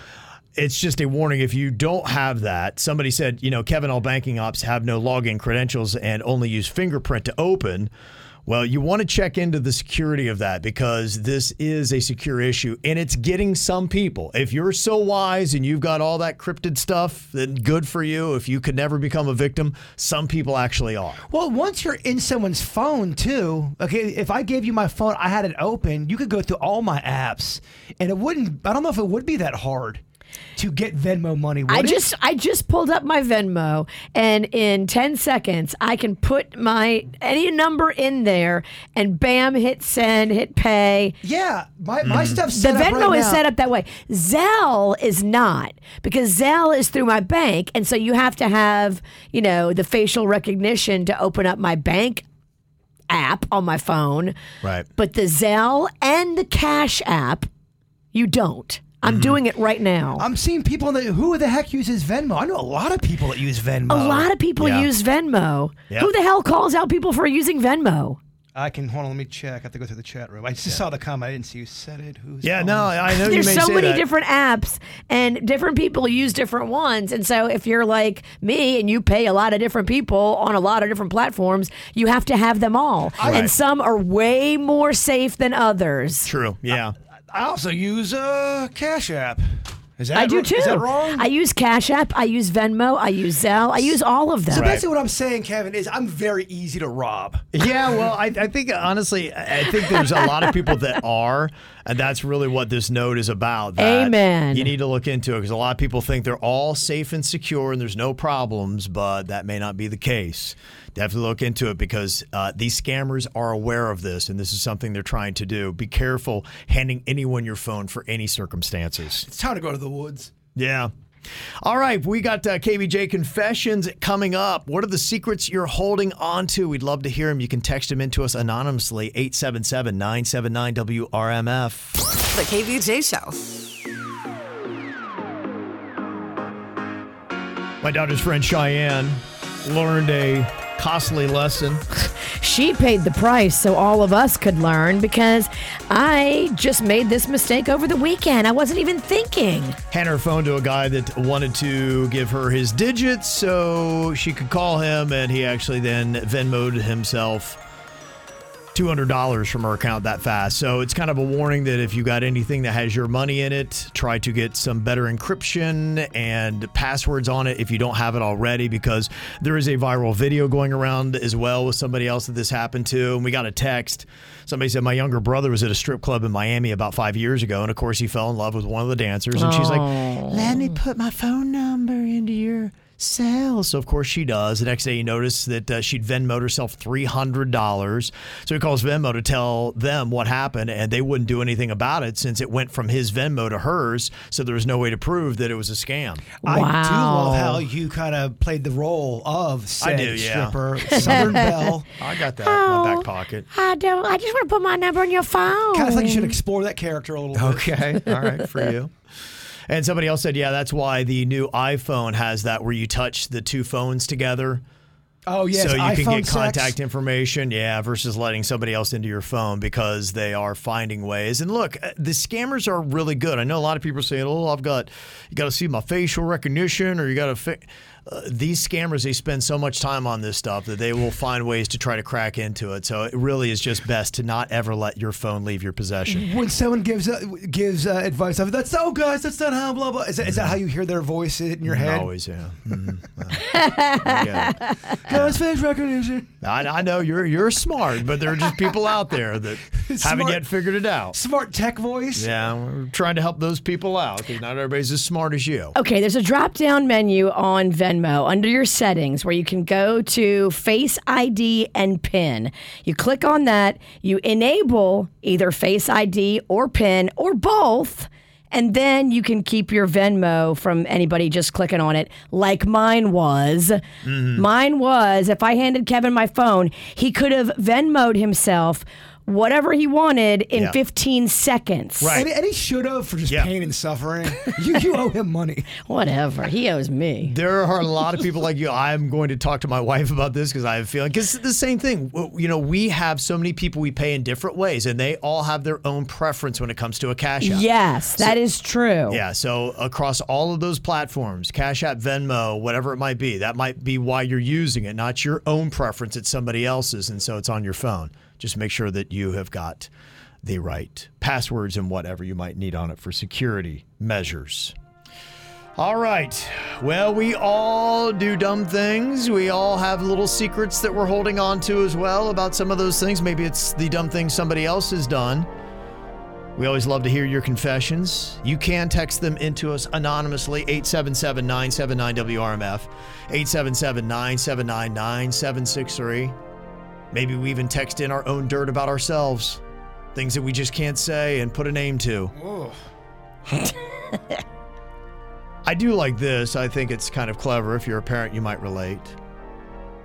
S3: it's just a warning if you don't have that. Somebody said, you know, Kevin, all banking ops have no login credentials and only use fingerprint to open. Well, you want to check into the security of that because this is a secure issue and it's getting some people. If you're so wise and you've got all that cryptid stuff, then good for you. If you could never become a victim, some people actually are.
S4: Well, once you're in someone's phone too, okay, if I gave you my phone, I had it open, you could go through all my apps. And it wouldn't I don't know if it would be that hard to get Venmo money. Would
S1: I
S4: it?
S1: just I just pulled up my Venmo and in 10 seconds I can put my any number in there and bam hit send hit pay.
S4: Yeah, my, my stuff's
S1: the
S4: set up
S1: Venmo
S4: right
S1: is
S4: now.
S1: set up that way. Zelle is not because Zelle is through my bank and so you have to have, you know, the facial recognition to open up my bank app on my phone.
S3: Right.
S1: But the Zelle and the Cash app you don't. I'm
S4: Mm-hmm.
S1: doing it right now.
S4: I'm seeing people that who the heck uses Venmo? I know a lot of people that use Venmo.
S3: Uh,
S1: A lot of people use Venmo.
S4: Yep.
S1: Who the hell calls out people for using Venmo?
S4: I can hold on. Let me check. I have to go through the chat room. I just saw the comment. I didn't see who said it. Who's
S3: Yeah,
S4: on
S3: no,
S4: this.
S3: I know you
S1: There's
S3: may
S1: so
S3: say
S1: many
S3: that.
S1: different apps, and different people use different ones. And so, if you're like me and you pay a lot of different people on a lot of different platforms, you have to have them all.
S3: Right.
S1: And some are way more safe than others.
S3: True. Yeah.
S4: I also use uh, Cash App. Is that
S1: I do
S4: wr-
S1: too.
S4: Is that wrong?
S1: I use Cash App. I use Venmo. I use Zelle. I use all of them.
S4: So basically, what I'm saying, Kevin, is I'm very easy to rob.
S3: Yeah, well, I, I think honestly, I I think there's a lot of people that are, And that's really what this note is about. that
S1: Amen.
S3: You need to look into it because a lot of people think they're all safe and secure and there's no problems, but that may not be the case. Definitely look into it because uh, these scammers are aware of this and this is something they're trying to do. Be careful handing anyone your phone for any circumstances.
S4: It's time to go to the woods.
S3: Yeah. All right, we got uh, KBJ confessions coming up. What are the secrets you're holding on to? We'd love to hear them. You can text them in to us anonymously 877-979-WRMF.
S5: The KVJ Show.
S3: My daughter's friend Cheyenne learned a costly lesson.
S1: She paid the price so all of us could learn because I just made this mistake over the weekend. I wasn't even thinking.
S3: Hand her phone to a guy that wanted to give her his digits so she could call him, and he actually then Venmoed himself $200 from her account that fast. So it's kind of a warning that if you got anything that has your money in it, try to get some better encryption and passwords on it if you don't have it already, because there is a viral video going around as well with somebody else that this happened to. And we got a text. Somebody said, My younger brother was at a strip club in Miami about five years ago. And of course, he fell in love with one of the dancers. And she's like, Let me put my phone number into your sale. So of course she does. The next day he noticed that uh, she'd Venmoed herself three hundred dollars. So he calls Venmo to tell them what happened, and they wouldn't do anything about it since it went from his Venmo to hers. So there was no way to prove that it was a scam.
S4: I do love how you kind of played the role of
S3: I
S4: said
S3: do, yeah.
S4: stripper, Southern Belle.
S3: I got that in my
S1: Oh.
S3: back pocket.
S1: I don't. I just want to put my number in your phone.
S4: Kind of like you
S1: Oh.
S4: should explore that character a little bit.
S3: Okay. All right. For you. And somebody else said, yeah, that's why the new iPhone has that where you touch the two phones together.
S4: Oh, yes,
S3: So you can
S4: iPhone
S3: get
S4: sex.
S3: contact information. Yeah. Versus letting somebody else into your phone because they are finding ways. And look, uh, the scammers are really good. I know a lot of people are saying, oh, I've got, you got to see my facial recognition or you got to, fi-. Uh, these scammers, they spend so much time on this stuff that they will find ways to try to crack into it. So it really is just best to not ever let your phone leave your possession.
S4: When someone gives uh, gives uh, advice, I'm, that's oh guys, that's not how blah blah. Is that, is that how you hear their voice in your head?
S3: Always, yeah. Mm-hmm.
S4: Guys, face recognition.
S3: I, I know you're you're smart, but there are just people out there that haven't
S4: Smart-
S3: yet figured it out.
S4: Smart tech voice.
S3: Yeah, we're trying to help those people out because not everybody's as smart as you.
S1: Okay, there's a drop down menu on Venmo under your settings where you can go to Face ID and PIN. You click on that, you enable either Face ID or PIN or both, and then you can keep your Venmo from anybody just clicking on it, like mine was. Mine was if I handed Kevin my phone, he could have Venmoed himself whatever he wanted in
S4: Yeah.
S1: 15 seconds.
S4: And, and he should have for just pain and suffering. you, you owe him money.
S1: Whatever. He owes me.
S3: There are a lot of people like you. I'm going to talk to my wife about this because I have a feeling. Because it's the same thing. W- You know, we have so many people we pay in different ways, and they all have their own preference when it comes to a cash out.
S1: Yes, that is true.
S3: Yeah, so across all of those platforms, Cash App, Venmo, whatever it might be, that might be why you're using it, not your own preference. It's somebody else's, and so it's on your phone. Just make sure that you have got the right passwords and whatever you might need on it for security measures. All right. Well, we all do dumb things. We all have little secrets that we're holding on to as well about some of those things. Maybe it's the dumb thing somebody else has done. We always love to hear your confessions. You can text them into us anonymously, 877 979 WRMF, 877 979 9763. Maybe we even text in our own dirt about ourselves, things that we just can't say and put a name to. I do like this. I think it's kind of clever. If you're a parent, you might relate.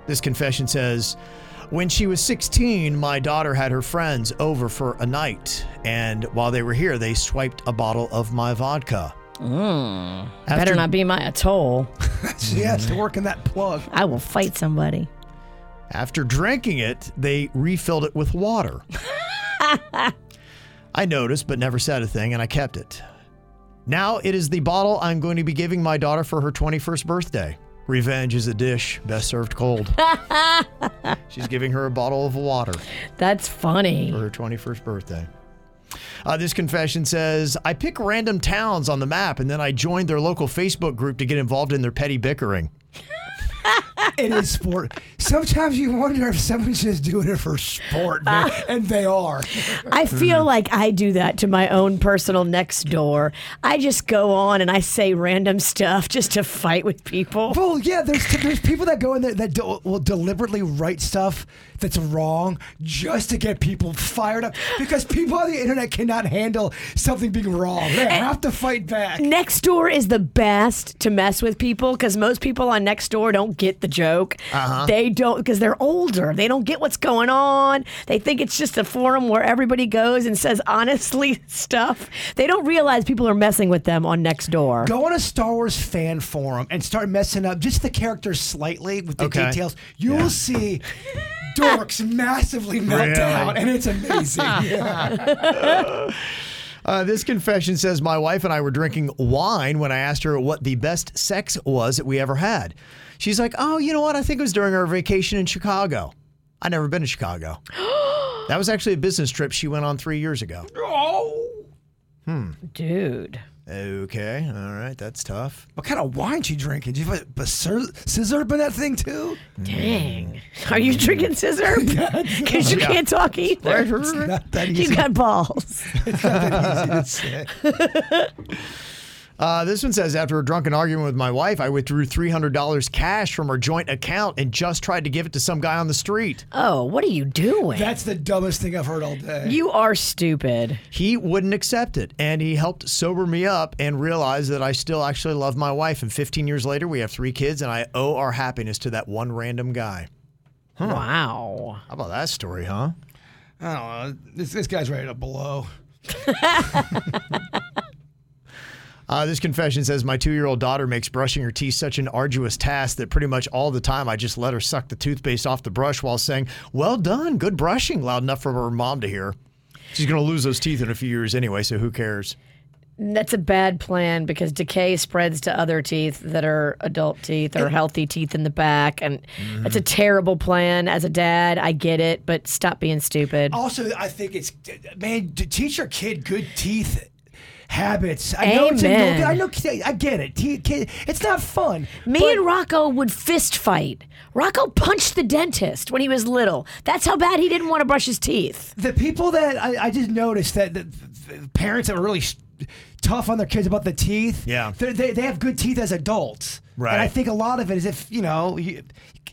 S3: This confession says When she was 16, my daughter had her friends over for a night. And while they were here, they swiped a bottle of my vodka.
S1: Mm.
S3: After-
S1: Better not be my atoll.
S4: yes, to work in that plug.
S1: I will fight somebody.
S3: After drinking it, they refilled it with water. I noticed, but never said a thing, and I kept it. Now it is the bottle I'm going to be giving my daughter for her 21st birthday. Revenge is a dish best served cold. She's giving her a bottle of water.
S1: That's funny.
S3: For her 21st birthday. Uh, this confession says I pick random towns on the map and then I joined their local Facebook group to get involved in their petty bickering.
S4: it is sport. Sometimes you wonder if someone's just doing it for sport, man, and they are.
S1: I feel like I do that to my own personal next door. I just go on and I say random stuff just to fight with people.
S4: Well, yeah, there's there's people that go in there that do, will deliberately write stuff that's wrong just to get people fired up because people on the internet cannot handle something being wrong. They have to fight back.
S1: Next door is the best to mess with people because most people on next door don't get the joke.
S4: Uh-huh.
S1: They don't because they're older. They don't get what's going on. They think it's just a forum where everybody goes and says honestly stuff. They don't realize people are messing with them on next door.
S4: Go on a Star Wars fan forum and start messing up just the characters slightly with the
S1: Okay.
S4: details. You will see dorks massively melt
S3: Really?
S4: down, and it's amazing. Yeah.
S3: Uh, this confession says my wife and I were drinking wine when I asked her what the best sex was that we ever had. She's like, "Oh, you know what? I think it was during our vacation in Chicago. I never been to Chicago. that was actually a business trip she went on three years ago. Hmm.
S1: Dude.
S3: Okay. All right. That's tough.
S4: What kind of wine she drinking? Did you put but scissor scissor in that thing too?
S1: Dang. Are you drinking scissor? Because you
S4: Yeah.
S1: can't talk either.
S4: Right. It's not that
S1: You
S4: easy.
S1: got balls.
S3: Uh, this one says after a drunken argument with my wife, I withdrew three hundred dollars cash from our joint account and just tried to give it to some guy on the street.
S1: Oh, what are you doing?
S4: That's the dumbest thing I've heard all day.
S1: You are stupid.
S3: He wouldn't accept it, and he helped sober me up and realize that I still actually love my wife. And 15 years later, we have three kids, and I owe our happiness to that one random guy.
S1: Wow.
S3: How about that story, huh?
S4: I don't know. This, this guy's ready to blow.
S3: Uh, this confession says my two-year-old daughter makes brushing her teeth such an arduous task that pretty much all the time I just let her suck the toothpaste off the brush while saying "Well done, good brushing" loud enough for her mom to hear. She's gonna lose those teeth in a few years anyway, so who cares?
S1: That's a bad plan because decay spreads to other teeth that are adult teeth or healthy teeth in the back. And that's a terrible plan. As a dad, I get it, but stop being stupid.
S4: Also, I think it's man to teach your kid good teeth habits. I know it's a-
S1: Amen.
S4: I know I get it. Te- kid- It's not fun.
S1: Me and Rocco would fist fight. Rocco punched the dentist when he was little. That's how bad he didn't want to brush his teeth.
S4: The people that I, I just noticed that the, the parents that were really s- tough on their kids about the teeth.
S3: Yeah.
S4: they they, they have good teeth as adults.
S3: Right.
S4: And I think a lot of it is if you know you,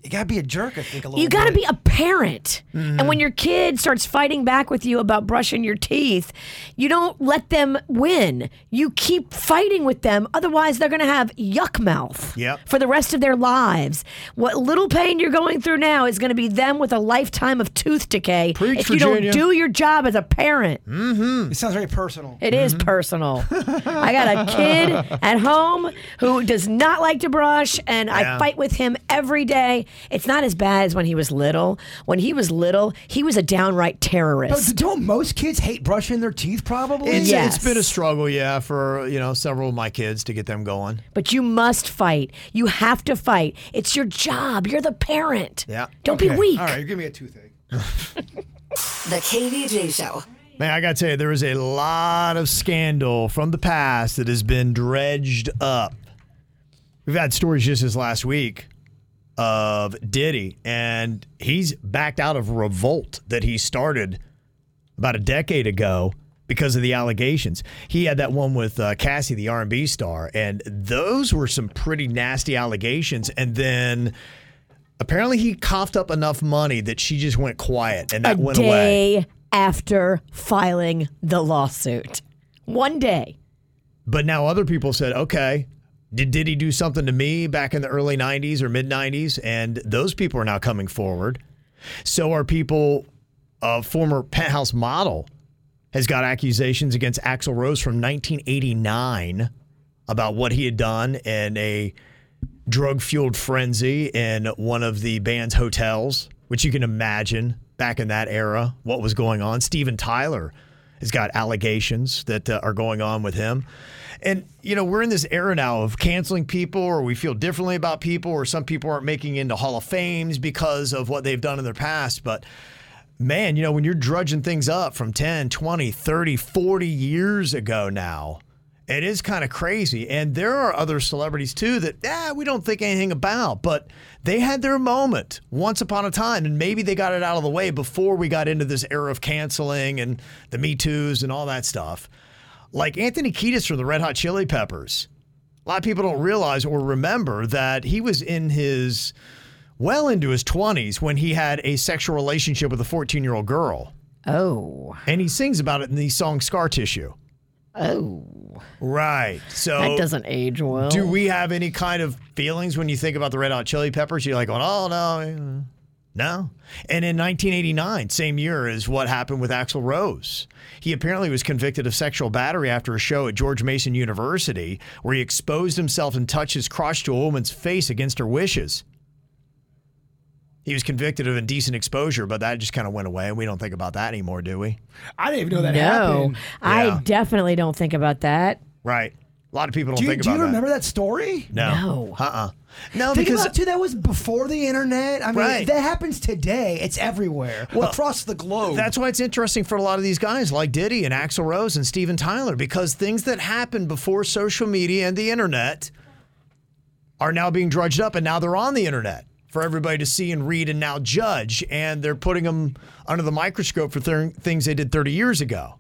S4: you gotta be a jerk. I think a little.
S1: You got to
S4: bit.
S1: be a parent.
S4: Mhm.
S1: And when your kid starts fighting back with you about brushing your teeth, you don't let them win. You keep fighting with them. Otherwise, they're going to have yuck mouth
S3: Yep.
S1: for the rest of their lives. What little pain you're going through now is going to be them with a lifetime of tooth decay if you
S4: Virginia.
S1: don't do your job as a parent.
S4: Mm-hmm. It sounds very personal.
S1: It is
S3: Mm-hmm.
S1: personal. I got a kid at home who does not like to brush, and
S4: Yeah.
S1: I fight with him every day. It's not as bad as when he was little. When he was little, he was a downright
S4: But
S1: terrorist.
S4: don't most kids hate brushing their teeth? Probably.
S3: It's, it's been a struggle, yeah, for you know several of my kids to get them going.
S1: But you must fight. You have to fight. It's your job. You're the parent.
S3: Yeah.
S1: Don't be weak.
S4: you're giving me a toothache.
S5: The KVJ Show.
S3: Man, I gotta tell you, there is a lot of scandal from the past that has been dredged up. We've had stories just this last week of Diddy, and he's backed out of revolt that he started about a decade ago because of the allegations. He had that one with uh, Cassie, the R&B star, and those were some pretty nasty allegations. And then apparently he coughed up enough money that she just went quiet, and that
S1: a
S3: went away.
S1: day after filing the lawsuit. One day.
S3: But now other people said, okay, did, did he do something to me back in the early 90s or mid 90s? And those people are now coming forward. So are people, a former penthouse model has got accusations against Axl Rose from 1989 about what he had done in a drug fueled frenzy in one of the band's hotels, which you can imagine back in that era, what was going on. Steven Tyler has got allegations that uh, are going on with him. And, you know, we're in this era now of canceling people, or we feel differently about people, or some people aren't making into Hall of Fames because of what they've done in their past. But, man, you know, when you're drudging things up from 10, 20, 30, 40 years ago now, It is kind of crazy. And there are other celebrities too that ah, we don't think anything about, but they had their moment once upon a time. And maybe they got it out of the way before we got into this era of canceling and the Me Too's and all that stuff. Like Anthony Kiedis from the Red Hot Chili Peppers. A lot of people don't realize or remember that he was in his well into his 20s when he had a sexual relationship with a 14 year old girl.
S1: Oh.
S3: And he sings about it in the song Scar Tissue.
S1: Oh.
S3: Right. So
S1: That doesn't age well.
S3: Oh.
S4: Oh.
S3: Do we have any kind of feelings when you think about the Red Hot Chili Peppers? You're like, going, oh, no. eh, No. And in 1989, same year as what happened with Axl Rose. He apparently was convicted of sexual battery after a show at George Mason University where he exposed himself and touched his crotch to a woman's face against her wishes. He was convicted of indecent exposure, but that just kind of went away. and We don't think about that anymore, do we?
S4: I didn't even
S1: no, I
S3: Yeah.
S1: definitely don't think about that.
S3: Right. A lot of people don't
S4: Do you,
S3: think
S4: do you
S3: about that.
S4: remember that story?
S3: No. Uh-uh. No,
S4: Think
S3: because
S4: about it, too that was before the internet. I mean,
S3: Right.
S4: that happens today. It's everywhere across the globe.
S3: that's why it's interesting for a lot of these guys like Diddy and Axl Rose and Steven Tyler because things that happened before social media and the internet are now being drudged up and now they're on the internet for everybody to see and read and now judge and they're putting them under the microscope for thir- things they did 30 years ago.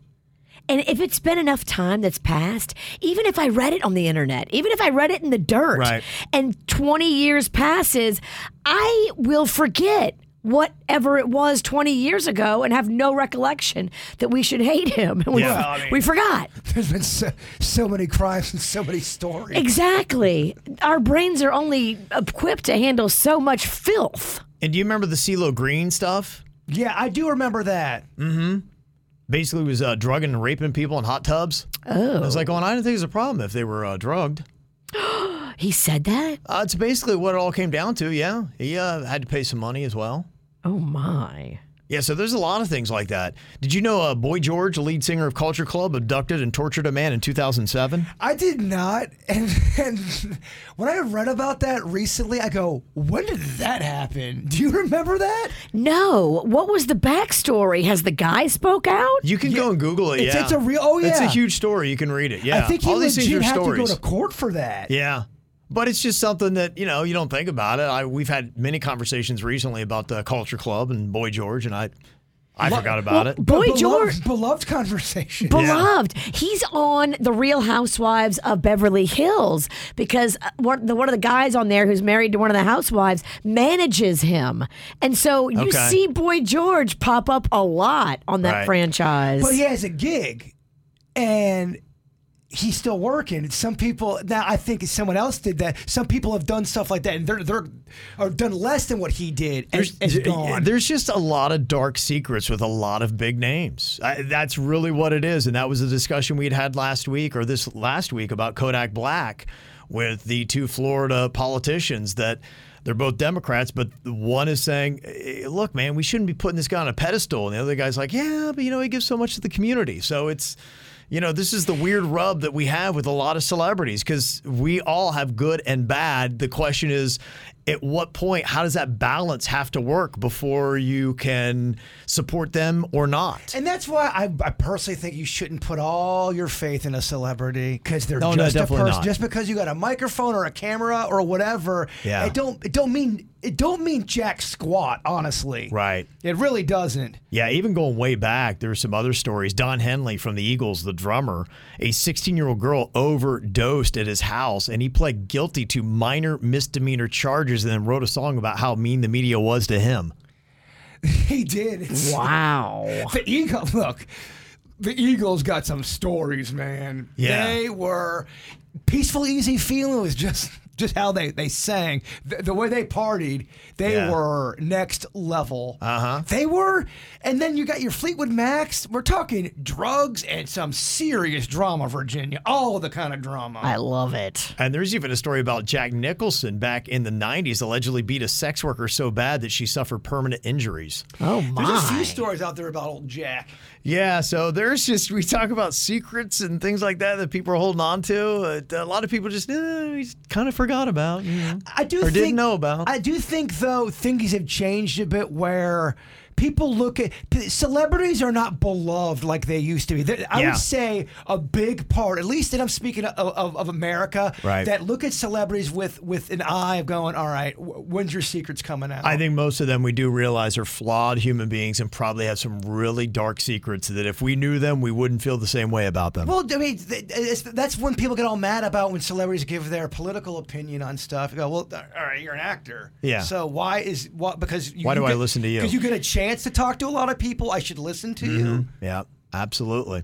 S1: And if it's been enough time that's passed, even if I read it on the internet, even if I read it in the dirt,
S3: Right.
S1: and 20 years passes, I will forget whatever it was 20 years ago and have no recollection that we should hate him. And we,
S4: Yeah, I mean-
S1: we forgot.
S4: There's been so, so many crimes and so many stories.
S1: Exactly. Our brains are only equipped to handle so much filth.
S3: And do you remember the CeeLo Green stuff?
S4: Yeah, I do remember that.
S3: Mm-hmm. Basically was uh, drugging and raping people in hot tubs.
S1: Oh.
S3: I was like, well, I didn't think it was a problem if they were uh, drugged.
S1: he said that?
S3: Uh, it's basically what it all came down to, yeah. He uh, had to pay some money as well.
S1: Oh, my.
S3: Yeah, so there's a lot of things like that. Did you know uh, Boy George, lead singer of Culture Club, abducted and tortured a man in 2007?
S4: I did not. And, and when I read about that recently, I go, when did that happen? Do you remember that?
S1: No. What was the backstory? Has the guy spoke out?
S3: You can go and Google it.
S4: It's-
S3: yeah.
S4: it's a real- oh,
S3: It's a
S4: yeah.
S3: huge story. You can read it. Yeah.
S4: I think he
S3: all these things
S4: legit
S3: are
S4: had
S3: stories.
S4: to go to court for that.
S3: Yeah. But it's just something that, you know, you don't think about it. I, we've had many conversations recently about the Culture Club and Boy George, and I I
S4: Lo-
S3: forgot about
S4: Well,
S3: it.
S1: Boy
S4: beloved-
S1: George-
S4: beloved conversation.
S1: Beloved, he's on the Real Housewives of Beverly Hills because uh, one, the, one of the guys on there who's married to one of the housewives manages him, and so you
S4: Okay.
S1: see Boy George pop up a lot on that
S4: Right.
S1: franchise.
S4: But he has a gig, and he's still working. And Some people now, I think someone else did that. Some people have done stuff like that, and they're they're are done less than what he did. And it's gone.
S3: There's just a lot of dark secrets with a lot of big names. I, that's really what it is. And that was the discussion we had had last week or this last week about Kodak Black with the two Florida politicians that they're both Democrats, but one is saying, "Eh, look, man, we shouldn't be putting this guy on a pedestal. And the other guy's like, yeah, but you know, he gives so much to the community. So it's. You know, this is the weird rub that we have with a lot of celebrities because we all have good and bad. The question is, at what point, how does that balance have to work before you can support them or not?
S4: and that's why I, I personally think you shouldn't put all your faith in a celebrity because they're
S3: No, no,
S4: just a
S3: definitely
S4: person.
S3: not.
S4: Just because you got a microphone or a camera or whatever,
S3: Yeah.
S4: it don't it don't mean it don't mean jack squat. Honestly,
S3: Right.
S4: it really doesn't.
S3: Yeah, even going way back, there were some other stories. Don Henley from the Eagles, the drummer, a 16 year old girl overdosed at his house and he pled guilty to minor misdemeanor charges and then wrote a song about how mean the media was to him.
S4: He did. It's-
S1: Wow.
S4: The Eagle look. The Eagles got some stories, man.
S3: Yeah.
S4: They were peaceful, easy feeling was just just how they they sang, the, the way they partied. They
S3: Yeah.
S4: were next level.
S3: Uh huh.
S4: They were, and then you got your Fleetwood Macs. We're talking drugs and some serious drama, Virginia. All the kind of drama.
S1: love it.
S3: And there's even a story about Jack Nicholson back in the 90s allegedly beat a sex worker so bad that she suffered permanent injuries.
S1: Oh,
S4: There's a few stories out there about old Jack.
S3: Yeah, so there's just we talk about secrets and things like that that people are holding on to. A lot of people just eh, we kind of forgot about. you know,
S4: I do
S3: or
S4: think,
S3: didn't know about.
S4: I do think though things have changed a bit where people look at p- celebrities are not beloved like they used to be. They- I
S3: Yeah.
S4: would say a big part, at least, and I'm speaking of, of, of America,
S3: Right.
S4: that look at celebrities with with an eye of going, all right, w- when's your secrets coming out?
S3: I think most of them we do realize are flawed human beings and probably have some really dark secrets that if we knew them, we wouldn't feel the same way about them.
S4: Well, I mean, th- it's, that's when people get all mad about when celebrities give their political opinion on stuff. You go, well, all right, you're an actor.
S3: Yeah.
S4: So why is what? Because you,
S3: Why do
S4: you
S3: I listen to you?
S4: Because you get a chance to talk to a lot of people. I should listen to
S3: Mhm.
S4: you.
S3: Yeah, absolutely.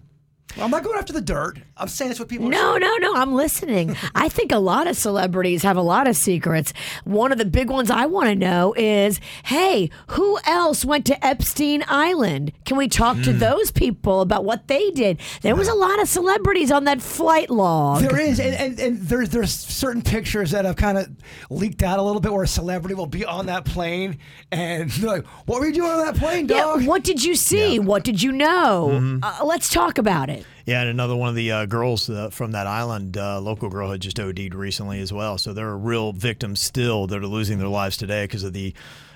S4: I'm not going after the dirt. I'm saying that's what people.
S1: No,
S4: are saying.
S1: no, no. I'm listening. I think a lot of celebrities have a lot of secrets. One of the big ones I want to know is hey, who else went to Epstein Island? Can we talk to those people about what they did? There was a lot of celebrities on that flight log.
S4: There is, and, and, and there, there's certain pictures that have kind of leaked out a little bit where a celebrity will be on that plane and they're like, what were you doing on that plane, dog?
S1: what did you see? What did you know? Uh, let's talk about it.
S3: Yeah, and another one of the uh, girls uh, from that island, uh, local girl, had just OD'd recently as well. So there are real victims still that are losing their lives today because of the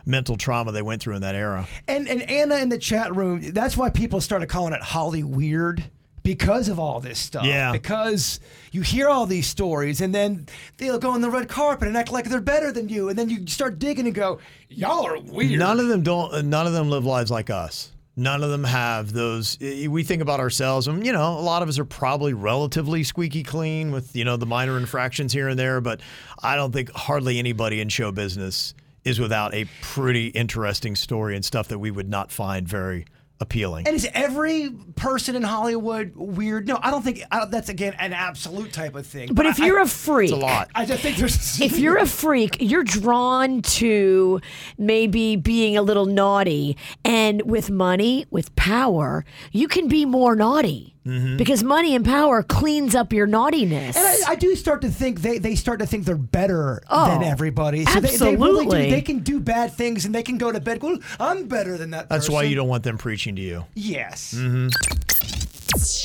S3: mental trauma they went through in that era.
S4: And and Anna in the chat room, that's why people started calling it Holly weird because of all this stuff.
S3: Yeah.
S4: Because you hear all these stories and then they'll go on the red carpet and act like they're better than you and then you start digging and go, Y'all are weird.
S3: None of them don't. uh, None of them live lives like us. None of them have those. i- We think about ourselves, and you know, a lot of us are probably relatively squeaky clean with you know the minor infractions here and there. But I don't think hardly anybody in show business is without a pretty interesting story and stuff that we would not find very appealing.
S4: And is every person in Hollywood weird? No, I don't think I don't, that's again an absolute type of thing.
S1: But if
S4: I-
S1: you're
S4: I-
S1: a freak,
S4: I just think there's.
S1: if you're a freak, you're drawn to maybe being a little naughty, and with money, with power, you can be more naughty because money and power cleans up your naughtiness.
S4: Mm-hmm. And I, I do start to think they, they start to think they're better
S1: Oh,
S4: than everybody. So they- They, really do-
S1: absolutely.
S4: they can do bad things and they can go to bed. Well, I'm better than that.
S3: That's why
S4: person."
S3: you don't want them preaching to you.
S4: Yes.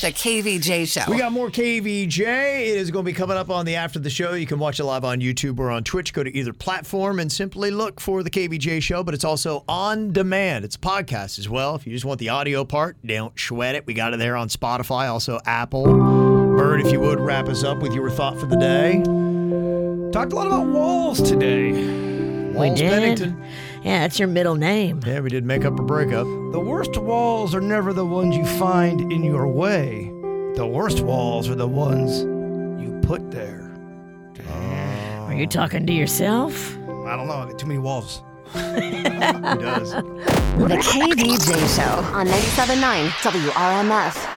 S5: The KVJ Show.
S3: We got more KVJ. It is going to be coming up on the after the show. You can watch it live on YouTube or on Twitch. Go to either platform and simply look for the KVJ show, but it's also on demand. It's a podcast as well. If you just want the audio part, don't sweat it. We got it there on Spotify, also Apple. Bird, if you would wrap us up with your thought for the day.
S4: Talked a lot about walls today.
S1: we
S3: Walls
S1: did.
S3: Bennington.
S1: Yeah, that's your middle name.
S3: Yeah, we did make up a breakup.
S4: The worst walls are never the ones you find in your way. The worst walls are the ones you put there.
S1: Are you talking to yourself?
S4: I don't know. I got too many walls.
S3: He does.
S8: The KVJ Show on 97.9 WRMF.